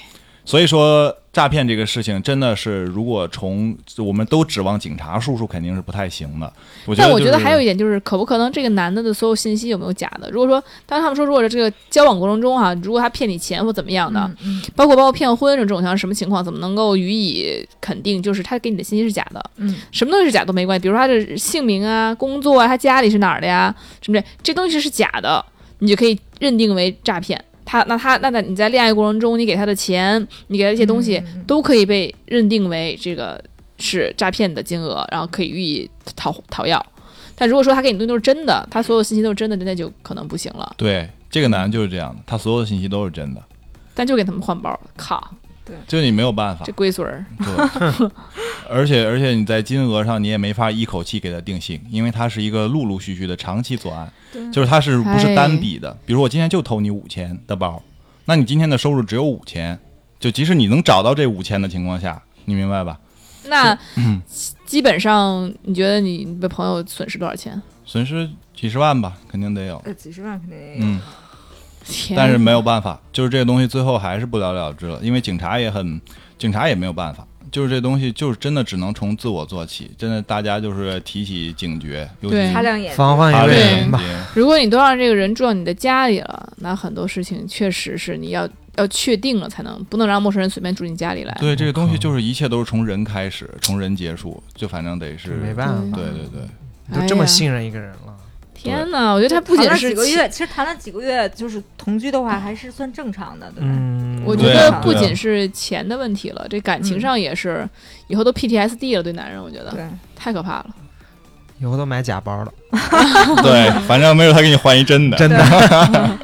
[SPEAKER 6] 所以说诈骗这个事情真的是，如果从我们都指望警察叔叔肯定是不太行的。我觉得、
[SPEAKER 2] 但
[SPEAKER 6] 就是，
[SPEAKER 2] 我觉得还有一点就是，可不可能这个男的的所有信息有没有假的？如果说，当他们说，如果是这个交往过程中哈、如果他骗你钱或怎么样的，
[SPEAKER 5] 嗯嗯
[SPEAKER 2] 包括包括骗婚这种像什么情况，怎么能够予以肯定？就是他给你的信息是假的，
[SPEAKER 5] 嗯，
[SPEAKER 2] 什么东西是假都没关系，比如说他的姓名啊、工作啊、他家里是哪儿的呀，什么这这东西是假的，你就可以认定为诈骗。他那他那在你在恋爱过程中，你给他的钱，你给他一些东西，
[SPEAKER 5] 嗯嗯嗯
[SPEAKER 2] 都可以被认定为这个是诈骗的金额，然后可以予以讨讨要。但如果说他给你的东西都是真的，他所有信息都是真的，那就可能不行了。
[SPEAKER 6] 对这个男的就是这样的，他所有的信息都是真的，
[SPEAKER 2] 但就给他们换包，靠，
[SPEAKER 6] 就你没有办法
[SPEAKER 2] 这。龟孙儿，
[SPEAKER 6] 对，而且而且你在金额上你也没法一口气给他定性，因为它是一个陆陆续续的长期作案，就是它是不是单笔的？比如我今天就偷你五千的包，那你今天的收入只有五千，就即使你能找到这五千的情况下，你明白吧？
[SPEAKER 2] 那
[SPEAKER 6] 嗯
[SPEAKER 2] 基本上你觉得你被朋友损失多少钱？
[SPEAKER 6] 损失几十万吧，肯定得有。
[SPEAKER 5] 呃，几十万肯定也有。
[SPEAKER 6] 嗯，
[SPEAKER 2] 天
[SPEAKER 6] 但是没有办法，就是这个东西最后还是不了了之了，因为警察也很，警察也没有办法，就是这东西就是真的只能从自我做起，真的大家就是提起警觉，尤其
[SPEAKER 2] 对
[SPEAKER 5] 擦亮眼睛，
[SPEAKER 4] 防患
[SPEAKER 6] 他
[SPEAKER 4] 于
[SPEAKER 6] 这
[SPEAKER 4] 未
[SPEAKER 6] 个
[SPEAKER 2] 啊对
[SPEAKER 4] 然
[SPEAKER 6] 人
[SPEAKER 4] 吧。
[SPEAKER 6] 民
[SPEAKER 2] 如果你都让这个人住到你的家里了，那很多事情确实是你要要确定了才能，不能让陌生人随便住你家里来。
[SPEAKER 6] 对，这个东西就是一切都是从人开始，从人结束，就反正得是
[SPEAKER 4] 没办法，
[SPEAKER 6] 对对对，
[SPEAKER 4] 都这
[SPEAKER 2] 哎
[SPEAKER 4] 么
[SPEAKER 2] 呀
[SPEAKER 4] 信任一个人了，
[SPEAKER 2] 天哪，我觉得他不仅
[SPEAKER 5] 谈了
[SPEAKER 2] 是
[SPEAKER 5] 几个
[SPEAKER 2] 气
[SPEAKER 5] 月，其实谈了几个月，就是同居的话还是算正常的，对吧？
[SPEAKER 4] 嗯，
[SPEAKER 2] 我觉
[SPEAKER 6] 对
[SPEAKER 2] 得
[SPEAKER 6] 啊
[SPEAKER 2] 不
[SPEAKER 6] 对啊
[SPEAKER 2] 仅是钱的问题了，这感情上也是，以后都 PTSD 了，对男人，我觉得
[SPEAKER 5] 嗯对，
[SPEAKER 2] 太可怕了。
[SPEAKER 4] 以后都买假包了，
[SPEAKER 6] 对， 反正没准他给你换一真的。
[SPEAKER 4] 真的。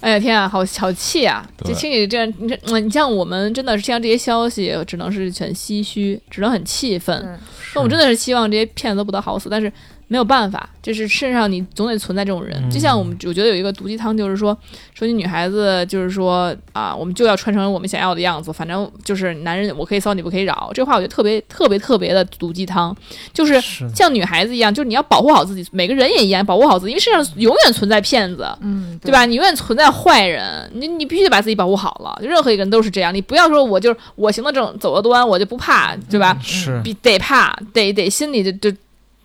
[SPEAKER 2] 哎呀天啊，好好气啊！
[SPEAKER 6] 对
[SPEAKER 2] 就听你这样，你这嗯你像我们真的是听到这些消息，只能是很唏嘘，只能很气愤。
[SPEAKER 5] 嗯
[SPEAKER 2] 那我们真的是希望这些骗子都不得好死，但是没有办法，就是身上你总得存在这种人。
[SPEAKER 4] 嗯
[SPEAKER 2] 就像我们，我觉得有一个毒鸡汤，就是说，说你女孩子就是说啊，我们就要穿成我们想要的样子，反正就是男人我可以骚你不可以扰，这话我觉得特别特别特别的毒鸡汤，就是
[SPEAKER 4] 是
[SPEAKER 2] 像女孩子一样，就是你要保护好自己，每个人也一样，保护好自己，因为世界上永远存在骗子。
[SPEAKER 5] 嗯，
[SPEAKER 2] 对吧？你永远存在坏人，你你必须得把自己保护好了。就任何一个人都是这样，你不要说我就是我行得正走得端，我就不怕，对吧？
[SPEAKER 4] 是
[SPEAKER 2] 比得怕，得得心里就就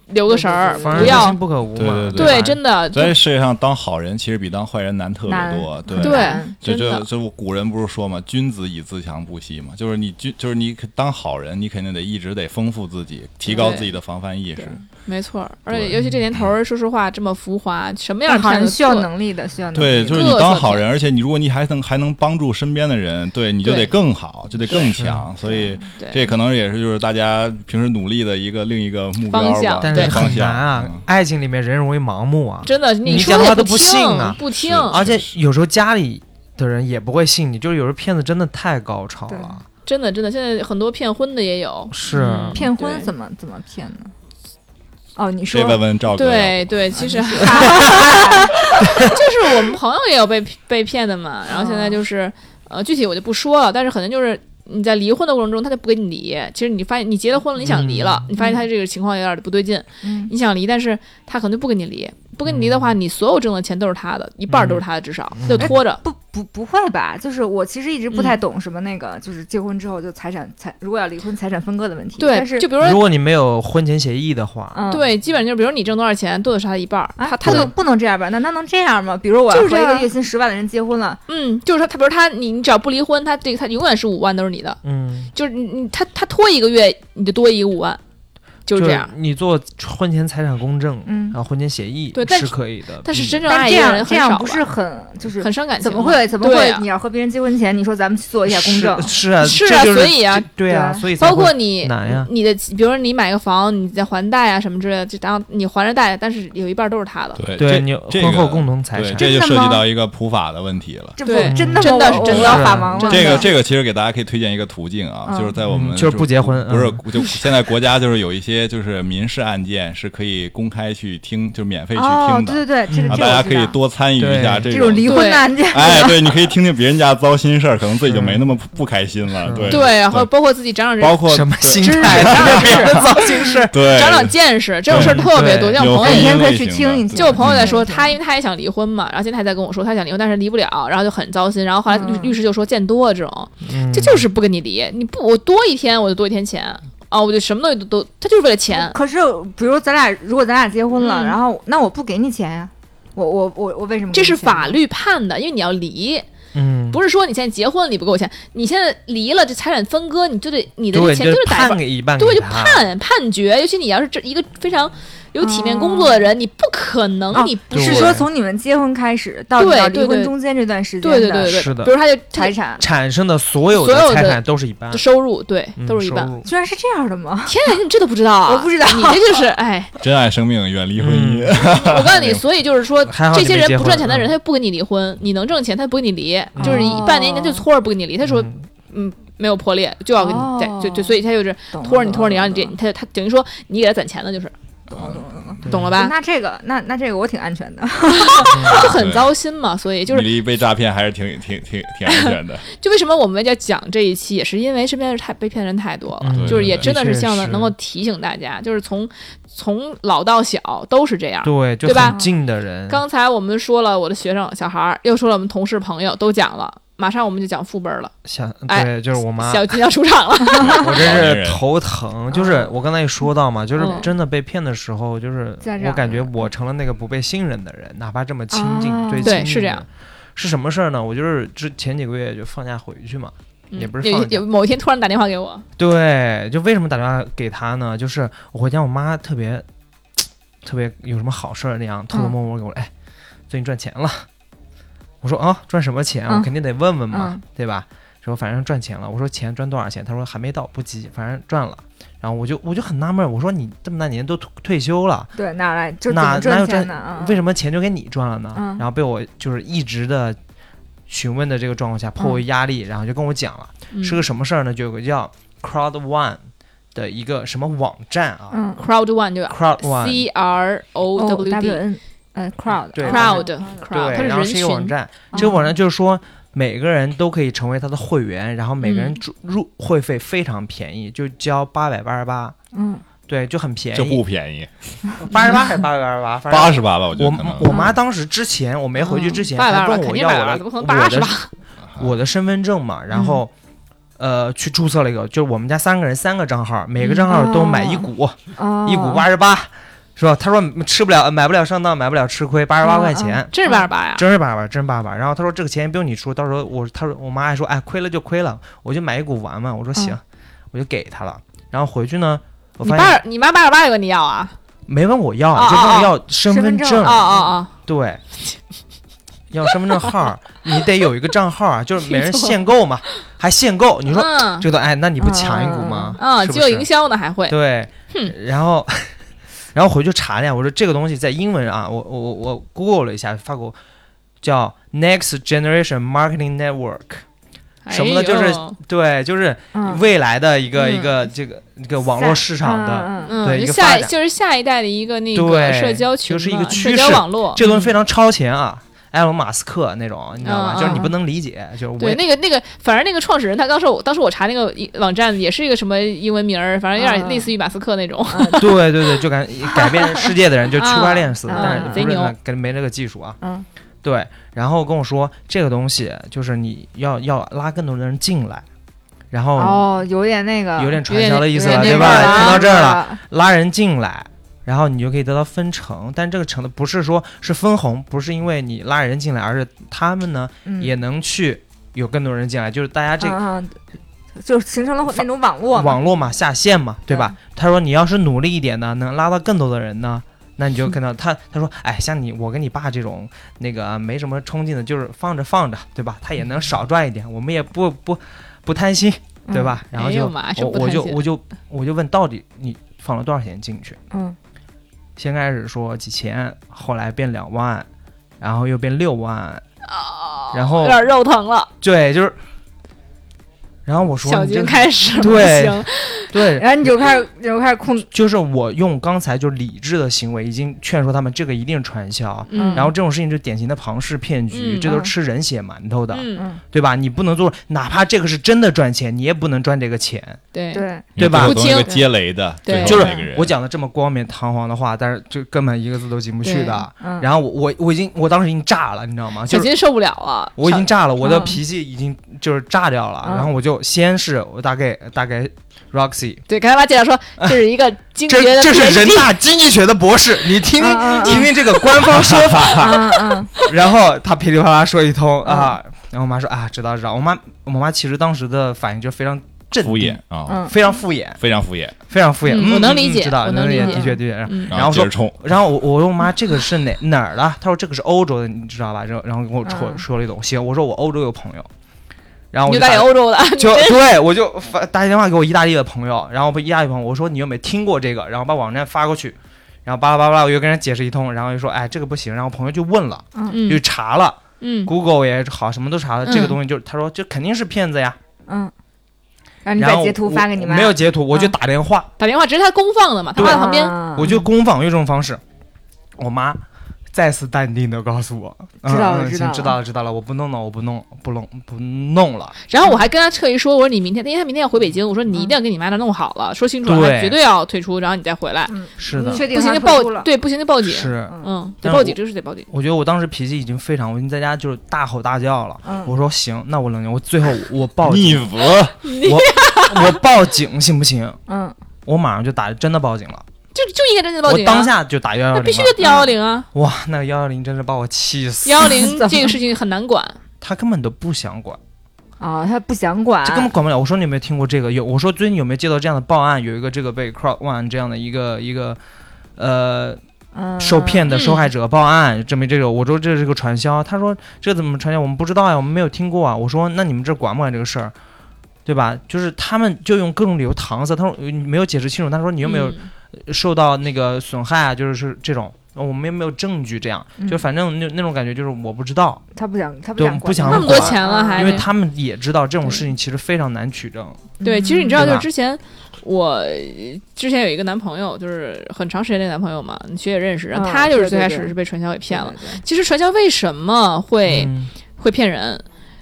[SPEAKER 2] 留个神儿，
[SPEAKER 5] 对
[SPEAKER 2] 不
[SPEAKER 4] 防人之
[SPEAKER 2] 要
[SPEAKER 4] 心不可无嘛。
[SPEAKER 6] 对对
[SPEAKER 2] 对，
[SPEAKER 4] 吧
[SPEAKER 2] 真的
[SPEAKER 6] 在这世界上，当好人其实比当坏人难特别
[SPEAKER 5] 难
[SPEAKER 6] 多。对
[SPEAKER 5] 很
[SPEAKER 2] 对
[SPEAKER 5] 难，
[SPEAKER 6] 这
[SPEAKER 2] 真
[SPEAKER 6] 这
[SPEAKER 2] 的，
[SPEAKER 6] 这不古人不是说嘛，君子以自强不息嘛，就是你君就是你可当好人，你肯定得一直得丰富自己，提高
[SPEAKER 2] 对
[SPEAKER 6] 自己的防范意识
[SPEAKER 2] 对。没错儿。而且
[SPEAKER 6] 对
[SPEAKER 2] 尤其这
[SPEAKER 4] 嗯
[SPEAKER 2] 年头儿，说实话这么浮华，什么样的
[SPEAKER 5] 好
[SPEAKER 2] 骗
[SPEAKER 5] 人
[SPEAKER 2] 子
[SPEAKER 5] 需要
[SPEAKER 2] 特
[SPEAKER 5] 能力的，需要能
[SPEAKER 6] 对，
[SPEAKER 5] 力
[SPEAKER 6] 就
[SPEAKER 5] 的。
[SPEAKER 6] 是你
[SPEAKER 2] 各
[SPEAKER 6] 当
[SPEAKER 2] 色
[SPEAKER 6] 好
[SPEAKER 2] 变
[SPEAKER 6] 人，而且你如果你还能还能帮助身边的人，对，你就
[SPEAKER 2] 对
[SPEAKER 6] 得更好，就得更强。所以
[SPEAKER 2] 对
[SPEAKER 6] 这可能也是就是大家平时努力的一个另一个目标
[SPEAKER 2] 方
[SPEAKER 6] 吧
[SPEAKER 2] 向，
[SPEAKER 4] 但
[SPEAKER 2] 对
[SPEAKER 4] 是
[SPEAKER 6] 方
[SPEAKER 4] 很
[SPEAKER 6] 向
[SPEAKER 4] 难啊
[SPEAKER 6] 嗯，
[SPEAKER 4] 爱情里面人容易盲目啊，
[SPEAKER 2] 真的，
[SPEAKER 4] 你
[SPEAKER 2] 说
[SPEAKER 4] 讲
[SPEAKER 2] 了也
[SPEAKER 4] 的话
[SPEAKER 2] 不
[SPEAKER 4] 都不
[SPEAKER 2] 听
[SPEAKER 4] 信啊
[SPEAKER 2] 不听。
[SPEAKER 6] 是
[SPEAKER 4] 而且有时候家里的人也不会信你，就是有时候骗子真的太高超了，
[SPEAKER 2] 真的，真的，现在很多骗婚的也有，
[SPEAKER 4] 是
[SPEAKER 5] 骗
[SPEAKER 2] 对嗯
[SPEAKER 5] 婚怎么怎么骗呢？哦，你说
[SPEAKER 6] 这问问赵哥，
[SPEAKER 2] 对对，其实就是我们朋友也有被被骗的嘛，然后现在就是呃，具体我就不说了，但是可能就是。你在离婚的过程中，他就不给你离。其实你发现你结了婚了，你想离了，你发现他这个情况有点不对劲，
[SPEAKER 5] 嗯
[SPEAKER 2] 你想离，但是他可能就不跟你离。不跟你离的话，你所有挣的钱都是他的，一半儿都是他的，至少他就拖着。
[SPEAKER 5] 不不不会吧？就是我其实一直不太
[SPEAKER 2] 嗯
[SPEAKER 5] 懂什么那个，就是结婚之后就财产财，如果要离婚财产分割的问题。
[SPEAKER 2] 对
[SPEAKER 5] 但是，
[SPEAKER 2] 就比如说
[SPEAKER 4] 如，果你没有婚前协议的话，
[SPEAKER 5] 嗯，
[SPEAKER 2] 对，基本上就是比如你挣多少钱，多的是他的一半儿。
[SPEAKER 5] 啊，
[SPEAKER 2] 他他
[SPEAKER 5] 不
[SPEAKER 2] 就
[SPEAKER 5] 能不能这样吧？难道能这样吗？比如我要
[SPEAKER 2] 就是
[SPEAKER 5] 和一
[SPEAKER 2] 这样
[SPEAKER 5] 个
[SPEAKER 2] 啊
[SPEAKER 5] 月薪十万的人结婚了，
[SPEAKER 2] 嗯，就是说他，比如他你你只要不离婚，他这个他永远是五万都是你的。
[SPEAKER 4] 嗯，
[SPEAKER 2] 就是你你他他拖一个月，你就多一个五万，就是这样。。
[SPEAKER 4] 你做婚前财产公证，
[SPEAKER 5] 嗯
[SPEAKER 4] 然后婚前协议，
[SPEAKER 2] 对但
[SPEAKER 4] 是
[SPEAKER 2] 是
[SPEAKER 4] 可以的。
[SPEAKER 2] 但是
[SPEAKER 4] 嗯
[SPEAKER 2] 真正
[SPEAKER 5] 但
[SPEAKER 2] 爱一
[SPEAKER 5] 这
[SPEAKER 2] 个
[SPEAKER 5] 样
[SPEAKER 2] 人
[SPEAKER 5] 这
[SPEAKER 2] 很少
[SPEAKER 5] 样
[SPEAKER 2] 吧，
[SPEAKER 5] 不是很就是
[SPEAKER 2] 很伤感情
[SPEAKER 5] 怎
[SPEAKER 2] 吗？
[SPEAKER 5] 么会怎么
[SPEAKER 2] 对
[SPEAKER 5] 会？
[SPEAKER 2] 啊
[SPEAKER 5] 你要和别人结婚前，你说咱们去做一下公证，
[SPEAKER 4] 是是啊，
[SPEAKER 2] 是
[SPEAKER 4] 这
[SPEAKER 2] 啊
[SPEAKER 4] 就是
[SPEAKER 2] 所以啊
[SPEAKER 4] 这对啊，
[SPEAKER 5] 对
[SPEAKER 4] 所以才
[SPEAKER 2] 包括
[SPEAKER 4] 会
[SPEAKER 2] 你
[SPEAKER 4] 难呀
[SPEAKER 2] 你的，比如说你买个房，你在还贷啊什么之类的，就当你还着贷，但是有一半都是他的。
[SPEAKER 6] 对
[SPEAKER 4] 对
[SPEAKER 6] 这
[SPEAKER 4] 你
[SPEAKER 6] 这
[SPEAKER 4] 婚后
[SPEAKER 6] 个
[SPEAKER 4] 共同财
[SPEAKER 6] 对，
[SPEAKER 4] 产，
[SPEAKER 6] 这就
[SPEAKER 5] 真的
[SPEAKER 6] 涉及
[SPEAKER 5] 吗
[SPEAKER 6] 到一个普法的问题了。
[SPEAKER 5] 这不
[SPEAKER 2] 对
[SPEAKER 5] 真的
[SPEAKER 2] 真
[SPEAKER 5] 吗
[SPEAKER 2] 的？
[SPEAKER 5] 我
[SPEAKER 2] 真
[SPEAKER 5] 我
[SPEAKER 2] 的
[SPEAKER 5] 要法盲
[SPEAKER 2] 真
[SPEAKER 5] 了。
[SPEAKER 2] 的
[SPEAKER 6] 这个这个其实给大家可以推荐一个途径啊，
[SPEAKER 5] 嗯
[SPEAKER 6] 就是在我们
[SPEAKER 4] 嗯就是不结婚
[SPEAKER 6] 不是
[SPEAKER 4] 嗯
[SPEAKER 6] 就现在国家就是有一些就是民事案件是可以公开去听，就是免费去
[SPEAKER 5] 哦，
[SPEAKER 6] 听
[SPEAKER 5] 对
[SPEAKER 6] 的，
[SPEAKER 5] 对对，这个
[SPEAKER 6] 啊，
[SPEAKER 5] 这
[SPEAKER 6] 大
[SPEAKER 5] 个
[SPEAKER 6] 家
[SPEAKER 5] 我
[SPEAKER 6] 可
[SPEAKER 5] 知
[SPEAKER 6] 以
[SPEAKER 5] 道。
[SPEAKER 6] 多参与一下
[SPEAKER 4] 对
[SPEAKER 5] 这
[SPEAKER 6] 种
[SPEAKER 5] 种离婚的案件，
[SPEAKER 6] 哎，对，你可以听听别人家糟心事儿，可能自己就没那么不不开心了。
[SPEAKER 4] 嗯是
[SPEAKER 6] 对
[SPEAKER 2] 对，然后包括自己长长
[SPEAKER 6] 包
[SPEAKER 2] 这
[SPEAKER 6] 括
[SPEAKER 4] 什么
[SPEAKER 6] 对
[SPEAKER 4] 心态 啊？别人的造型是
[SPEAKER 6] 对
[SPEAKER 2] 长长见识，这种事儿特别多。
[SPEAKER 4] 对
[SPEAKER 2] 像
[SPEAKER 6] 哎有
[SPEAKER 2] 我朋友
[SPEAKER 5] 每
[SPEAKER 2] 也
[SPEAKER 6] 婚
[SPEAKER 5] 天
[SPEAKER 6] 姻
[SPEAKER 5] 可以
[SPEAKER 6] 类
[SPEAKER 5] 去
[SPEAKER 6] 型
[SPEAKER 5] 听
[SPEAKER 6] 的
[SPEAKER 5] 一
[SPEAKER 6] 对
[SPEAKER 5] 听
[SPEAKER 2] 就我朋友在说，
[SPEAKER 5] 嗯
[SPEAKER 2] 他因为他也想离婚嘛，然后现在还在跟我说他想离婚，但是离不了，然后就很糟心。然后后来律
[SPEAKER 5] 嗯
[SPEAKER 2] 律师就说见多了这种，
[SPEAKER 4] 嗯
[SPEAKER 2] 这就是不跟你离，你不我多一天我就多一天钱啊，我就什么东西都都，他就是为了钱。
[SPEAKER 5] 可是，比如咱俩如果咱俩结婚了，
[SPEAKER 2] 嗯
[SPEAKER 5] 然后那我不给你钱呀、我我我我为什么给
[SPEAKER 2] 这
[SPEAKER 5] 你
[SPEAKER 2] 是
[SPEAKER 5] 钱呢
[SPEAKER 2] 法律判的，因为你要离，
[SPEAKER 4] 嗯，
[SPEAKER 2] 不是说你现在结婚了你不给我钱，你现在离了这财产分割，你就得你的这
[SPEAKER 4] 对，
[SPEAKER 2] 钱
[SPEAKER 4] 就
[SPEAKER 2] 得打一
[SPEAKER 4] 判
[SPEAKER 2] 半，
[SPEAKER 4] 给一半给
[SPEAKER 2] 对，就
[SPEAKER 4] 他，
[SPEAKER 2] 判判决。尤其你要是这一个非常有体面工作的人，你不可能
[SPEAKER 5] 哦
[SPEAKER 2] 你不
[SPEAKER 5] 不是
[SPEAKER 4] 对
[SPEAKER 5] 说从你们结婚开始到你
[SPEAKER 2] 对
[SPEAKER 5] 到
[SPEAKER 2] 对
[SPEAKER 5] 离婚
[SPEAKER 2] 对
[SPEAKER 5] 中间这段时间
[SPEAKER 2] 对对对
[SPEAKER 5] 的
[SPEAKER 2] 对
[SPEAKER 4] 是
[SPEAKER 2] 对，
[SPEAKER 4] 的
[SPEAKER 2] 比如他就他
[SPEAKER 5] 财
[SPEAKER 2] 就
[SPEAKER 5] 产，
[SPEAKER 4] 产生的所有
[SPEAKER 2] 所有
[SPEAKER 4] 的
[SPEAKER 2] 的
[SPEAKER 4] 财产都是一半，
[SPEAKER 2] 收入对
[SPEAKER 4] 嗯
[SPEAKER 2] 都是一半
[SPEAKER 4] 收。入
[SPEAKER 5] 居然是这样的吗？
[SPEAKER 2] 天啊，你这都不知道啊？
[SPEAKER 5] 我不知道
[SPEAKER 2] 你这就是哎，
[SPEAKER 6] 珍爱生命，远离婚
[SPEAKER 4] 嗯
[SPEAKER 6] 姻。
[SPEAKER 2] 我告诉你，所以就是说，
[SPEAKER 4] 还好
[SPEAKER 2] 这
[SPEAKER 4] 你
[SPEAKER 2] 些
[SPEAKER 4] 没
[SPEAKER 2] 人
[SPEAKER 4] 结
[SPEAKER 2] 不
[SPEAKER 4] 婚
[SPEAKER 2] 赚钱的人，
[SPEAKER 4] 嗯
[SPEAKER 2] 他就不跟你离婚；你能挣钱，他不跟你离，就是一
[SPEAKER 5] 哦
[SPEAKER 2] 半年一年就搓着不跟你离。他说
[SPEAKER 4] 嗯
[SPEAKER 2] 没有破裂，就要跟你在
[SPEAKER 5] 哦
[SPEAKER 2] 就就所以他就是
[SPEAKER 5] 懂了
[SPEAKER 2] 拖着你拖着你，
[SPEAKER 5] 懂
[SPEAKER 2] 然后
[SPEAKER 5] 了
[SPEAKER 2] 你这他他等于说你给他攒钱了，就是
[SPEAKER 5] 懂了懂了懂了
[SPEAKER 4] 嗯
[SPEAKER 2] 懂了吧？
[SPEAKER 5] 那这个那那这个我挺安全的，
[SPEAKER 2] 就很糟心嘛。所以就是
[SPEAKER 6] 你离被诈骗还是挺挺挺挺安全的。
[SPEAKER 2] 就为什么我们要讲这一期，也是因为身边是太被骗人太多了，
[SPEAKER 4] 嗯
[SPEAKER 2] 就是也
[SPEAKER 4] 对
[SPEAKER 2] 真的
[SPEAKER 4] 的
[SPEAKER 2] 是
[SPEAKER 4] 确
[SPEAKER 2] 希望
[SPEAKER 4] 是
[SPEAKER 2] 能够提醒大家，就是从从老到小都是这样。
[SPEAKER 4] 对，就
[SPEAKER 2] 对吧
[SPEAKER 4] 很近的人，
[SPEAKER 2] 刚才我们说了我的学生小孩儿，又说了我们同事朋友，都讲了。马上我们就讲副本儿了，
[SPEAKER 4] 想
[SPEAKER 2] 哎
[SPEAKER 4] 对，就是我妈，
[SPEAKER 2] 小即将出场 了。
[SPEAKER 4] 我
[SPEAKER 6] 老年
[SPEAKER 4] 真
[SPEAKER 6] 人
[SPEAKER 4] 是头疼。就是我刚才也说到嘛，就是
[SPEAKER 2] 嗯啊
[SPEAKER 4] 真的被骗的时候，就是
[SPEAKER 5] 家长
[SPEAKER 4] 我感觉我成了那个不被信任的人，哪怕这么亲近
[SPEAKER 5] 啊，
[SPEAKER 4] 最
[SPEAKER 2] 对是
[SPEAKER 4] 亲近
[SPEAKER 2] 这
[SPEAKER 4] 的
[SPEAKER 2] 样。
[SPEAKER 4] 是什么事儿呢？我就是之前几个月就放假回去嘛，也不
[SPEAKER 2] 嗯
[SPEAKER 4] 是
[SPEAKER 2] 有
[SPEAKER 4] 放假
[SPEAKER 2] 有某一天突然打电话给我，
[SPEAKER 4] 对，就为什么打电话给他呢？就是我回家，我妈特别特别有什么好事儿那样，偷
[SPEAKER 5] 嗯
[SPEAKER 4] 偷摸摸给我，哎，最近赚钱了。我说啊，赚什么钱？我
[SPEAKER 5] 嗯
[SPEAKER 4] 肯定得问问嘛，
[SPEAKER 5] 嗯
[SPEAKER 4] 对吧？说反正赚钱了。我说钱赚多少钱？他说还没到，不急，反正赚了。然后我就我就很纳闷儿，我说你这么大年都退退休了，
[SPEAKER 5] 对，哪来就是怎
[SPEAKER 4] 哪
[SPEAKER 5] 么
[SPEAKER 4] 哪有
[SPEAKER 5] 赚钱
[SPEAKER 4] 赚
[SPEAKER 5] 呢？啊，
[SPEAKER 4] 为什么钱就给你赚了呢？
[SPEAKER 5] 嗯
[SPEAKER 4] 然后被我就是一直的询问的这个状况下，迫
[SPEAKER 5] 嗯
[SPEAKER 4] 于压力，然后就跟我讲了。
[SPEAKER 2] 嗯
[SPEAKER 4] 是个什么事儿呢？就有个叫 Crowd One 的一个什么网站啊、
[SPEAKER 5] 嗯
[SPEAKER 2] crowd one 对吧
[SPEAKER 4] c r o w d
[SPEAKER 2] ？C
[SPEAKER 4] One
[SPEAKER 2] R O
[SPEAKER 5] ，O
[SPEAKER 2] W
[SPEAKER 5] W
[SPEAKER 2] D
[SPEAKER 5] N 呃 crowd
[SPEAKER 4] 对
[SPEAKER 2] crowd
[SPEAKER 4] 对，
[SPEAKER 2] crowd，它
[SPEAKER 4] 然后
[SPEAKER 2] 人
[SPEAKER 4] 是一个网
[SPEAKER 2] 群，哦
[SPEAKER 4] 站，这个网站就是说。每个人都可以成为他的会员，然后每个人
[SPEAKER 2] 嗯
[SPEAKER 4] 注入会费非常便宜，就交八百八十八，
[SPEAKER 5] 嗯
[SPEAKER 4] 对，就很便
[SPEAKER 6] 这不
[SPEAKER 4] 宜，
[SPEAKER 6] 便宜，
[SPEAKER 4] 八十八还是八百八十八，反正
[SPEAKER 6] 八十八吧，我觉
[SPEAKER 4] 我
[SPEAKER 6] 得可能
[SPEAKER 4] 我妈当时之前我没回去之
[SPEAKER 2] 嗯
[SPEAKER 4] 前，
[SPEAKER 2] 八
[SPEAKER 4] 她
[SPEAKER 2] 百八
[SPEAKER 4] 问
[SPEAKER 2] 肯
[SPEAKER 4] 我
[SPEAKER 2] 定
[SPEAKER 4] 要
[SPEAKER 2] 八
[SPEAKER 4] 我
[SPEAKER 2] 百八，
[SPEAKER 4] 的
[SPEAKER 2] 怎么可能八
[SPEAKER 4] 我
[SPEAKER 2] 十
[SPEAKER 4] 的
[SPEAKER 2] 八？ 嗯
[SPEAKER 4] 我的身份证嘛，然后呃去注
[SPEAKER 2] 嗯哦
[SPEAKER 4] 册了一个，就是我们家三个人三个账号，每个账号都买一股，
[SPEAKER 5] 哦，
[SPEAKER 4] 一股八十八，是吧？他说吃不了，买不了上当，买不了吃亏，八十
[SPEAKER 2] 嗯
[SPEAKER 4] 八块钱。
[SPEAKER 2] 这是八十八呀，
[SPEAKER 4] 真是爸爸，真爸爸。然后他说这个钱也不用你出，到时候我他说我妈还说哎亏了就亏了，我就买一股玩玩。我说行，我就给他了。然后回去呢，我
[SPEAKER 2] 嗯你
[SPEAKER 4] 发
[SPEAKER 2] 八
[SPEAKER 4] 现
[SPEAKER 2] 十你妈八十八有个你要啊？
[SPEAKER 4] 没问我要，
[SPEAKER 2] 哦
[SPEAKER 4] 就
[SPEAKER 2] 哦
[SPEAKER 4] 问
[SPEAKER 2] 哦
[SPEAKER 4] 我要身
[SPEAKER 5] 身份
[SPEAKER 4] 份
[SPEAKER 5] 证
[SPEAKER 2] 哦
[SPEAKER 5] 嗯
[SPEAKER 2] 哦哦，
[SPEAKER 4] 对，要身份证号儿，你得有一个账号啊，就是每 人
[SPEAKER 2] 没错
[SPEAKER 4] 限购嘛，还限购。你说
[SPEAKER 2] 嗯
[SPEAKER 4] 这个哎，那你不抢一股吗？
[SPEAKER 2] 嗯，
[SPEAKER 4] 是不
[SPEAKER 2] 饥饿营
[SPEAKER 4] 是
[SPEAKER 2] 销呢还会，
[SPEAKER 4] 对
[SPEAKER 2] 哼，
[SPEAKER 4] 然后 然后回去查了一下，我说这个东西在英文啊，我我我我 Google 了一下，发给我叫 Next Generation Marketing Network，什么的
[SPEAKER 2] 哎呦
[SPEAKER 4] 就是对，就是
[SPEAKER 5] 嗯，
[SPEAKER 4] 未来的一个、
[SPEAKER 2] 嗯
[SPEAKER 4] 一个这个一个网络市场的。
[SPEAKER 5] 嗯嗯嗯
[SPEAKER 2] 嗯，
[SPEAKER 4] 对
[SPEAKER 2] 就
[SPEAKER 4] 一个
[SPEAKER 2] 下
[SPEAKER 4] 发展
[SPEAKER 2] 就是下一代的一个那个
[SPEAKER 4] 对
[SPEAKER 2] 社交群嘛，
[SPEAKER 4] 就是一个趋
[SPEAKER 2] 社交
[SPEAKER 4] 势
[SPEAKER 2] 网络，
[SPEAKER 4] 这东西非
[SPEAKER 2] 嗯
[SPEAKER 4] 常超前啊，埃隆·马斯克那种，你知道吧？
[SPEAKER 2] 嗯
[SPEAKER 4] 就是你
[SPEAKER 2] 嗯
[SPEAKER 4] 不能理解，就是我
[SPEAKER 2] 对，
[SPEAKER 4] 也
[SPEAKER 2] 那个那个，反正那个创始人，他当时我当时我查那个一网站，也是一个什么英文名儿，反正
[SPEAKER 4] 嗯
[SPEAKER 2] 有点类似于马斯克那种。
[SPEAKER 4] 对对对，就感改变世界的人，就区块链似的，
[SPEAKER 5] 啊
[SPEAKER 4] 但
[SPEAKER 5] 啊
[SPEAKER 4] 是
[SPEAKER 2] 贼
[SPEAKER 4] 不是
[SPEAKER 2] 牛
[SPEAKER 4] 那跟没那个技术啊。
[SPEAKER 5] 嗯，
[SPEAKER 4] 对，然后跟我说这个东西就是你要要拉更多的人进来，然后
[SPEAKER 5] 哦，有点那个，
[SPEAKER 4] 嗯有点
[SPEAKER 2] 有
[SPEAKER 4] 传
[SPEAKER 2] 点
[SPEAKER 4] 销的意
[SPEAKER 2] 有
[SPEAKER 4] 思
[SPEAKER 2] 点
[SPEAKER 4] 了，
[SPEAKER 2] 那
[SPEAKER 4] 对
[SPEAKER 2] 味儿
[SPEAKER 4] 吧？
[SPEAKER 2] 了啊
[SPEAKER 4] 听到这儿了，
[SPEAKER 5] 了，
[SPEAKER 4] 拉人进来。然后你就可以得到分成，但这个成的不是说是分红，不是因为你拉人进来，而是他们呢、
[SPEAKER 5] 嗯
[SPEAKER 4] 也能去有更多人进来，就是大家这个
[SPEAKER 5] 嗯，嗯就形成了那种网络嘛，
[SPEAKER 4] 网络嘛，下
[SPEAKER 2] 嗯
[SPEAKER 4] 线嘛，对吧？他说你要是努力一点呢，能拉到更多的人呢，那你 就看到他，他说，哎，像你我跟你爸这种那个没什么冲劲的，就是放着放着，对吧？他也能少赚一点，我们也不不不贪心，
[SPEAKER 5] 嗯
[SPEAKER 4] 对吧？ 然后
[SPEAKER 2] 哎呦
[SPEAKER 4] 就
[SPEAKER 2] 妈，这
[SPEAKER 4] 我
[SPEAKER 2] 不
[SPEAKER 4] 我
[SPEAKER 2] 太
[SPEAKER 4] 就
[SPEAKER 2] 行
[SPEAKER 4] 我就我就问到底你放了多少钱进去？
[SPEAKER 5] 嗯？
[SPEAKER 4] 先开始说几千，后来变两万，然后又变六万，然后
[SPEAKER 2] 哦有点肉疼了，
[SPEAKER 4] 对，就是，然后我说
[SPEAKER 2] 小
[SPEAKER 4] 你这
[SPEAKER 2] 金
[SPEAKER 4] 个
[SPEAKER 2] 开始不
[SPEAKER 4] 对
[SPEAKER 2] 行，
[SPEAKER 4] 对
[SPEAKER 5] 嗯，，然后你就开始你就开始控，
[SPEAKER 4] 就是我用刚才就理智的行为，已经劝说他们这个一定是传销。
[SPEAKER 2] 嗯，
[SPEAKER 4] 然后这种事情就典型的庞氏骗局，
[SPEAKER 2] 嗯
[SPEAKER 4] 这都是吃人血馒头的，
[SPEAKER 2] 嗯，
[SPEAKER 5] 嗯，
[SPEAKER 4] 对吧？你不能做，哪怕这个是真的赚钱，你也不能赚这个钱。
[SPEAKER 2] 对，
[SPEAKER 5] 对，
[SPEAKER 4] 对吧
[SPEAKER 6] 有一
[SPEAKER 2] 不
[SPEAKER 6] 个
[SPEAKER 2] 听
[SPEAKER 6] 接雷的，
[SPEAKER 2] 对
[SPEAKER 6] 最后
[SPEAKER 4] 就是
[SPEAKER 6] 每个人
[SPEAKER 4] 我讲的这么冠冕堂皇的话，但是就根本一个字都进不去的。
[SPEAKER 5] 嗯，
[SPEAKER 4] 然后我我我已经我当时已经炸了，你知道吗？
[SPEAKER 2] 小
[SPEAKER 4] 啊就是
[SPEAKER 2] 金受不了了，
[SPEAKER 4] 我已经炸了，我的
[SPEAKER 5] 嗯
[SPEAKER 4] 脾气已经就是炸掉了。
[SPEAKER 5] 嗯
[SPEAKER 4] 然后我就先是我大概大概 Roxy，
[SPEAKER 2] 对，刚才他介 绍说这是一个精
[SPEAKER 4] 哎这
[SPEAKER 2] 绝的
[SPEAKER 4] 这是人
[SPEAKER 2] PhD
[SPEAKER 4] 大经济学的博士，你听听
[SPEAKER 5] 嗯嗯嗯
[SPEAKER 4] 听听这个官方说法。
[SPEAKER 5] 嗯嗯
[SPEAKER 4] 然后他噼里啪啦说一通啊，
[SPEAKER 6] 嗯
[SPEAKER 4] 然后我妈说啊，知道知道。我妈我妈其实当时的反应就非常镇
[SPEAKER 6] 敷衍
[SPEAKER 4] 定，
[SPEAKER 6] 啊，
[SPEAKER 5] 嗯，
[SPEAKER 4] 非常敷衍，
[SPEAKER 6] 非常敷衍，啊
[SPEAKER 4] 非常敷衍。
[SPEAKER 2] 嗯
[SPEAKER 4] 嗯，
[SPEAKER 2] 我能
[SPEAKER 4] 嗯
[SPEAKER 2] 理
[SPEAKER 4] 嗯
[SPEAKER 2] 解
[SPEAKER 4] 知道
[SPEAKER 2] 我能
[SPEAKER 4] 能
[SPEAKER 2] 理
[SPEAKER 4] 解，
[SPEAKER 2] 解
[SPEAKER 4] 的确对。然后
[SPEAKER 2] 嗯，
[SPEAKER 4] 然后
[SPEAKER 6] 接
[SPEAKER 4] 说
[SPEAKER 6] 着冲，
[SPEAKER 4] 然后我我问我妈这个是哪哪儿的？她说这个是欧洲的，你知道吧？然后然后跟我说
[SPEAKER 5] 嗯
[SPEAKER 4] 说了一通，行，我说我欧洲有朋友，然后
[SPEAKER 2] 你
[SPEAKER 4] 我
[SPEAKER 2] 就
[SPEAKER 4] 就
[SPEAKER 2] 打给
[SPEAKER 4] 打
[SPEAKER 2] 欧洲 的，
[SPEAKER 4] 就对，我就发打电话给我意大利的朋友，然后我意大利朋友我说你有没有听过这个？然后把网站发过去，然后巴拉巴拉巴拉，我又跟人解释一通，然后又说哎这个不行，然后朋友就问了，就
[SPEAKER 2] 嗯
[SPEAKER 4] 查了。
[SPEAKER 2] 嗯，
[SPEAKER 4] Google 也好，什么都查了，这
[SPEAKER 2] 嗯
[SPEAKER 4] 个东西就是他说这肯定是骗子呀。
[SPEAKER 5] 嗯，然后你
[SPEAKER 4] 然
[SPEAKER 5] 把
[SPEAKER 4] 后
[SPEAKER 5] 截图
[SPEAKER 4] 我
[SPEAKER 5] 发给你
[SPEAKER 4] 我
[SPEAKER 5] 妈，
[SPEAKER 4] 没有截图，我就
[SPEAKER 5] 啊
[SPEAKER 4] 打电话，
[SPEAKER 2] 打电话只是他公放的嘛，他
[SPEAKER 5] 啊，
[SPEAKER 2] 放在旁边，
[SPEAKER 4] 我就公放，用这种方式。我妈再次淡定的告诉我，
[SPEAKER 5] 知道了
[SPEAKER 4] 嗯嗯
[SPEAKER 5] 知道
[SPEAKER 4] 行知道了，知道了，我不弄了，我不弄，不弄，不弄了。
[SPEAKER 2] 然后我还跟他特意说，我说你明天，因为他明天要回北京，我说你一定要给你妈那弄好了，说清楚了，
[SPEAKER 4] 嗯对嗯
[SPEAKER 2] 她绝对要退出，然后你再回来，
[SPEAKER 4] 是的，
[SPEAKER 5] 确定
[SPEAKER 2] 不行
[SPEAKER 5] 他
[SPEAKER 2] 就
[SPEAKER 5] 退出
[SPEAKER 2] 报，
[SPEAKER 5] 了，
[SPEAKER 2] 对，不行就报警，
[SPEAKER 4] 是。
[SPEAKER 2] 嗯，得
[SPEAKER 4] 但是
[SPEAKER 2] 报
[SPEAKER 4] 我
[SPEAKER 2] 警，这个是得报警，
[SPEAKER 4] 我觉得我当时脾气已经非常，我已经在家就是大吼大叫了。
[SPEAKER 5] 嗯
[SPEAKER 4] 我说行，那我冷静。我最后我报
[SPEAKER 6] 逆
[SPEAKER 4] 警，
[SPEAKER 6] 服，
[SPEAKER 4] 我报警行不行？
[SPEAKER 5] 嗯
[SPEAKER 4] 我马上就打，真的报警了。
[SPEAKER 2] 就就应该真的报
[SPEAKER 4] 我
[SPEAKER 2] 警、啊，
[SPEAKER 4] 当下就打幺幺
[SPEAKER 2] 那
[SPEAKER 4] 零。
[SPEAKER 2] 必须得幺幺零啊，
[SPEAKER 4] 哇，那个幺幺零真是把我气死。
[SPEAKER 2] 幺幺零这个事情很难管，
[SPEAKER 4] 他根本都不想管，
[SPEAKER 5] 啊，他不想管，
[SPEAKER 4] 这根本管不了。我说你有没有听过这个？有，我说最近有没有接到这样的报案？有一个这个被 crowd one 这样的一个一个呃
[SPEAKER 5] 嗯
[SPEAKER 4] 受骗的
[SPEAKER 2] 嗯
[SPEAKER 4] 受害者报案，证明这个。我说这是个传销。他说这怎么传销？我们不知道呀，我们没有听过啊。我说那你们这管不管这个事儿？对吧？就是他们就用各种理由搪塞，他说呃你没有解释清楚。他说你有没有
[SPEAKER 2] 嗯
[SPEAKER 4] 受到那个损害啊？就是是这种，呃我们也没有证据，这样就
[SPEAKER 5] 嗯
[SPEAKER 4] 反正那那种感觉就是我不知道。
[SPEAKER 5] 他不想，他不
[SPEAKER 4] 对
[SPEAKER 5] 想
[SPEAKER 4] 不
[SPEAKER 5] 管嗯
[SPEAKER 4] 想
[SPEAKER 2] 那么多钱了还
[SPEAKER 4] 因为他们也知道这种事情其实非常难取证。
[SPEAKER 2] 对，其实你知道，
[SPEAKER 4] 对
[SPEAKER 2] 就
[SPEAKER 4] 吧
[SPEAKER 2] 是之前我之前有一个男朋友，就是很长时间的男朋友嘛，你学姐认识，然后
[SPEAKER 5] 嗯
[SPEAKER 2] 他就是
[SPEAKER 5] 对
[SPEAKER 2] 最
[SPEAKER 5] 对
[SPEAKER 2] 开
[SPEAKER 5] 对
[SPEAKER 2] 始是被传销给骗了。
[SPEAKER 5] 对对对
[SPEAKER 2] 其实传销为什么会、
[SPEAKER 4] 嗯，
[SPEAKER 2] 会骗人？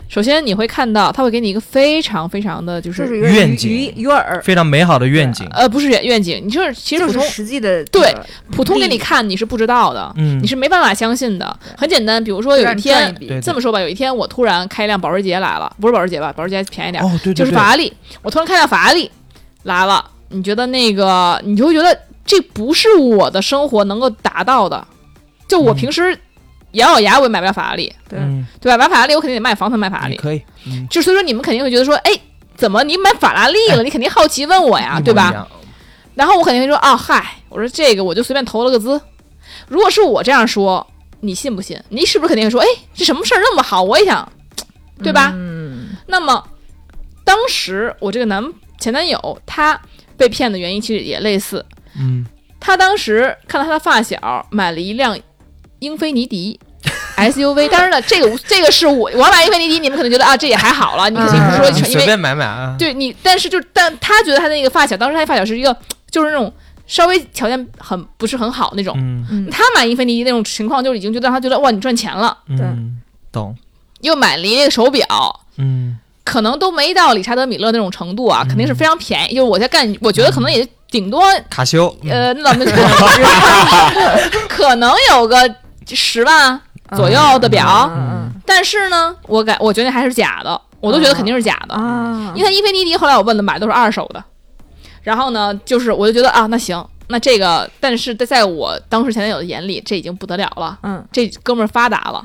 [SPEAKER 2] 首先你会看到，他会给你一个非常非常的就
[SPEAKER 5] 就是是有点
[SPEAKER 4] 愿
[SPEAKER 5] 鱼
[SPEAKER 4] 景
[SPEAKER 5] 鱼鱼饵，
[SPEAKER 4] 非常美好的愿景。
[SPEAKER 2] 呃，不是愿愿景，你就是其实
[SPEAKER 5] 就
[SPEAKER 2] 普
[SPEAKER 5] 是
[SPEAKER 2] 通
[SPEAKER 5] 实际的这
[SPEAKER 2] 对
[SPEAKER 5] 个，
[SPEAKER 2] 普通给你看你是不知道的，
[SPEAKER 4] 嗯，
[SPEAKER 2] 你是没办法相信的。很简单，比如说有
[SPEAKER 5] 让
[SPEAKER 2] 一
[SPEAKER 5] 你赚
[SPEAKER 2] 天
[SPEAKER 5] 一笔
[SPEAKER 4] 对
[SPEAKER 2] 这么说吧，有一天我突然开一辆保时捷来了，不是保时捷吧？保时捷便宜点，
[SPEAKER 4] 哦，对对对，
[SPEAKER 2] 就是法拉利。我突然看到法拉利来了，你觉得那个，你就会觉得这不是我的生活能够达到的。就我平时咬咬牙，我也买不了法拉利，对
[SPEAKER 4] 嗯，
[SPEAKER 2] 对吧？买法拉利，我肯定得卖房才能买法拉
[SPEAKER 4] 你
[SPEAKER 2] 利。
[SPEAKER 4] 可以，嗯，
[SPEAKER 2] 就所以说，你们肯定会觉得说，哎，怎么你买法拉利了？你肯定好奇问我呀，
[SPEAKER 4] 一模
[SPEAKER 2] 啊对吧
[SPEAKER 4] 一？样？
[SPEAKER 2] 然后我肯定说啊，嗨，我说这个我就随便投了个资。如果是我这样说，你信不信？你是不是肯定说，哎，这什么事儿那么好，我也想，对吧？
[SPEAKER 5] 嗯，
[SPEAKER 2] 那么当时我这个男前男友他被骗的原因其实也类似，
[SPEAKER 4] 嗯，
[SPEAKER 2] 他当时看到他的发小买了一辆英菲尼迪 SUV，当然了，这个无这个是我我买英菲尼迪，你们可能觉得啊这也还好了，你肯定不说
[SPEAKER 5] 嗯
[SPEAKER 4] 你
[SPEAKER 2] 因
[SPEAKER 4] 随
[SPEAKER 2] 为
[SPEAKER 4] 便买买啊。
[SPEAKER 2] 对你，但是就是，但他觉得他那个发小，当时他那发小是一个，就是那种稍微条件很不是很好那种。
[SPEAKER 4] 嗯，
[SPEAKER 2] 他买英菲尼迪那种情况，就已经觉得让他觉得哇，你赚钱了，
[SPEAKER 4] 嗯
[SPEAKER 5] 对
[SPEAKER 4] 懂，
[SPEAKER 2] 又买了一个手表，
[SPEAKER 4] 嗯
[SPEAKER 2] 可能都没到理查德米勒那种程度啊，肯定是非常便宜。就是我在干，我觉得可能也顶多
[SPEAKER 4] 卡西欧，嗯
[SPEAKER 2] 呃，那咱们 可能有个十万左右的表，
[SPEAKER 5] 嗯
[SPEAKER 2] 但是呢，我感我觉得还是假的，我都觉得肯定是假的
[SPEAKER 5] 嗯啊，
[SPEAKER 2] 因为它英菲尼迪后来我问的买都是二手的，然后呢，就是我就觉得啊，那行，那这个，但是在在我当时前男友的眼里，这已经不得了了，
[SPEAKER 5] 嗯
[SPEAKER 2] 这哥们儿发达了，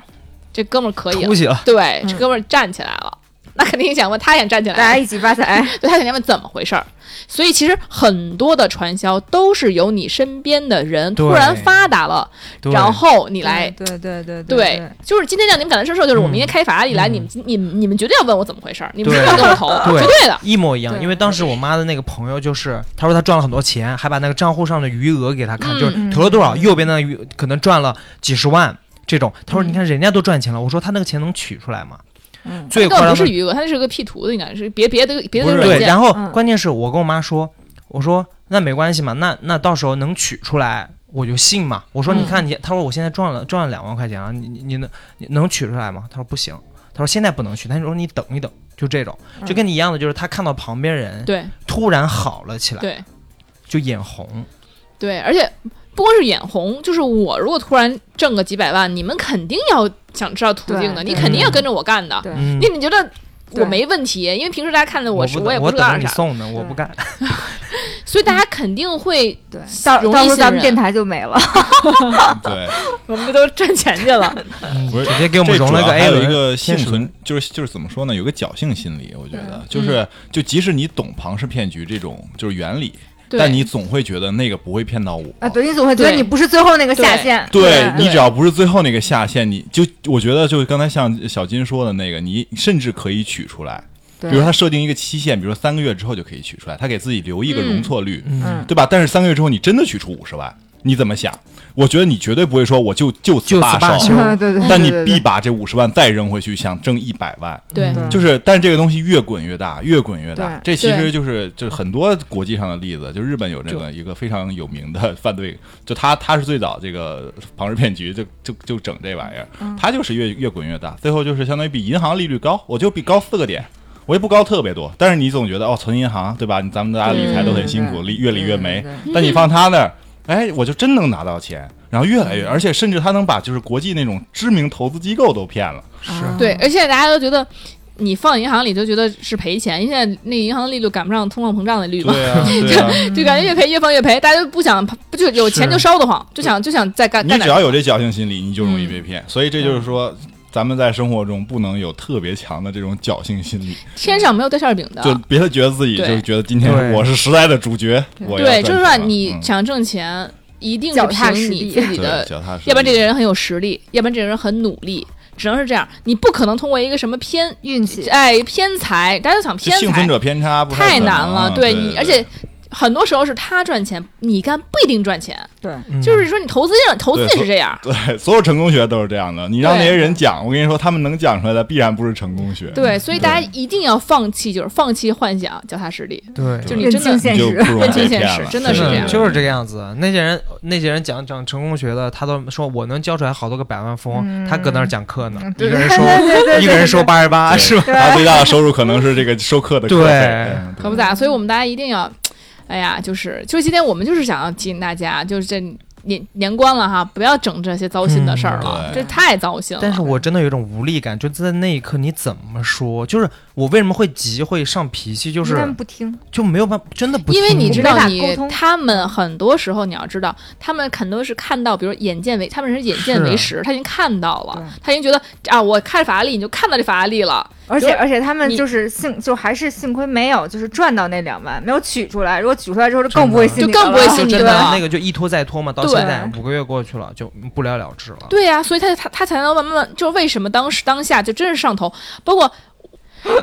[SPEAKER 2] 这哥们儿可以
[SPEAKER 4] 出
[SPEAKER 2] 了，
[SPEAKER 4] 息了，
[SPEAKER 2] 对，
[SPEAKER 5] 嗯
[SPEAKER 2] 这哥们儿站起来了，那肯定想问，他也站起来
[SPEAKER 5] 大
[SPEAKER 2] 了，
[SPEAKER 5] 家一起发财，
[SPEAKER 2] 对他肯定问怎么回事儿。所以其实很多的传销都是由你身边的人
[SPEAKER 4] 对
[SPEAKER 2] 突然发达了，
[SPEAKER 4] 对
[SPEAKER 2] 然后 你来。
[SPEAKER 5] 对对对
[SPEAKER 2] 对，就是今天让你们感同身受，就是我
[SPEAKER 4] 嗯
[SPEAKER 2] 明天开法拉利来，
[SPEAKER 4] 嗯
[SPEAKER 2] 你们你们你们绝对要问我怎么回事儿，你们
[SPEAKER 4] 对
[SPEAKER 2] 绝对要跟我投，
[SPEAKER 4] 对
[SPEAKER 2] 绝对的。
[SPEAKER 4] 一模一样。
[SPEAKER 5] 对
[SPEAKER 4] 因为当时我妈的那个朋友就是，她说她赚了很多钱，还把那个账户上的余额给她看，
[SPEAKER 2] 嗯
[SPEAKER 4] 就是投了多少，右边的余可能赚了几十万这种。她说
[SPEAKER 2] 嗯
[SPEAKER 4] 你看人家都赚钱了，我说她那个钱能取出来吗？
[SPEAKER 5] 嗯
[SPEAKER 4] 最
[SPEAKER 2] 根
[SPEAKER 4] 夸
[SPEAKER 2] 本
[SPEAKER 4] 张
[SPEAKER 2] 不
[SPEAKER 4] 的
[SPEAKER 2] 是余额，它是个 P 图的，应该是别别的别的
[SPEAKER 6] 不是
[SPEAKER 2] 软
[SPEAKER 4] 对，
[SPEAKER 2] 件。
[SPEAKER 4] 然后
[SPEAKER 5] 嗯
[SPEAKER 4] 关键是我跟我妈说，我说那没关系嘛，那那到时候能取出来我就信嘛。我说
[SPEAKER 2] 嗯
[SPEAKER 4] 你看你，她说我现在赚了赚了两万块钱啊，你你你能你能取出来吗？她说不行，她说现在不能取，她说你等一等，就这种，就跟你一样的，就是她看到旁边人
[SPEAKER 2] 嗯对
[SPEAKER 4] 突然好了起来，
[SPEAKER 2] 对
[SPEAKER 4] 就眼红，
[SPEAKER 2] 对，而且不光是眼红，就是我如果突然挣个几百万，你们肯定要想知道途径的，
[SPEAKER 5] 对
[SPEAKER 2] 你
[SPEAKER 5] 对
[SPEAKER 2] 肯定要跟着我干的。
[SPEAKER 5] 对
[SPEAKER 4] 嗯
[SPEAKER 2] 那。你觉得我
[SPEAKER 5] 对
[SPEAKER 2] 没问题？因为平时大家看着
[SPEAKER 4] 我
[SPEAKER 2] 是，
[SPEAKER 4] 不
[SPEAKER 2] 我也
[SPEAKER 4] 等
[SPEAKER 2] 不
[SPEAKER 4] 我
[SPEAKER 2] 知
[SPEAKER 4] 等
[SPEAKER 2] 道
[SPEAKER 4] 着
[SPEAKER 2] 是
[SPEAKER 4] 你
[SPEAKER 2] 啥，嗯
[SPEAKER 4] 送呢，我不干。
[SPEAKER 2] 所以大家肯定会，
[SPEAKER 5] 对，到
[SPEAKER 2] 容易
[SPEAKER 5] 到时候
[SPEAKER 2] 信
[SPEAKER 5] 咱
[SPEAKER 2] 任
[SPEAKER 5] 们电台就没了。
[SPEAKER 6] 对，
[SPEAKER 2] 我们都挣钱去了。
[SPEAKER 6] 不是
[SPEAKER 4] 直接给我们
[SPEAKER 6] 这
[SPEAKER 4] 融
[SPEAKER 6] 主
[SPEAKER 4] 了
[SPEAKER 6] 要
[SPEAKER 4] 个
[SPEAKER 6] 还
[SPEAKER 4] A
[SPEAKER 6] 有
[SPEAKER 4] 轮，
[SPEAKER 6] 一个幸
[SPEAKER 4] 天使轮
[SPEAKER 6] 存，就是就是怎么说呢，有个侥幸心理，我觉得
[SPEAKER 4] 嗯
[SPEAKER 6] 就是就即使你懂庞氏骗局这种就是原理，
[SPEAKER 2] 对
[SPEAKER 6] 但你总会觉得那个不会骗到我
[SPEAKER 5] 啊，对，你总会觉得
[SPEAKER 2] 对
[SPEAKER 5] 你不是最后那个下
[SPEAKER 2] 对
[SPEAKER 5] 线。
[SPEAKER 6] 对
[SPEAKER 5] 对
[SPEAKER 6] 你只要不是最后那个下线，你就我觉得就是刚才像小金说的那个，你甚至可以取出来，比
[SPEAKER 5] 对
[SPEAKER 6] 如说他设定一个期限，比如说三个月之后就可以取出来，他给自己留一个容错率，
[SPEAKER 5] 嗯
[SPEAKER 6] 对吧？但是三个月之后你真的取出五十万，你怎么想？我觉得你绝对不会说我就就此
[SPEAKER 4] 就此罢
[SPEAKER 6] 罢
[SPEAKER 4] 休
[SPEAKER 6] 手，
[SPEAKER 5] 嗯 对对对，
[SPEAKER 6] 但你
[SPEAKER 5] 对
[SPEAKER 6] 必把这五十万再扔回去，想挣一百万。
[SPEAKER 2] 对
[SPEAKER 5] 对
[SPEAKER 6] 就是，但是这个东西越滚越大，越滚越大。
[SPEAKER 5] 嗯
[SPEAKER 6] 这
[SPEAKER 5] 对
[SPEAKER 6] 其
[SPEAKER 2] 对
[SPEAKER 6] 实就是就很多国际上的例子，就日本有这个一个非常有名的犯罪，就他他是最早这个庞氏骗局就就就整这玩意儿，
[SPEAKER 5] 嗯
[SPEAKER 6] 他就是越越滚越大，最后就是相当于比银行利率高，我就比高四个点。我也不高特别多，但是你总觉得哦，存银行对吧？你咱们大家理财都很辛苦，
[SPEAKER 5] 嗯
[SPEAKER 6] 利越理越没
[SPEAKER 5] 对。
[SPEAKER 6] 但你放他那儿，哎，我就真能拿到钱，然后越来
[SPEAKER 5] 嗯
[SPEAKER 6] 越，而且甚至他能把就是国际那种知名投资机构都骗了。
[SPEAKER 5] 是
[SPEAKER 2] 对，而且大家都觉得。你放银行里就觉得是赔钱，因为现在那银行的利率赶不上通货膨胀的利率嘛，
[SPEAKER 6] 对啊，对啊。
[SPEAKER 2] 就感觉越赔越放越赔，大家就不想不就有钱
[SPEAKER 4] 是
[SPEAKER 2] 就烧得慌，就想就想再干啊
[SPEAKER 6] 你
[SPEAKER 2] 干
[SPEAKER 6] 只
[SPEAKER 2] 点。嗯
[SPEAKER 6] 要有这侥幸心理，你就容易被骗。所以这就是说，咱们在生活中不能有特别强的这种侥幸心理，
[SPEAKER 2] 天上没有掉馅儿饼的，
[SPEAKER 6] 就别觉得自己
[SPEAKER 2] 啊对
[SPEAKER 6] 就觉得今天
[SPEAKER 4] 对
[SPEAKER 6] 我是时代的主角，我要
[SPEAKER 2] 对，就是
[SPEAKER 6] 赚钱
[SPEAKER 2] 说
[SPEAKER 6] 了
[SPEAKER 2] 你
[SPEAKER 6] 嗯
[SPEAKER 2] 想挣钱，一定是
[SPEAKER 5] 脚踏
[SPEAKER 2] 凭
[SPEAKER 5] 实
[SPEAKER 2] 你
[SPEAKER 5] 地
[SPEAKER 2] 自己
[SPEAKER 6] 对
[SPEAKER 2] 的
[SPEAKER 6] 脚踏实地，
[SPEAKER 2] 要不然这个人很有实力，要不然这个人很努力，只能是这样。你不可能通过一个什么偏
[SPEAKER 5] 运气。
[SPEAKER 2] 哎偏财，大家都想
[SPEAKER 6] 就
[SPEAKER 2] 偏
[SPEAKER 6] 幸
[SPEAKER 2] 财
[SPEAKER 6] 存者偏差不
[SPEAKER 2] 太
[SPEAKER 6] 可能啊
[SPEAKER 2] 难了，
[SPEAKER 6] 对
[SPEAKER 2] 你，而且很多时候是他赚钱，你干不一定赚钱。
[SPEAKER 5] 对，
[SPEAKER 4] 嗯
[SPEAKER 2] 就是说你投资也投资也是这样，
[SPEAKER 6] 对所有成功学都是这样的。你让那
[SPEAKER 2] 对
[SPEAKER 6] 些人讲，我跟你说，他们能讲出来的必然不是成功学，
[SPEAKER 2] 对，所以大家一定要放弃，就是放弃幻想，脚踏实地。
[SPEAKER 4] 对，
[SPEAKER 2] 就
[SPEAKER 6] 对
[SPEAKER 2] 你真
[SPEAKER 5] 认清
[SPEAKER 2] 的
[SPEAKER 5] 现
[SPEAKER 6] 你就
[SPEAKER 5] 实
[SPEAKER 6] 不容易
[SPEAKER 2] 认清
[SPEAKER 6] 被
[SPEAKER 2] 现
[SPEAKER 6] 骗
[SPEAKER 2] 实
[SPEAKER 6] 了。
[SPEAKER 2] 真的
[SPEAKER 6] 是
[SPEAKER 2] 是这样
[SPEAKER 4] 的就是这个样子。那些人，那些人讲讲成功学的，他都说我能教出来好多个百万富翁，
[SPEAKER 2] 嗯
[SPEAKER 4] 他搁那儿讲课呢，一个 人收，一个人收八十八，是吧？
[SPEAKER 6] 他最大的收入可能是这个授课的课费，
[SPEAKER 4] 对
[SPEAKER 6] 嗯
[SPEAKER 2] 可不咋，所以我们大家一定要，哎呀，就是就是今天我们就是想要提醒大家，就是这年年关了哈，不要整这些糟心的事儿
[SPEAKER 4] 嗯
[SPEAKER 2] 了，
[SPEAKER 6] 对
[SPEAKER 2] 这太糟心了。
[SPEAKER 4] 但是我真的有一种无力感，就在那一刻，你怎么说？就是我为什么会急，会上脾气，就
[SPEAKER 5] 他们
[SPEAKER 4] 是
[SPEAKER 5] 不听，
[SPEAKER 4] 就没有办法，真的不
[SPEAKER 2] 因为
[SPEAKER 4] 听
[SPEAKER 2] 你
[SPEAKER 4] 我
[SPEAKER 2] 知道
[SPEAKER 5] 没法沟
[SPEAKER 2] 你，
[SPEAKER 5] 通
[SPEAKER 2] 他们很多时候你要知道，他们很多是看到，比如眼见为，他们是眼见为实，他已经看到了
[SPEAKER 5] 对，
[SPEAKER 2] 他已经觉得啊，我开着法拉利，你就看到这法拉利了，
[SPEAKER 5] 而
[SPEAKER 2] 就
[SPEAKER 5] 且
[SPEAKER 2] 是
[SPEAKER 5] 而且他们
[SPEAKER 2] 你
[SPEAKER 5] 就是幸就还是幸亏没有就是赚到那两万，没有取出来。如果取出来之后，就更不会信
[SPEAKER 2] 就
[SPEAKER 5] 你
[SPEAKER 2] 更
[SPEAKER 5] 了
[SPEAKER 2] 不会
[SPEAKER 4] 就
[SPEAKER 2] 信你
[SPEAKER 4] 真的
[SPEAKER 2] 了
[SPEAKER 4] 那个就一拖再拖嘛，到
[SPEAKER 2] 对
[SPEAKER 4] 现在五个月过去了，就不了了之了。
[SPEAKER 2] 对呀、所以他他他才能慢慢慢，就是为什么当时当下就真是上头，包括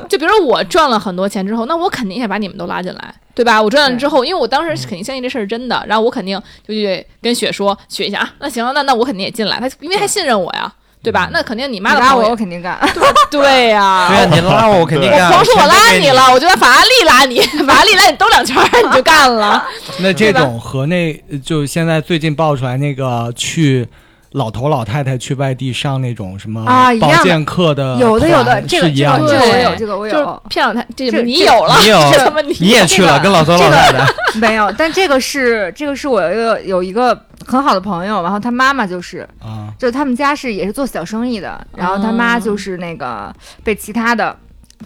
[SPEAKER 2] 就比如说我赚了很多钱之后，那我肯定也把你们都拉进来，对吧？我赚了之后，因为我当时
[SPEAKER 5] 嗯
[SPEAKER 2] 肯定相信这事儿是真的，然后我肯定就去跟雪说，雪一下啊，那行，那那我肯定也进来，他因为他信任我呀，对吧？那肯定你妈
[SPEAKER 5] 嗯你
[SPEAKER 2] 的
[SPEAKER 5] 拉
[SPEAKER 2] 朋
[SPEAKER 5] 我，
[SPEAKER 2] 友
[SPEAKER 5] 我肯定干。
[SPEAKER 6] 啊
[SPEAKER 2] 对呀、
[SPEAKER 4] 对啊，你拉我，我肯定
[SPEAKER 2] 我
[SPEAKER 4] 干。
[SPEAKER 2] 甭说我
[SPEAKER 4] 全都
[SPEAKER 2] 拉
[SPEAKER 4] 给
[SPEAKER 2] 你了，我就拿法拉利拉你，法拉利拉你兜两圈儿你就干了。
[SPEAKER 3] 那这种和那就现在最近爆出来那个去老头老太太去外地上那种什么
[SPEAKER 5] 啊一样的
[SPEAKER 3] 保健课的团，
[SPEAKER 5] 有的有的，这个
[SPEAKER 3] 是一
[SPEAKER 5] 这
[SPEAKER 3] 样
[SPEAKER 5] 个
[SPEAKER 3] 的。
[SPEAKER 5] 这个我有
[SPEAKER 2] 对
[SPEAKER 5] 这个我
[SPEAKER 2] 就是
[SPEAKER 5] 有。
[SPEAKER 2] 骗了他，这
[SPEAKER 5] 这
[SPEAKER 2] 你
[SPEAKER 5] 这
[SPEAKER 2] 有了，
[SPEAKER 4] 你有
[SPEAKER 2] 这他妈你
[SPEAKER 4] 你也去
[SPEAKER 5] 这
[SPEAKER 4] 了，
[SPEAKER 5] 个
[SPEAKER 4] 跟老头老太太。
[SPEAKER 5] 没有，但这个是这个是我有一个有一个很好的朋友，然后他妈妈就是，
[SPEAKER 3] 啊，
[SPEAKER 5] 就是他们家是也是做小生意的，然后他妈就是那个被其他的。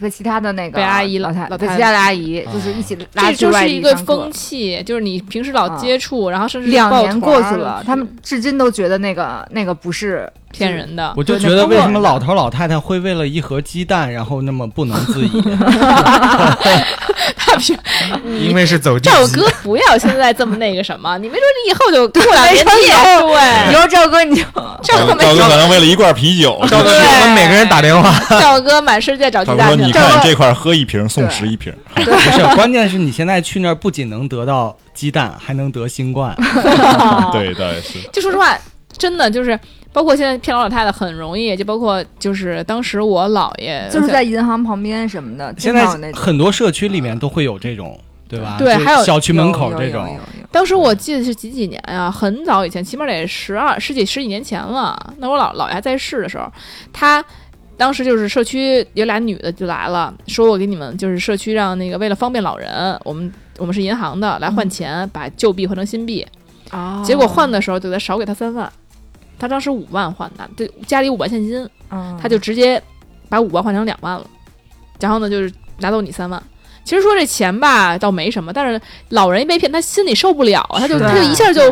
[SPEAKER 5] 被其他的那个
[SPEAKER 2] 被阿姨
[SPEAKER 5] 老太
[SPEAKER 2] 老
[SPEAKER 5] 被
[SPEAKER 2] 太
[SPEAKER 5] 其他的阿姨就是一起拉
[SPEAKER 2] 这
[SPEAKER 5] 去
[SPEAKER 2] 就
[SPEAKER 5] 外
[SPEAKER 2] 是
[SPEAKER 5] 地
[SPEAKER 2] 一个
[SPEAKER 5] 上课
[SPEAKER 2] 风气，就是你平时老
[SPEAKER 5] 啊
[SPEAKER 2] 接触，然后甚至
[SPEAKER 5] 两
[SPEAKER 2] 抱
[SPEAKER 5] 年
[SPEAKER 2] 团
[SPEAKER 5] 过
[SPEAKER 2] 儿
[SPEAKER 5] 去了，他们至今都觉得那个那个不是
[SPEAKER 2] 骗人的。
[SPEAKER 3] 我就觉得为什么老头老太太会为了一盒鸡蛋，然后那么不能自 已？
[SPEAKER 2] 他平
[SPEAKER 4] 因为是走地
[SPEAKER 2] 嗯赵
[SPEAKER 4] 鸡
[SPEAKER 2] 哥不要现在这么那个什么，你没准你以后就过两年你也对。
[SPEAKER 5] 以后赵哥你就
[SPEAKER 2] 赵哥没
[SPEAKER 6] 赵哥可能为了一罐 啤酒，
[SPEAKER 4] 赵哥给我们每个人打电话，
[SPEAKER 2] 赵哥满世界找
[SPEAKER 6] 他
[SPEAKER 2] 鸡
[SPEAKER 6] 说
[SPEAKER 2] 蛋
[SPEAKER 6] 你
[SPEAKER 2] 去。
[SPEAKER 6] 看这块喝一瓶送十一瓶，
[SPEAKER 3] 不是，关键是你现在去那儿不仅能得到鸡蛋，还能得 新 冠。
[SPEAKER 2] 哦
[SPEAKER 6] 对对是，
[SPEAKER 2] 就说实话，真的就是。包括现在骗老老太太很容易，就包括就是当时我姥爷
[SPEAKER 5] 就是在银行旁边什么的，经
[SPEAKER 3] 现在
[SPEAKER 5] 常有那种
[SPEAKER 3] 很多社区里面都会有这种，对吧？
[SPEAKER 2] 对
[SPEAKER 3] 就
[SPEAKER 2] 还有
[SPEAKER 3] 小区门口
[SPEAKER 5] 有
[SPEAKER 3] 这
[SPEAKER 5] 有有
[SPEAKER 3] 种
[SPEAKER 5] 有，有
[SPEAKER 2] 当时我记得是几几年啊，很早以前，起码得十二十几十几年前了。那我姥姥爷还在世的时候，他当时就是社区有俩女的就来了，说我给你们就是社区让那个为了方便老人，我们我们是银行的来换钱，把旧币换成新币。
[SPEAKER 5] 啊，
[SPEAKER 2] 结果换的时候就得少给他三万，他当时五万换的，对家里五万现金，
[SPEAKER 5] 嗯，
[SPEAKER 2] 他就直接把五万换成两万了，然后呢就是拿走你三万。其实说这钱吧倒没什么，但是老人一被骗，他心里受不了，他就
[SPEAKER 5] 对
[SPEAKER 2] 他就一下就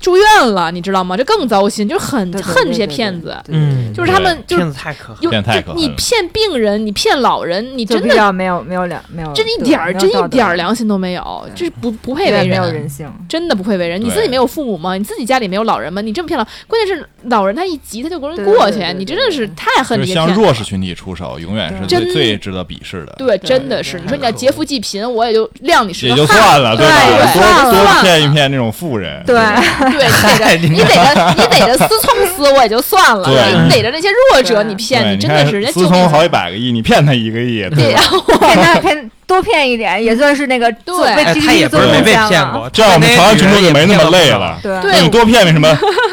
[SPEAKER 2] 住院了，你知道吗？这更糟心，就很
[SPEAKER 5] 对对对
[SPEAKER 2] 恨这些
[SPEAKER 5] 对对
[SPEAKER 2] 骗子，
[SPEAKER 5] 对对对
[SPEAKER 3] 嗯
[SPEAKER 5] 对
[SPEAKER 2] 就是他们就
[SPEAKER 4] 骗
[SPEAKER 2] 是
[SPEAKER 4] 子太可恨
[SPEAKER 2] 又
[SPEAKER 4] 了。
[SPEAKER 6] 骗太
[SPEAKER 2] 就
[SPEAKER 6] 可恨
[SPEAKER 2] 你
[SPEAKER 6] 了
[SPEAKER 2] 骗病人，你骗老人，你
[SPEAKER 5] 就
[SPEAKER 2] 真
[SPEAKER 5] 比
[SPEAKER 2] 的
[SPEAKER 5] 较没有没有良没有
[SPEAKER 2] 真一
[SPEAKER 5] 对
[SPEAKER 2] 点儿
[SPEAKER 5] 没有
[SPEAKER 2] 真
[SPEAKER 5] 道德
[SPEAKER 2] 一点儿良心都没有，这
[SPEAKER 5] 对
[SPEAKER 2] 不不
[SPEAKER 5] 对
[SPEAKER 2] 配为
[SPEAKER 5] 没有
[SPEAKER 2] 人。
[SPEAKER 5] 人性，
[SPEAKER 2] 真的不配为人，你
[SPEAKER 6] 对
[SPEAKER 2] 自己没有父母吗？你自己家里没有老人吗？你这么骗老，关键是老人他一急他就给人
[SPEAKER 5] 对对
[SPEAKER 2] 过
[SPEAKER 5] 对
[SPEAKER 2] 去
[SPEAKER 5] 对，对
[SPEAKER 2] 你真
[SPEAKER 5] 对
[SPEAKER 2] 的
[SPEAKER 5] 对
[SPEAKER 2] 是太恨
[SPEAKER 6] 就
[SPEAKER 2] 这
[SPEAKER 6] 是
[SPEAKER 2] 些
[SPEAKER 6] 向
[SPEAKER 2] 骗子
[SPEAKER 6] 弱
[SPEAKER 2] 了
[SPEAKER 6] 势群体出手，永远是
[SPEAKER 2] 对
[SPEAKER 6] 最
[SPEAKER 2] 真
[SPEAKER 6] 最值得鄙视的。
[SPEAKER 2] 对，真的
[SPEAKER 5] 对
[SPEAKER 2] 是。
[SPEAKER 5] 对
[SPEAKER 2] 你说你要劫富济贫，我也就谅你是
[SPEAKER 6] 也
[SPEAKER 2] 个
[SPEAKER 6] 就
[SPEAKER 2] 汉
[SPEAKER 6] 算了，
[SPEAKER 2] 对
[SPEAKER 6] 吧？
[SPEAKER 2] 也算
[SPEAKER 6] 多
[SPEAKER 2] 了
[SPEAKER 6] 多骗一哎骗那种富人，
[SPEAKER 5] 对，
[SPEAKER 2] 子， 对，你得着你得着你得着思聪思我也就算了，
[SPEAKER 6] 对
[SPEAKER 2] 你逮着那些弱者你骗，
[SPEAKER 6] 对，
[SPEAKER 2] 你
[SPEAKER 6] 你
[SPEAKER 2] 真的
[SPEAKER 6] 看
[SPEAKER 2] 是人家
[SPEAKER 6] 思
[SPEAKER 2] 就
[SPEAKER 6] 聪好几百个亿，你骗他一个亿，
[SPEAKER 2] 对啊
[SPEAKER 6] 对吧？
[SPEAKER 5] 骗 他骗多骗一点也算是那个做
[SPEAKER 2] 对
[SPEAKER 5] 被
[SPEAKER 4] 哎，他
[SPEAKER 5] TGT
[SPEAKER 4] 也不
[SPEAKER 5] 做
[SPEAKER 4] 是
[SPEAKER 5] 偶
[SPEAKER 4] 没被
[SPEAKER 5] 像
[SPEAKER 4] 骗
[SPEAKER 5] 了
[SPEAKER 4] 过，
[SPEAKER 6] 这样我们朝阳群众就没那么累了。
[SPEAKER 5] 对
[SPEAKER 2] 对
[SPEAKER 6] 那你多骗骗什么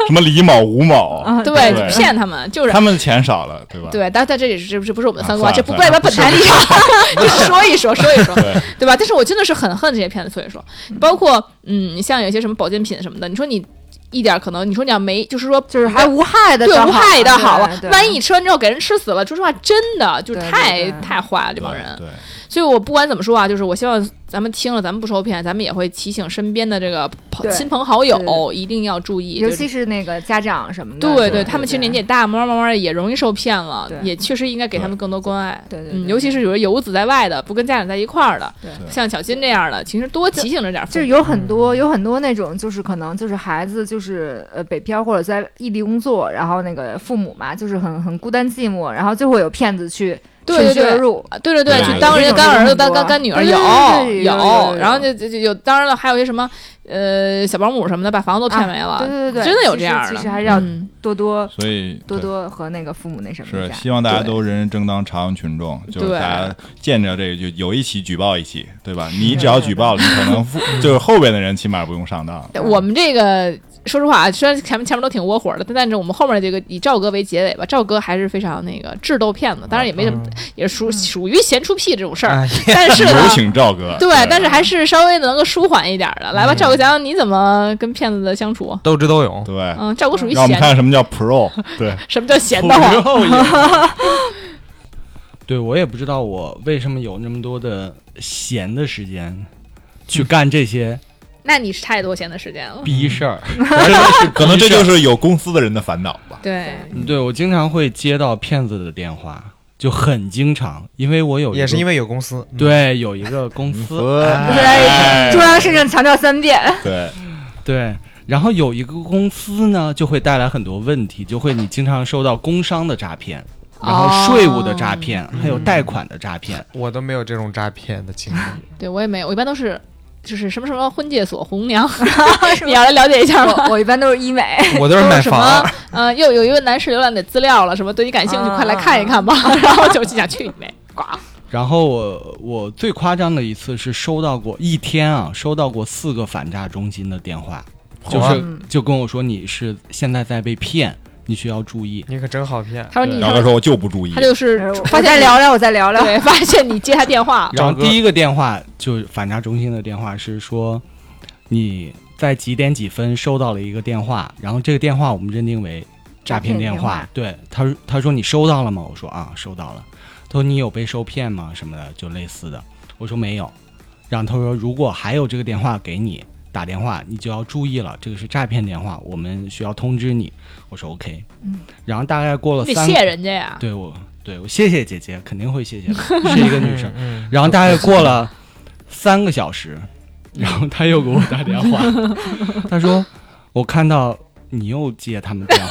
[SPEAKER 6] 什么李某、吴 某，
[SPEAKER 5] 啊
[SPEAKER 2] 对，
[SPEAKER 6] 对
[SPEAKER 2] 你骗他们就是
[SPEAKER 6] 他。们的钱少了，对吧？
[SPEAKER 2] 对，但但这也是这不是不是我们的三观，
[SPEAKER 6] 啊
[SPEAKER 2] 这不
[SPEAKER 6] 算
[SPEAKER 2] 怪
[SPEAKER 6] 了
[SPEAKER 2] 咱本台立场， 就说一说说一说，
[SPEAKER 6] 对
[SPEAKER 2] 对吧？但是我真的是很恨这些骗子，所以说，包括嗯，像有些什么保健品什么的，你说你一点可能，你说你要没，就是说
[SPEAKER 5] 就是还无害的
[SPEAKER 2] 对
[SPEAKER 5] 倒好，
[SPEAKER 2] 无害的好啊
[SPEAKER 5] 对，对
[SPEAKER 2] 万一你吃完之后给人吃死了，说实话，真的就是
[SPEAKER 5] 对对
[SPEAKER 2] 太
[SPEAKER 5] 对
[SPEAKER 2] 太坏了这
[SPEAKER 6] 对
[SPEAKER 2] 帮人。
[SPEAKER 6] 对，
[SPEAKER 2] 所以我不管怎么说啊，就是我希望咱们听了，咱们不受骗，咱们也会提醒身边的这个朋
[SPEAKER 5] 对
[SPEAKER 2] 亲朋好
[SPEAKER 5] 对对
[SPEAKER 2] 友一定要注意，
[SPEAKER 5] 尤
[SPEAKER 2] 就是
[SPEAKER 5] 其是那个家长什么的，
[SPEAKER 2] 对
[SPEAKER 5] 对，
[SPEAKER 2] 他们其实年纪也大，慢慢慢慢也容易受骗了
[SPEAKER 5] 对，
[SPEAKER 2] 也确实应该给他们更多关爱。
[SPEAKER 5] 对对对
[SPEAKER 2] 嗯，
[SPEAKER 5] 对
[SPEAKER 2] 尤其是有的游子在外的，不跟家长在一块儿的
[SPEAKER 5] 对，
[SPEAKER 6] 对
[SPEAKER 2] 像小金这样的，其实多提醒着点儿父母。
[SPEAKER 5] 就是有很多有很多那种，就是可能就是孩子就是呃北漂或者在异地工作，然后那个父母嘛，就是很很孤单寂寞，然后就会有骗子去
[SPEAKER 2] 对
[SPEAKER 5] 趁
[SPEAKER 2] 对
[SPEAKER 5] 虚
[SPEAKER 2] 对
[SPEAKER 5] 而入，
[SPEAKER 2] 啊对对对，
[SPEAKER 6] 对
[SPEAKER 2] 就当人家干儿子、
[SPEAKER 5] 这种
[SPEAKER 2] 当
[SPEAKER 5] 很多
[SPEAKER 2] 干干女儿
[SPEAKER 5] 对对
[SPEAKER 2] 有
[SPEAKER 5] 对对有有有
[SPEAKER 2] 然后就就就有，当然了，还有一些什么呃小保姆什么的，把房子都骗没了，
[SPEAKER 5] 啊对对对对，
[SPEAKER 2] 真的有这
[SPEAKER 5] 其实
[SPEAKER 2] 样的。
[SPEAKER 5] 其实还是要
[SPEAKER 2] 嗯
[SPEAKER 5] 多多
[SPEAKER 6] 所以
[SPEAKER 5] 多
[SPEAKER 6] 对
[SPEAKER 5] 多和那个父母那什么一
[SPEAKER 6] 是
[SPEAKER 5] 下。
[SPEAKER 6] 希望大家
[SPEAKER 2] 对
[SPEAKER 6] 都人人正当，朝阳群众，就是
[SPEAKER 2] 对
[SPEAKER 6] 大家见着这个就有一起举报一起，对吧？你只要举报了，你可能 负就是后边的人起码不用上当。
[SPEAKER 2] 我们这个说实话啊，虽然前面前面都挺窝火的，但但是我们后面这个以赵哥为结尾吧，赵哥还是非常那个智斗骗子，当然也没什么，
[SPEAKER 6] 嗯
[SPEAKER 2] 也
[SPEAKER 5] 嗯
[SPEAKER 2] 属属于 闲出屁这种事儿，
[SPEAKER 4] 哎
[SPEAKER 2] 但是呢
[SPEAKER 6] 有。请赵哥，嗯
[SPEAKER 2] 对，但是还是稍微能够舒缓一点儿的。来吧，赵哥我想想你怎么跟骗子的相处？
[SPEAKER 4] 斗智斗勇，
[SPEAKER 6] 对，
[SPEAKER 2] 嗯，赵哥属于
[SPEAKER 6] 让我们
[SPEAKER 2] 闲
[SPEAKER 6] 看，看什么叫 pro，对，
[SPEAKER 2] 什么叫闲 的慌？
[SPEAKER 3] 对我也不知道我为什么有那么多的闲的时间去干这些
[SPEAKER 2] 那你是太多闲的时间了。
[SPEAKER 3] 逼事儿。
[SPEAKER 6] 可能这就是有公司的人的烦恼 吧。
[SPEAKER 2] 对，
[SPEAKER 3] 对我经常会接到骗子的电话，就很经常，因为我有
[SPEAKER 4] 也是因
[SPEAKER 3] 为
[SPEAKER 4] 为有嗯公司。嗯，
[SPEAKER 3] 对有一个公司，
[SPEAKER 4] 哎
[SPEAKER 5] 对，中央市政强调 三遍，
[SPEAKER 6] 对，
[SPEAKER 3] 对，然后有一个公司呢，就会带来很多问题，就会你经常收到工商的诈骗。然后税务的诈骗，还有贷款的诈骗，
[SPEAKER 4] 我都没有这种诈骗的经历。
[SPEAKER 2] 对我也没有，我一般都是就是什么什么婚介所、红 娘，你要来了解一下吗？
[SPEAKER 5] 我我一般都是医美，
[SPEAKER 4] 我都是买
[SPEAKER 2] 什
[SPEAKER 4] 房
[SPEAKER 2] 么，呃，又有一位男士浏览你的资料了，什么对你感兴趣，
[SPEAKER 5] 啊
[SPEAKER 2] 快来看一看吧。然后就心想去你妹，呱！
[SPEAKER 3] 然后我我最夸张的一次是收到过一天啊，收到过四个反诈中心的电话，就
[SPEAKER 4] 哇
[SPEAKER 3] 是就跟我说你是现在在被骗，你需要注意。
[SPEAKER 4] 你可真好骗。
[SPEAKER 2] 他说你
[SPEAKER 6] 然后他说我就不注意
[SPEAKER 2] 嗯他，就是发
[SPEAKER 5] 我再
[SPEAKER 2] 现
[SPEAKER 5] 聊聊，我再聊聊。
[SPEAKER 2] 对，发现你接他电 话，
[SPEAKER 3] 然后
[SPEAKER 4] 然后
[SPEAKER 3] 第一个电话就反诈中心的电话是说你在几点几分收到了一个电话，然后这个电话我们认定为诈骗电话
[SPEAKER 5] 诈。
[SPEAKER 3] 对，他说他说你收到了吗？我说啊，收到了。他说你有被受骗吗？什么的，就类似的。我说没有。然后他说如果还有这个电话给你打电话，你就要注意了，这个是诈骗电话，我们需要通知你。我说 OK。
[SPEAKER 5] 嗯。
[SPEAKER 3] 然后大概过了
[SPEAKER 2] 你得
[SPEAKER 3] 三，
[SPEAKER 2] 谢人家呀。
[SPEAKER 3] 对我对我谢谢姐姐，肯定会谢谢的，是一个女生。
[SPEAKER 4] 嗯，
[SPEAKER 3] 然后大概过了 三个小时，然后他又给我打电 话，他说：“我看到你又接他们电 话，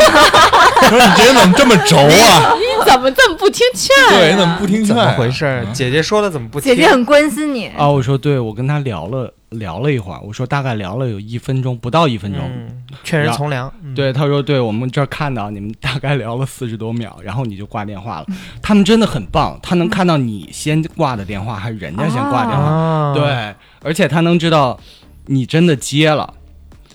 [SPEAKER 6] 他说你这人怎么这么轴啊？
[SPEAKER 2] 你怎么这么不听劝啊？
[SPEAKER 6] 对，你怎么不听
[SPEAKER 4] 嗯怎
[SPEAKER 6] 劝
[SPEAKER 4] 么
[SPEAKER 6] 啊？
[SPEAKER 4] 回事儿？
[SPEAKER 6] 嗯
[SPEAKER 4] 姐姐说的怎么不听？
[SPEAKER 5] 姐姐很关心 你，
[SPEAKER 3] 啊！”我说：“对，我跟他聊了聊了一会儿，我说大概聊了有一分钟，不到一分钟。
[SPEAKER 4] 嗯，劝人
[SPEAKER 3] 然后
[SPEAKER 4] 从良。嗯，
[SPEAKER 3] 对，他说：“对我们这儿看到你们大概聊了四十多秒，然后你就挂电话了。他们真的很棒，他能看到你先挂的电话，还是人家先挂电话？
[SPEAKER 4] 啊，
[SPEAKER 3] 对，而且他能知道你真的接了。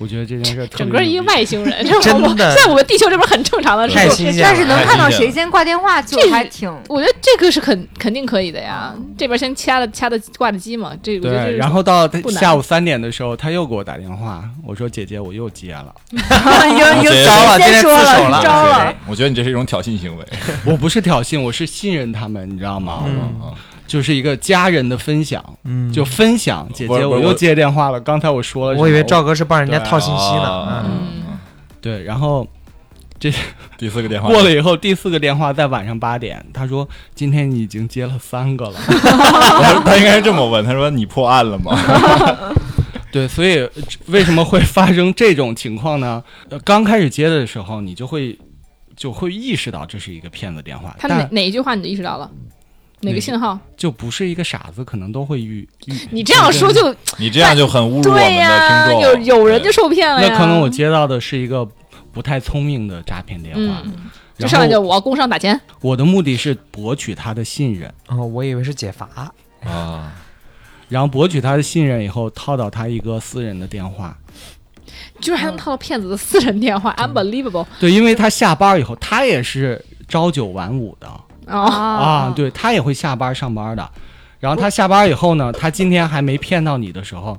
[SPEAKER 3] 我觉得这件事儿特别
[SPEAKER 2] 整个一
[SPEAKER 3] 牛
[SPEAKER 2] 个
[SPEAKER 3] 逼
[SPEAKER 2] 外星人，这
[SPEAKER 4] 真
[SPEAKER 2] 我
[SPEAKER 4] 的
[SPEAKER 2] 在我们地球这不是很正常的事
[SPEAKER 4] 太
[SPEAKER 2] 情。
[SPEAKER 4] 新鲜了。
[SPEAKER 5] 但是能
[SPEAKER 6] 太
[SPEAKER 5] 看到
[SPEAKER 6] 理解
[SPEAKER 5] 谁
[SPEAKER 6] 了
[SPEAKER 5] 先挂电话就
[SPEAKER 2] 这
[SPEAKER 5] 还
[SPEAKER 2] 是哦
[SPEAKER 5] 挺。
[SPEAKER 2] 我觉得这个是肯肯定可以的呀，这边先掐的掐的挂的鸡嘛，这我觉得这
[SPEAKER 3] 对，
[SPEAKER 2] 是
[SPEAKER 3] 然后到他
[SPEAKER 2] 不难
[SPEAKER 3] 下午三点的时候，他又给我打电话，我说姐姐，我又接了，
[SPEAKER 5] 已
[SPEAKER 4] 啊
[SPEAKER 5] 经已
[SPEAKER 6] 姐姐
[SPEAKER 5] 经招了，
[SPEAKER 4] 今
[SPEAKER 5] 先
[SPEAKER 4] 天
[SPEAKER 5] 说
[SPEAKER 4] 自首
[SPEAKER 5] 了，
[SPEAKER 4] 了
[SPEAKER 5] 招了。
[SPEAKER 6] 我觉得你这是一种挑衅行为。
[SPEAKER 2] 嗯
[SPEAKER 3] 我不是挑衅，我是信任他们，你知道吗？
[SPEAKER 4] 嗯
[SPEAKER 6] 啊
[SPEAKER 3] 就是一个家人的分享，
[SPEAKER 4] 嗯，
[SPEAKER 3] 就分享，姐
[SPEAKER 6] 不是
[SPEAKER 3] 姐，
[SPEAKER 6] 不是
[SPEAKER 3] 我又接电话了，刚才我说了什么，
[SPEAKER 4] 我以为赵哥是帮人家套信息
[SPEAKER 6] 对
[SPEAKER 4] 呢
[SPEAKER 6] 啊。
[SPEAKER 4] 嗯
[SPEAKER 2] 嗯，
[SPEAKER 3] 对，然后
[SPEAKER 6] 第四个
[SPEAKER 4] 啊
[SPEAKER 6] 电话
[SPEAKER 3] 过了以后，第四个电话在晚上八点，他说今天你已经接了三个 了，
[SPEAKER 6] 他他应该是这么问，他说你破案了吗？
[SPEAKER 3] 对，所以呃为什么会发生这种情况呢？呃，刚开始接的时候，你就会就会意识到这是一个骗子电话，
[SPEAKER 2] 他哪
[SPEAKER 3] 但
[SPEAKER 2] 哪一句话你就意识到了？哪
[SPEAKER 3] 哪
[SPEAKER 2] 个
[SPEAKER 3] 个
[SPEAKER 2] 信号？
[SPEAKER 3] 就不是一个傻子可能都会遇遇。
[SPEAKER 2] 你这样说就
[SPEAKER 6] 你这样就很侮辱我们
[SPEAKER 2] 对
[SPEAKER 6] 的
[SPEAKER 2] 呀，
[SPEAKER 6] 听众。
[SPEAKER 2] 有有人就受骗了呀。
[SPEAKER 3] 那可能我接到的是一个不太聪明的诈骗电话，
[SPEAKER 2] 嗯，就
[SPEAKER 3] 然
[SPEAKER 2] 上来就
[SPEAKER 3] 后
[SPEAKER 2] 我要工商打钱，
[SPEAKER 3] 我的目的是博取他的信任，
[SPEAKER 4] 哦，我以为是解乏。
[SPEAKER 6] 对啊，
[SPEAKER 3] 然后博取他的信任以后套到他一个私人的电话。
[SPEAKER 2] 居然还能套到骗子的私人电 话，unbelievable
[SPEAKER 3] 对，因为他下班以后，他也是朝九晚五的
[SPEAKER 2] 啊！
[SPEAKER 3] 啊，，对他也会下班上班的。然后他下班以后呢，他今天还没骗到你的时候，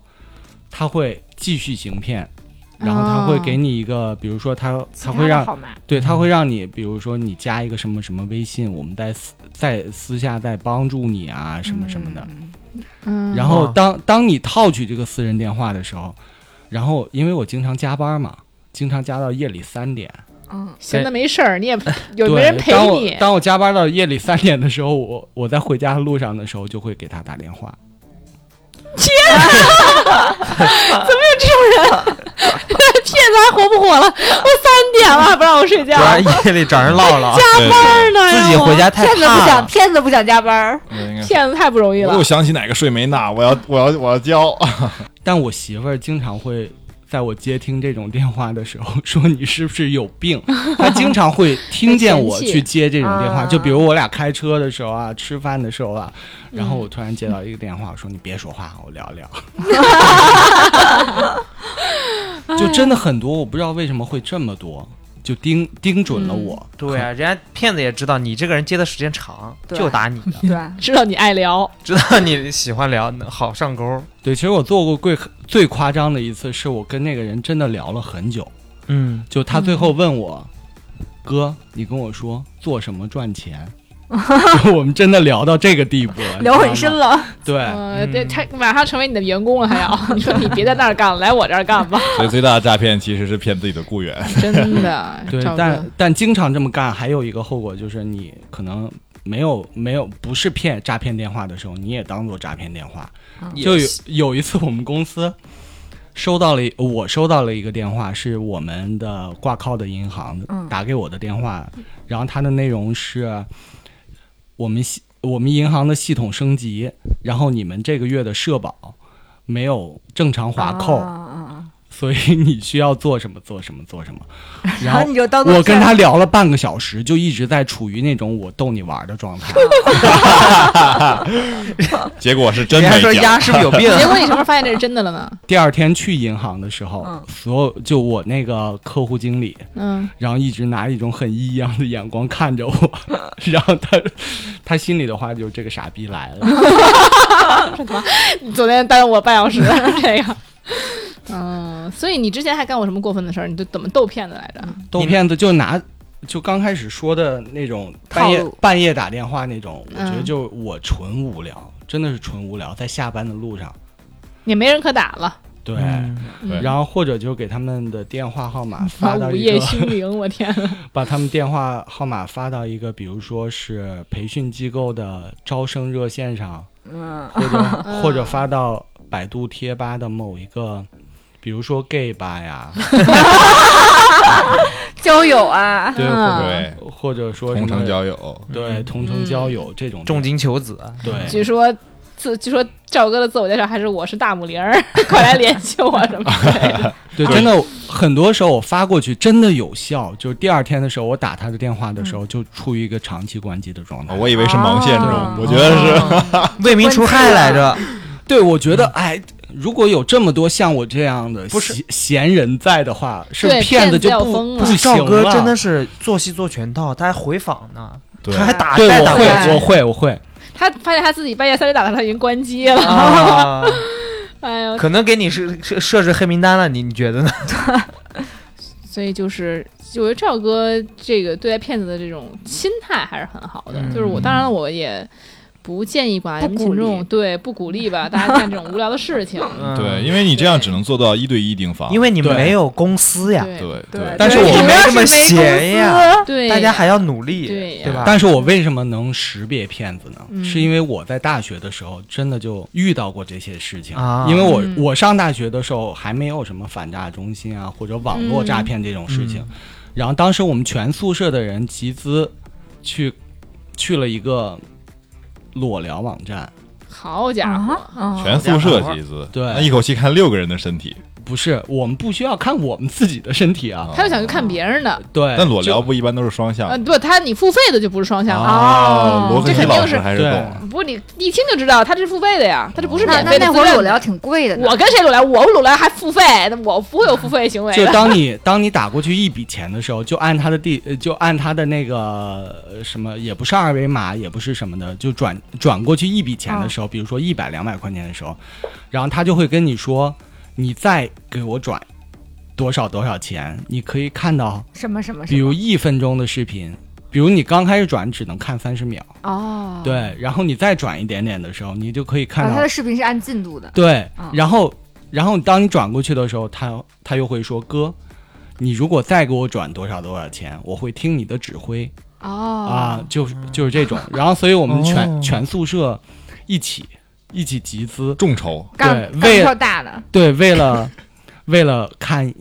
[SPEAKER 3] 他会继续行骗，然后他会
[SPEAKER 2] 啊
[SPEAKER 3] 给你一个，比如说他他会让
[SPEAKER 5] 好嘛？
[SPEAKER 3] 对，
[SPEAKER 2] 嗯
[SPEAKER 3] 他会让你，比如说你加一个什么什么微信，我们再私再私下再帮助你啊，什么什么的。
[SPEAKER 2] 嗯，
[SPEAKER 3] 然后当当你套取这个私人电话的时候，然后因为我经常加班嘛，经常加到夜里三点。
[SPEAKER 5] 嗯，
[SPEAKER 2] 闲的没事儿，你 也有
[SPEAKER 3] 哎对，
[SPEAKER 2] 没人陪
[SPEAKER 3] 当我
[SPEAKER 2] 你？
[SPEAKER 3] 当我加班到夜里三点的时候，我我在回家的路上的时候就会给他打电话。
[SPEAKER 2] 啊 骗子还活不活了？我三点了还不让我睡觉，啊
[SPEAKER 4] 主要夜里找人唠唠，
[SPEAKER 6] 加
[SPEAKER 2] 班呢呀
[SPEAKER 4] 自己回家
[SPEAKER 5] 骗
[SPEAKER 4] 太
[SPEAKER 5] 子不
[SPEAKER 4] 怕
[SPEAKER 5] 想，
[SPEAKER 4] 了。
[SPEAKER 5] 骗子不想加 班儿，
[SPEAKER 3] 啊
[SPEAKER 2] 我骗子太不容易
[SPEAKER 6] 我
[SPEAKER 2] 了
[SPEAKER 6] 又。想起哪个睡没纳，我要我要我要交。
[SPEAKER 3] 但我媳妇儿经常会在我接听这种电话的时候 说你是不是有病？她经常会听见我去接这种电话，
[SPEAKER 5] 啊
[SPEAKER 3] 就比如我俩开车的时候啊，吃饭的时候啊，然后我突然接到一个电话，我说你别说话，我聊聊。就真的很多，我不知道为什么会这么多，就盯盯准了我。
[SPEAKER 4] 对啊，人家骗子也知道你这个人接的时间长，
[SPEAKER 5] 对
[SPEAKER 4] 就打你的，
[SPEAKER 5] 对吧？
[SPEAKER 2] 知道你爱聊，
[SPEAKER 4] 知道你喜欢聊，好上钩。
[SPEAKER 3] 对，其实我做过最最夸张的一次，是我跟那个人真的聊了很久，
[SPEAKER 4] 嗯，
[SPEAKER 3] 就他最后问我，哥，你跟我说做什么赚钱？ 就我们真的聊到这个地步了，
[SPEAKER 5] 聊很深
[SPEAKER 3] 了。
[SPEAKER 5] 了，嗯
[SPEAKER 3] 对，
[SPEAKER 2] 呃，对他马上成为你的员工了，还 要你说你别在那儿干了，来我这儿干吧，
[SPEAKER 6] 所以最大的诈骗其实是骗自己的雇员。
[SPEAKER 2] 真的。
[SPEAKER 3] 对
[SPEAKER 2] 赵，哥
[SPEAKER 3] 但但经常这么干，还有一个后果就是你可能没有没有不是骗诈骗电话的时候，你也当做诈骗电话。
[SPEAKER 5] 嗯
[SPEAKER 3] 就有有一次我们公司收到了一我收到了一个电话，是我们的挂靠的银行
[SPEAKER 5] 嗯
[SPEAKER 3] 打给我的电话，然后它的内容是我们系我们银行的系统升级，然后你们这个月的社保没有正常划扣，
[SPEAKER 2] 嗯
[SPEAKER 5] 啊啊啊
[SPEAKER 3] 所以你需要做什么做什么 做什么，然
[SPEAKER 5] 然后
[SPEAKER 3] 后
[SPEAKER 5] 你就 当做
[SPEAKER 3] 我跟
[SPEAKER 5] 这
[SPEAKER 3] 他
[SPEAKER 5] 样
[SPEAKER 3] 聊了半个小时，就一直在处于那种我逗你玩儿的状态。
[SPEAKER 6] 结果是真
[SPEAKER 4] 人家
[SPEAKER 6] 没
[SPEAKER 4] 说
[SPEAKER 6] 讲。
[SPEAKER 4] 鸭是不是有病？
[SPEAKER 2] 结果你什么时候发现这是真的了呢？
[SPEAKER 3] 第二天去银行的时候，
[SPEAKER 5] 嗯
[SPEAKER 3] 所有就我那个客户经理，
[SPEAKER 2] 嗯，
[SPEAKER 3] 然后一直拿一种很异样的眼光看着我，然后他他心里的话就是这个傻逼来了。
[SPEAKER 2] 昨天耽误我半小 时，这个。嗯，所以你之前还干过什么过分的事儿？你就怎么逗骗子来着？
[SPEAKER 3] 逗骗子就拿就刚开始说的那种半夜
[SPEAKER 5] 套路
[SPEAKER 3] 半夜打电话那种，我觉得
[SPEAKER 2] 嗯
[SPEAKER 3] 就我纯无聊，真的是纯无聊，在下班的路上。
[SPEAKER 2] 也没人可打了，
[SPEAKER 3] 对，
[SPEAKER 4] 嗯
[SPEAKER 6] 对
[SPEAKER 3] 然后或者就给他们的电话号码发
[SPEAKER 2] 啊
[SPEAKER 3] 到
[SPEAKER 2] 午
[SPEAKER 3] 一个
[SPEAKER 2] 夜凶铃，我天啊 呐！
[SPEAKER 3] 把他们电话号码发到一个，比如说是培训机构的招生热线上，
[SPEAKER 5] 嗯
[SPEAKER 3] 或者
[SPEAKER 2] 嗯
[SPEAKER 3] 或者发到百度贴吧的某一个，比如说 gay 吧呀，
[SPEAKER 5] 交友啊，
[SPEAKER 3] 对，
[SPEAKER 2] 啊
[SPEAKER 6] 对，
[SPEAKER 3] 或或者说什
[SPEAKER 6] 同城
[SPEAKER 3] 么
[SPEAKER 6] 交友，
[SPEAKER 3] 对同城交友这种
[SPEAKER 4] 重金求子，
[SPEAKER 2] 据
[SPEAKER 3] 对，
[SPEAKER 2] 说自据说赵哥的自我介绍还是我是大母零儿， 快来联系我什么 之类的。
[SPEAKER 3] 对，真的很多时候我发过去真的有效，就是第二天的时候我打他的电话的时候就处于一个长期关机的状态。
[SPEAKER 6] 我以为是盲线
[SPEAKER 5] 啊
[SPEAKER 6] 中，我觉得是
[SPEAKER 4] 为民除害来着。
[SPEAKER 3] 对，我觉得，哎，如果有这么多像我这样的
[SPEAKER 4] 嗯不是
[SPEAKER 3] 闲闲人在的话，是
[SPEAKER 2] 对
[SPEAKER 3] 骗
[SPEAKER 2] 骗子
[SPEAKER 3] 子就
[SPEAKER 2] 要
[SPEAKER 3] 不
[SPEAKER 2] 疯
[SPEAKER 3] 不
[SPEAKER 2] 了
[SPEAKER 3] 行
[SPEAKER 4] 赵哥
[SPEAKER 3] 了
[SPEAKER 4] 真的是做戏做全套，他还回访呢，
[SPEAKER 6] 对
[SPEAKER 4] 他还打
[SPEAKER 3] 对，
[SPEAKER 4] 带
[SPEAKER 3] 我
[SPEAKER 4] 打
[SPEAKER 3] 会
[SPEAKER 4] 回
[SPEAKER 5] 来，
[SPEAKER 3] 我会，我会。
[SPEAKER 2] 他发现他自己半夜三点打他，他已经关机了。
[SPEAKER 4] 啊，
[SPEAKER 2] 哎呦，
[SPEAKER 4] 可能给你设设设置黑名单了，你你觉得呢？
[SPEAKER 2] 所以就是，我觉得赵哥这个对待骗子的这种心态还是很好的。
[SPEAKER 4] 嗯
[SPEAKER 2] 就是我，当然我也不建议广大人民群
[SPEAKER 5] 不鼓励
[SPEAKER 2] 众对不鼓励吧，大家干这种无聊的事 情。
[SPEAKER 4] 嗯
[SPEAKER 6] 对，，因为你这样只能做到一对一订房，
[SPEAKER 4] 因为你
[SPEAKER 3] 对
[SPEAKER 4] 没有公司 呀，
[SPEAKER 2] 对
[SPEAKER 6] 对
[SPEAKER 5] 对
[SPEAKER 3] 但是我
[SPEAKER 4] 们没这么闲
[SPEAKER 5] 闲
[SPEAKER 4] 呀，
[SPEAKER 2] 对，
[SPEAKER 4] 大家还要努力，
[SPEAKER 2] 对呀
[SPEAKER 4] 吧？
[SPEAKER 3] 但是我为什么能识别骗子呢？
[SPEAKER 2] 嗯
[SPEAKER 3] 是因为我在大学的时候真的就遇到过这些事情。
[SPEAKER 4] 啊
[SPEAKER 3] 因为我、
[SPEAKER 2] 嗯
[SPEAKER 3] 我上大学的时候还没有什么反诈中心啊，或者网络诈骗这种事情。
[SPEAKER 4] 嗯
[SPEAKER 3] 然后当时我们全宿舍的人集资去去了一个裸聊网站。
[SPEAKER 2] 好家伙，
[SPEAKER 5] 啊啊，
[SPEAKER 6] 全宿舍集资，
[SPEAKER 3] 对
[SPEAKER 6] 那一口气看六个人的身体，
[SPEAKER 3] 不是，我们不需要看我们自己的身体啊。
[SPEAKER 2] 他就想去看别人的。
[SPEAKER 3] 对，
[SPEAKER 6] 但裸聊
[SPEAKER 3] 就
[SPEAKER 6] 不一般都是双向
[SPEAKER 3] 哦
[SPEAKER 2] 呃，不，他你付费的就不是双向了，
[SPEAKER 6] 哦罗
[SPEAKER 2] 这
[SPEAKER 6] 根基
[SPEAKER 2] 肯
[SPEAKER 6] 老
[SPEAKER 2] 定
[SPEAKER 6] 师
[SPEAKER 2] 是
[SPEAKER 6] 还是
[SPEAKER 3] 对
[SPEAKER 6] 懂了，
[SPEAKER 2] 不你一听就知道他这是付费的呀，他这不是
[SPEAKER 5] 那
[SPEAKER 2] 免
[SPEAKER 5] 那
[SPEAKER 2] 费的。
[SPEAKER 5] 哦那
[SPEAKER 2] 自
[SPEAKER 5] 会儿
[SPEAKER 2] 愿
[SPEAKER 5] 裸
[SPEAKER 2] 的
[SPEAKER 5] 聊挺贵的呢，
[SPEAKER 2] 我跟谁裸聊？我裸聊还付费，那我不会有付费行为
[SPEAKER 3] 就
[SPEAKER 2] 的。
[SPEAKER 3] 当你当你打过去一笔钱的时候，就按他的地，呃就按他的那个呃什么，也不是二维码，也不是什么的，就转转过去一笔钱的时候，
[SPEAKER 5] 嗯
[SPEAKER 3] 比如说一百两百块钱的时候，然后他就会跟你说，你再给我转多少多少钱，你可以看到，
[SPEAKER 5] 什么什么什
[SPEAKER 3] 比
[SPEAKER 5] 么
[SPEAKER 3] 如一分钟的视频。比如你刚开始转只能看三十秒，
[SPEAKER 5] 哦，啊，
[SPEAKER 3] 对，然后你再转一点点的时候，你就可以看到
[SPEAKER 5] 他的视频是按进度的，
[SPEAKER 3] 对
[SPEAKER 5] 嗯，
[SPEAKER 3] 然后然后当你转过去的时候，他他又会说：“哥，你如果再给我转多少多少钱，我会听你的指挥
[SPEAKER 5] 哦
[SPEAKER 3] 啊。”就是就是这种。然后，所以我们全、
[SPEAKER 4] 哦
[SPEAKER 3] 全宿舍一起一起集资，
[SPEAKER 6] 众筹
[SPEAKER 5] 干
[SPEAKER 3] 对
[SPEAKER 5] 干
[SPEAKER 3] 为
[SPEAKER 5] 一票大的，
[SPEAKER 3] 对，为了为了看。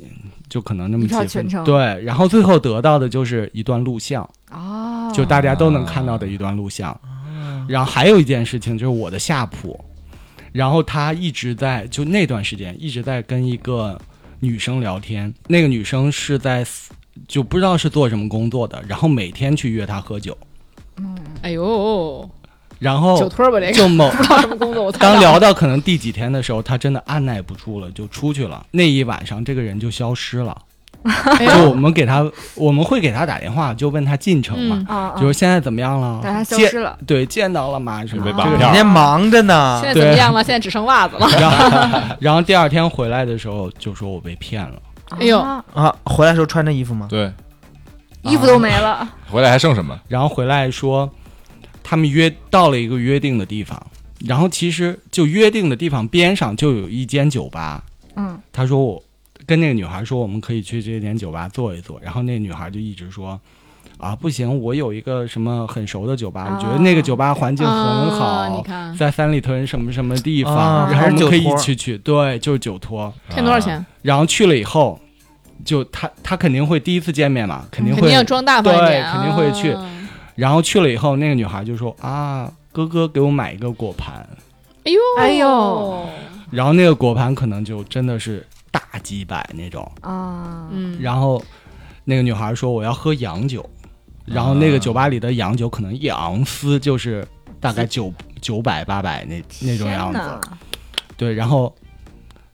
[SPEAKER 3] 就可能那么
[SPEAKER 5] 一
[SPEAKER 3] 几
[SPEAKER 5] 票
[SPEAKER 3] 分
[SPEAKER 5] 全程
[SPEAKER 3] 对，然后最后得到的就是一段录像，
[SPEAKER 5] 哦，
[SPEAKER 3] 就大家都能看到的一段录像。然后还有一件事情就是我的下铺，然后他一直在就那段时间一直在跟一个女生聊天，那个女生是在私就不知道是做什么工作的，然后每天去约他喝酒，
[SPEAKER 2] 哎呦，
[SPEAKER 3] 然
[SPEAKER 2] 酒
[SPEAKER 3] 后
[SPEAKER 2] 托儿吧，这个
[SPEAKER 3] 哦就 某
[SPEAKER 2] 不知道什么工作，我猜
[SPEAKER 3] 当
[SPEAKER 2] 到
[SPEAKER 3] 聊到可能第几天的时候，他真的按耐不住了，就出去了。那一晚上，这个人就消失了。
[SPEAKER 2] 哎呦
[SPEAKER 3] 就我们给他，我们会给他打电话，就问他进程
[SPEAKER 2] 嗯
[SPEAKER 3] 嘛，
[SPEAKER 5] 啊，
[SPEAKER 3] 就是现在怎么样了？
[SPEAKER 5] 但他消
[SPEAKER 3] 见
[SPEAKER 5] 失了，
[SPEAKER 3] 对，见到了吗？什么
[SPEAKER 6] 被
[SPEAKER 3] 这
[SPEAKER 6] 绑
[SPEAKER 3] 个
[SPEAKER 6] 票
[SPEAKER 4] 人家忙着呢
[SPEAKER 2] 现。在怎么样了？现在只剩袜子了。
[SPEAKER 3] 然后，然后第二天回来的时候就说我被骗了，
[SPEAKER 2] 哎呦
[SPEAKER 5] 啊
[SPEAKER 4] 啊，回来时候穿着衣服吗？
[SPEAKER 6] 对，
[SPEAKER 5] 衣服都没了，
[SPEAKER 6] 回来还剩什么？
[SPEAKER 3] 然后回来说他们约到了一个约定的地方，然后其实就约定的地方边上就有一间酒吧，
[SPEAKER 5] 嗯，
[SPEAKER 3] 他说我跟那个女孩说我们可以去这间酒吧坐一坐，然后那女孩就一直说。啊，不行！我有一个什么很熟的酒吧，我觉得那个酒吧环境很好，
[SPEAKER 2] 啊你看
[SPEAKER 3] 在三里屯什么什么地方，
[SPEAKER 4] 啊
[SPEAKER 3] 然后我们可以
[SPEAKER 4] 还是酒
[SPEAKER 3] 一
[SPEAKER 4] 托
[SPEAKER 3] 起去，对，就是酒托。
[SPEAKER 2] 骗多少钱？
[SPEAKER 3] 然后去了以后，就他他肯定会第一次见面嘛，肯定
[SPEAKER 2] 嗯肯
[SPEAKER 3] 会，
[SPEAKER 2] 定要装大方一点，
[SPEAKER 3] 对肯定会去
[SPEAKER 2] 啊
[SPEAKER 3] 然后去了以后，那个女孩就说啊，哥哥给我买一个果盘，
[SPEAKER 2] 哎呦
[SPEAKER 5] 哎呦，
[SPEAKER 3] 然后那个果盘可能就真的是大几百那种，
[SPEAKER 5] 啊，
[SPEAKER 2] 嗯，
[SPEAKER 3] 然后那个女孩说我要喝洋酒，
[SPEAKER 4] 啊
[SPEAKER 3] 然后那个酒吧里的洋酒可能一盎司就是大概九九百八百那那种样子，
[SPEAKER 5] 子，
[SPEAKER 3] 对，然后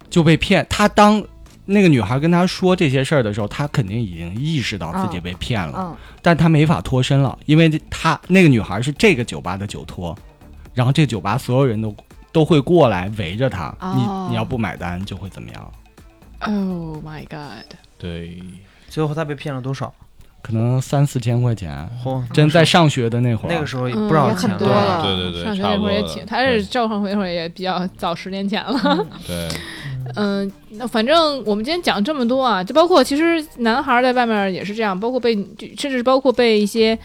[SPEAKER 3] 就被骗。他当那个女孩跟他说这些事儿的时候，他肯定已经意识到自己被骗了，
[SPEAKER 5] 嗯，
[SPEAKER 3] 但他没法脱身了，因为他那个女孩是这个酒吧的酒托，然后这酒吧所有人都都会过来围着他，
[SPEAKER 2] 哦
[SPEAKER 3] 你你要不买单就会怎么样？嗯
[SPEAKER 2] Oh my god！
[SPEAKER 6] 对，
[SPEAKER 4] 最后他被骗了多少？
[SPEAKER 3] 可能三四千块钱，
[SPEAKER 4] 嚯，
[SPEAKER 3] 真在上学的那会儿，
[SPEAKER 4] 那个时候也
[SPEAKER 2] 嗯
[SPEAKER 4] 不少
[SPEAKER 5] 也
[SPEAKER 4] 钱
[SPEAKER 5] 很多了
[SPEAKER 6] 对对对，
[SPEAKER 2] 上学
[SPEAKER 6] 差
[SPEAKER 2] 那
[SPEAKER 6] 不
[SPEAKER 2] 会
[SPEAKER 6] 多
[SPEAKER 2] 儿也
[SPEAKER 6] 了
[SPEAKER 2] 挺，他是赵上回那会儿也比较早，十年前了。
[SPEAKER 6] 对，对
[SPEAKER 2] 嗯，那反正我们今天讲这么多啊，就包括其实男孩儿在外面也是这样，包括被就甚至包括被一些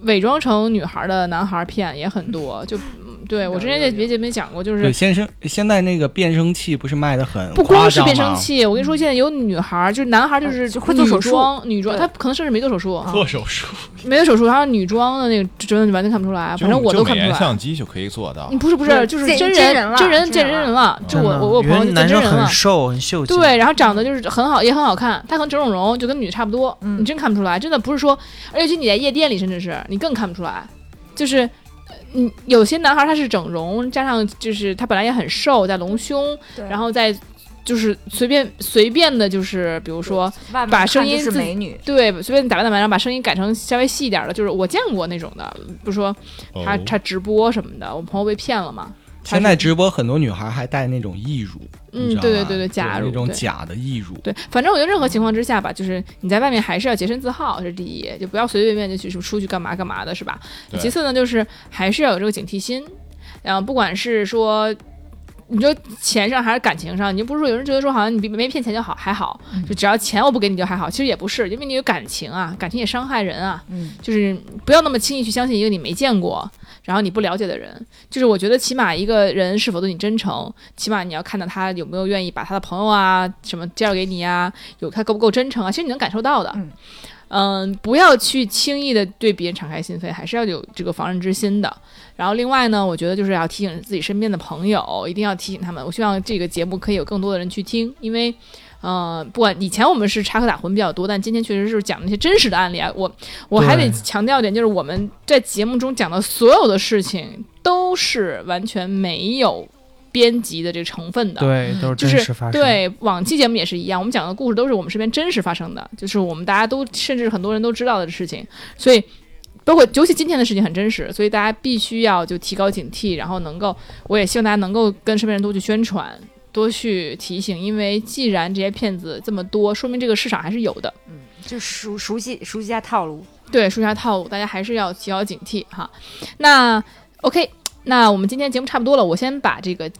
[SPEAKER 2] 伪装成女孩儿的男孩儿骗也很多。 就嗯对我之前在别节目里讲过，就是
[SPEAKER 3] 对，先生现在那个变声器不是卖的很
[SPEAKER 2] 不
[SPEAKER 3] 夸
[SPEAKER 2] 光是
[SPEAKER 3] 张
[SPEAKER 2] 变
[SPEAKER 3] 吗
[SPEAKER 2] 声，器，我跟你
[SPEAKER 6] 嗯
[SPEAKER 2] 说，现在有女孩儿，就是男孩儿，就是
[SPEAKER 6] 哦
[SPEAKER 5] 就会做手术
[SPEAKER 2] 女装，女装，
[SPEAKER 5] 对
[SPEAKER 2] 他可能甚至没做手
[SPEAKER 6] 啊
[SPEAKER 2] 术，
[SPEAKER 3] 做手术
[SPEAKER 2] 没做手术，还有女装的那个，真的完全看不出来，反正我都
[SPEAKER 6] 就
[SPEAKER 2] 看
[SPEAKER 6] 美
[SPEAKER 2] 不出
[SPEAKER 6] 颜
[SPEAKER 2] 来。
[SPEAKER 6] 相机就可以做到
[SPEAKER 2] 你。不是不是，
[SPEAKER 5] 对
[SPEAKER 2] 就是
[SPEAKER 5] 啊见
[SPEAKER 2] 真
[SPEAKER 5] 真
[SPEAKER 2] 人
[SPEAKER 5] 人了
[SPEAKER 2] 真人见
[SPEAKER 5] 见
[SPEAKER 2] 真
[SPEAKER 5] 人
[SPEAKER 2] 人了，就我我我朋
[SPEAKER 4] 原
[SPEAKER 2] 友
[SPEAKER 4] 来
[SPEAKER 2] 见
[SPEAKER 4] 男
[SPEAKER 2] 真
[SPEAKER 4] 生
[SPEAKER 2] 人了
[SPEAKER 4] 很。瘦很秀气，
[SPEAKER 2] 对，然后长得就是很好，也很好看，他可能整整容就跟女差不多，
[SPEAKER 5] 嗯
[SPEAKER 2] 你真看不出来，真的不是说，而且你在夜店里，甚至是你更看不出来，就是，呃嗯，有些男孩他是整容，加上就是他本来也很瘦，在隆胸，
[SPEAKER 5] 对
[SPEAKER 2] 然后再就是随便随便的，就是比如说
[SPEAKER 5] 外面
[SPEAKER 2] 把
[SPEAKER 5] 看
[SPEAKER 2] 声音
[SPEAKER 5] 就是
[SPEAKER 2] 自
[SPEAKER 5] 美女，
[SPEAKER 2] 对随便打扮打扮，然后把声音改成稍微细一点的，就是我见过那种的，比如说他
[SPEAKER 6] 哦
[SPEAKER 2] 他直播什么的，我朋友被骗了嘛，他
[SPEAKER 3] 现在
[SPEAKER 2] 是
[SPEAKER 3] 直播很多女孩还戴那种义乳，
[SPEAKER 2] 嗯
[SPEAKER 3] 你知道
[SPEAKER 2] 对对
[SPEAKER 3] 吧
[SPEAKER 2] 对对
[SPEAKER 3] 就
[SPEAKER 2] 假
[SPEAKER 3] 是
[SPEAKER 2] 乳
[SPEAKER 3] 那种
[SPEAKER 2] 对
[SPEAKER 3] 假的义乳，
[SPEAKER 2] 对，反正我觉得任何情况之下吧，就是你在外面还是要洁身自好，这是第一，就不要随随便便就去什么出去干嘛干嘛的，是吧？
[SPEAKER 6] 对
[SPEAKER 2] 其次呢，就是还是要有这个警惕心，然后不管是说。你说钱上还是感情上？你就不是说有人觉得说好像你没骗钱就好还好，就只要钱我不给你就还好，其实也不是，因为你有感情啊，感情也伤害人啊。
[SPEAKER 5] 嗯，
[SPEAKER 2] 就是不要那么轻易去相信一个你没见过，然后你不了解的人。就是我觉得，起码一个人是否对你真诚，起码你要看到他有没有愿意把他的朋友啊什么介绍给你啊，有他够不够真诚啊，其实你能感受到的。
[SPEAKER 5] 嗯
[SPEAKER 2] 嗯不要去轻易的对别人敞开心扉，还是要有这个防人之心的。然后另外呢，我觉得就是要提醒自己身边的朋友，一定要提醒他们。我希望这个节目可以有更多的人去听，因为。呃，不管以前我们是插科打诨比较多，但今天确实是讲那些真实的案例啊。我我还得
[SPEAKER 4] 对
[SPEAKER 2] 强调一点，就是我们在节目中讲的所有的事情都是完全没有编辑的这个成分的。
[SPEAKER 4] 对，都是
[SPEAKER 2] 就
[SPEAKER 4] 真
[SPEAKER 2] 是
[SPEAKER 4] 实发生。，
[SPEAKER 2] 对往期节目也是一样，我们讲的故事都是我们身边真实发生的，就是我们大家都甚至很多人都知道的事情，所以包括尤其今天的事情很真实，所以大家必须要就提高警惕，然后能够，我也希望大家能够跟身边人多去宣传，多去提醒，因为既然这些骗子这么多，说明这个市场还是有的。
[SPEAKER 5] 就熟熟悉熟悉一下套路，
[SPEAKER 2] 对，树下套路，大家还是要提高警惕哈。那 OK，那我们今天节目差不多了，我先把这个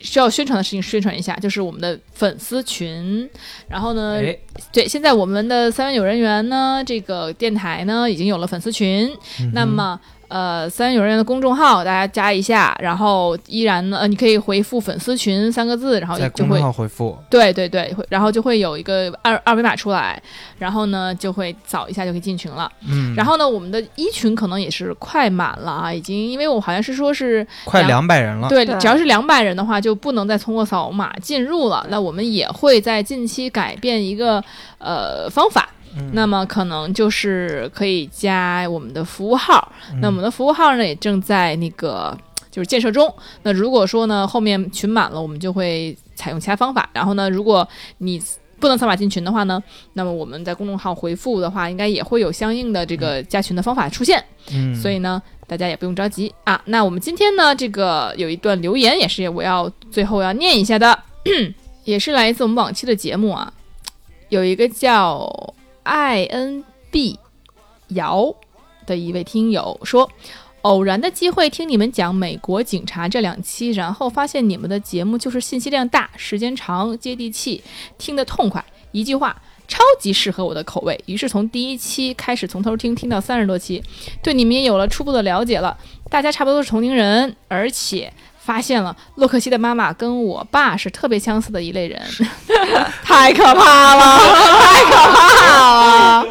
[SPEAKER 2] 需要宣传的事情宣传一下，就是我们的粉丝群。然后呢，
[SPEAKER 4] 哎，
[SPEAKER 2] 对，现在我们的三位有人员呢，这个电台呢已经有了粉丝群，
[SPEAKER 4] 嗯
[SPEAKER 2] 那么。呃，三位有人员的公众号大家加一下，然后依然呢，呃，你可以回复“粉丝群”三个字，然后
[SPEAKER 4] 在
[SPEAKER 2] 就
[SPEAKER 4] 公
[SPEAKER 2] 会
[SPEAKER 4] 众号回复，
[SPEAKER 2] 对对对，会然后就会有一个二二维码出来，然后呢就会扫一下就可以进群了。
[SPEAKER 4] 嗯，
[SPEAKER 2] 然后呢，我们的一群可能也是快满了啊，已经，因为我好像是说是
[SPEAKER 4] 快
[SPEAKER 2] 两
[SPEAKER 4] 两百人了，
[SPEAKER 2] 对，
[SPEAKER 5] 对
[SPEAKER 2] 只要是两百人的话，就不能再通过扫码进入了。
[SPEAKER 4] 嗯
[SPEAKER 2] 那我们也会在近期改变一个呃方法。
[SPEAKER 4] 嗯
[SPEAKER 2] 那么可能就是可以加我们的服务号，
[SPEAKER 4] 嗯
[SPEAKER 2] 那我们的服务号呢也正在那个就是建设中。那如果说呢后面群满了，我们就会采用其他方法。然后呢，如果你不能扫码进群的话呢，那么我们在公众号回复的话，应该也会有相应的这个加群的方法出现。
[SPEAKER 4] 嗯，
[SPEAKER 2] 所以呢，大家也不用着急啊。那我们今天呢，这个有一段留言也是我要最后要念一下的， 也是来自我们往期的节目啊，有一个叫 I N B 姚的一位听友说。偶然的机会听你们讲美国警察这两期，然后发现你们的节目就是信息量大、时间长、接地气，听得痛快。一句话，超级适合我的口味。于是从第一期开始从头听，听到三十多期，对你们也有了初步的了解了。大家差不多都是同龄人，而且发现了洛克希的妈妈跟我爸是特别相似的一类人， 太可怕了，太可 怕了，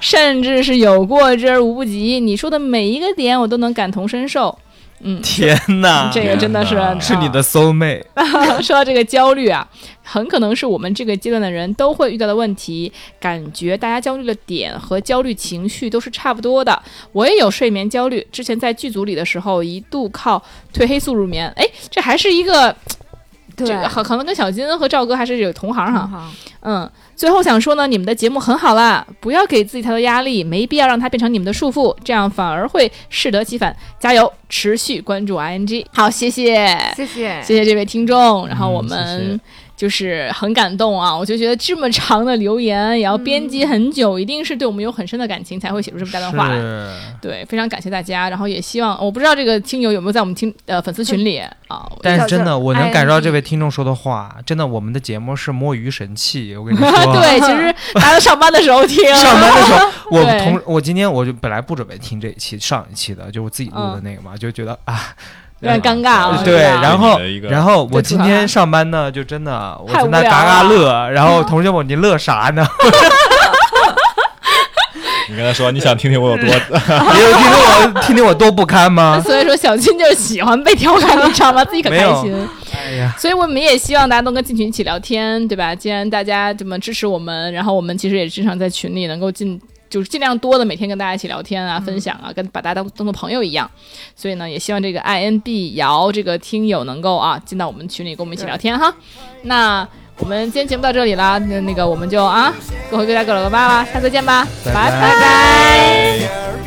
[SPEAKER 2] 甚至是有过之而无不及。你说的每一个点，我都能感同身受。嗯，
[SPEAKER 4] 天哪，
[SPEAKER 2] 这个真啊的是
[SPEAKER 6] 啊天哪
[SPEAKER 4] 是你的 soul mate。
[SPEAKER 2] 说到这个焦虑啊，很可能是我们这个阶段的人都会遇到的问题。感觉大家焦虑的点和焦虑情绪都是差不多的。我也有睡眠焦虑，之前在剧组里的时候，一度靠褪黑素入眠。哎，这还是一个，这
[SPEAKER 5] 对，
[SPEAKER 2] 个可可能跟小金和赵哥还是有同行哈。
[SPEAKER 5] 好，
[SPEAKER 2] 嗯，最后想说呢，你们的节目很好啦，不要给自己太多压力，没必要让它变成你们的束缚，这样反而会适得其反。加油，持续关注 ING。好，谢谢。
[SPEAKER 5] 谢谢，
[SPEAKER 2] 谢谢这位听众，然后我
[SPEAKER 4] 嗯谢
[SPEAKER 2] 们
[SPEAKER 4] 谢
[SPEAKER 2] 就是很感动啊！我就觉得这么长的留言也要编辑很久，一定是对我们有很深的感情才会写出这么大段话来。
[SPEAKER 4] 是
[SPEAKER 2] 对，非常感谢大家，然后也希望我不知道这个听友有没有在我们听呃粉丝群里啊。 我
[SPEAKER 4] 但是真
[SPEAKER 5] 就
[SPEAKER 4] 的，
[SPEAKER 5] 是
[SPEAKER 4] 我能感受到
[SPEAKER 5] ING
[SPEAKER 4] 这
[SPEAKER 2] 哎
[SPEAKER 4] 位听众说的话，真的，我们的节目是摸鱼神器。我跟你说，
[SPEAKER 2] 对，其实大家都上班的时候听，
[SPEAKER 4] 上班的时候， 我
[SPEAKER 2] 对
[SPEAKER 4] 同我今天我就本来不准备听这一期上一期的，就我自己录的那个嘛，就觉得啊，
[SPEAKER 2] 嗯有点尴尬啊。
[SPEAKER 4] 对，
[SPEAKER 2] 是吧
[SPEAKER 4] 然后
[SPEAKER 6] 你的一个
[SPEAKER 4] 然后我
[SPEAKER 2] 吐
[SPEAKER 4] 今
[SPEAKER 2] 槽啊
[SPEAKER 4] 天上班呢，就真的我
[SPEAKER 2] 太
[SPEAKER 4] 在
[SPEAKER 2] 无
[SPEAKER 4] 那
[SPEAKER 2] 聊
[SPEAKER 4] 嘎嘎
[SPEAKER 2] 了
[SPEAKER 4] 乐，然后同学们你乐啥呢？
[SPEAKER 6] 你跟他说你想听听我有多
[SPEAKER 4] 也有听听我听听我多不堪吗？
[SPEAKER 2] 所以说小金就是喜欢被调侃，你知道吗？自己可
[SPEAKER 4] 没
[SPEAKER 2] 开
[SPEAKER 4] 有
[SPEAKER 2] 心。
[SPEAKER 4] 哎呀，
[SPEAKER 2] 所以我们也希望大家能跟进群一起聊天，对吧？既然大家这么支持我们，然后我们其实也经常在群里能够尽就是尽量多的每天跟大家一起聊天啊、分享啊，跟把大家当当做朋友一样。所以呢，也希望这个 I N B 瑶这个听友能够啊进到我们群里跟我们一起聊天哈。那我们今天节目到这里啦，那那个我们就啊各回各家各走各妈啦，下次见吧，
[SPEAKER 4] 拜
[SPEAKER 2] 拜
[SPEAKER 4] 拜
[SPEAKER 2] 拜
[SPEAKER 1] care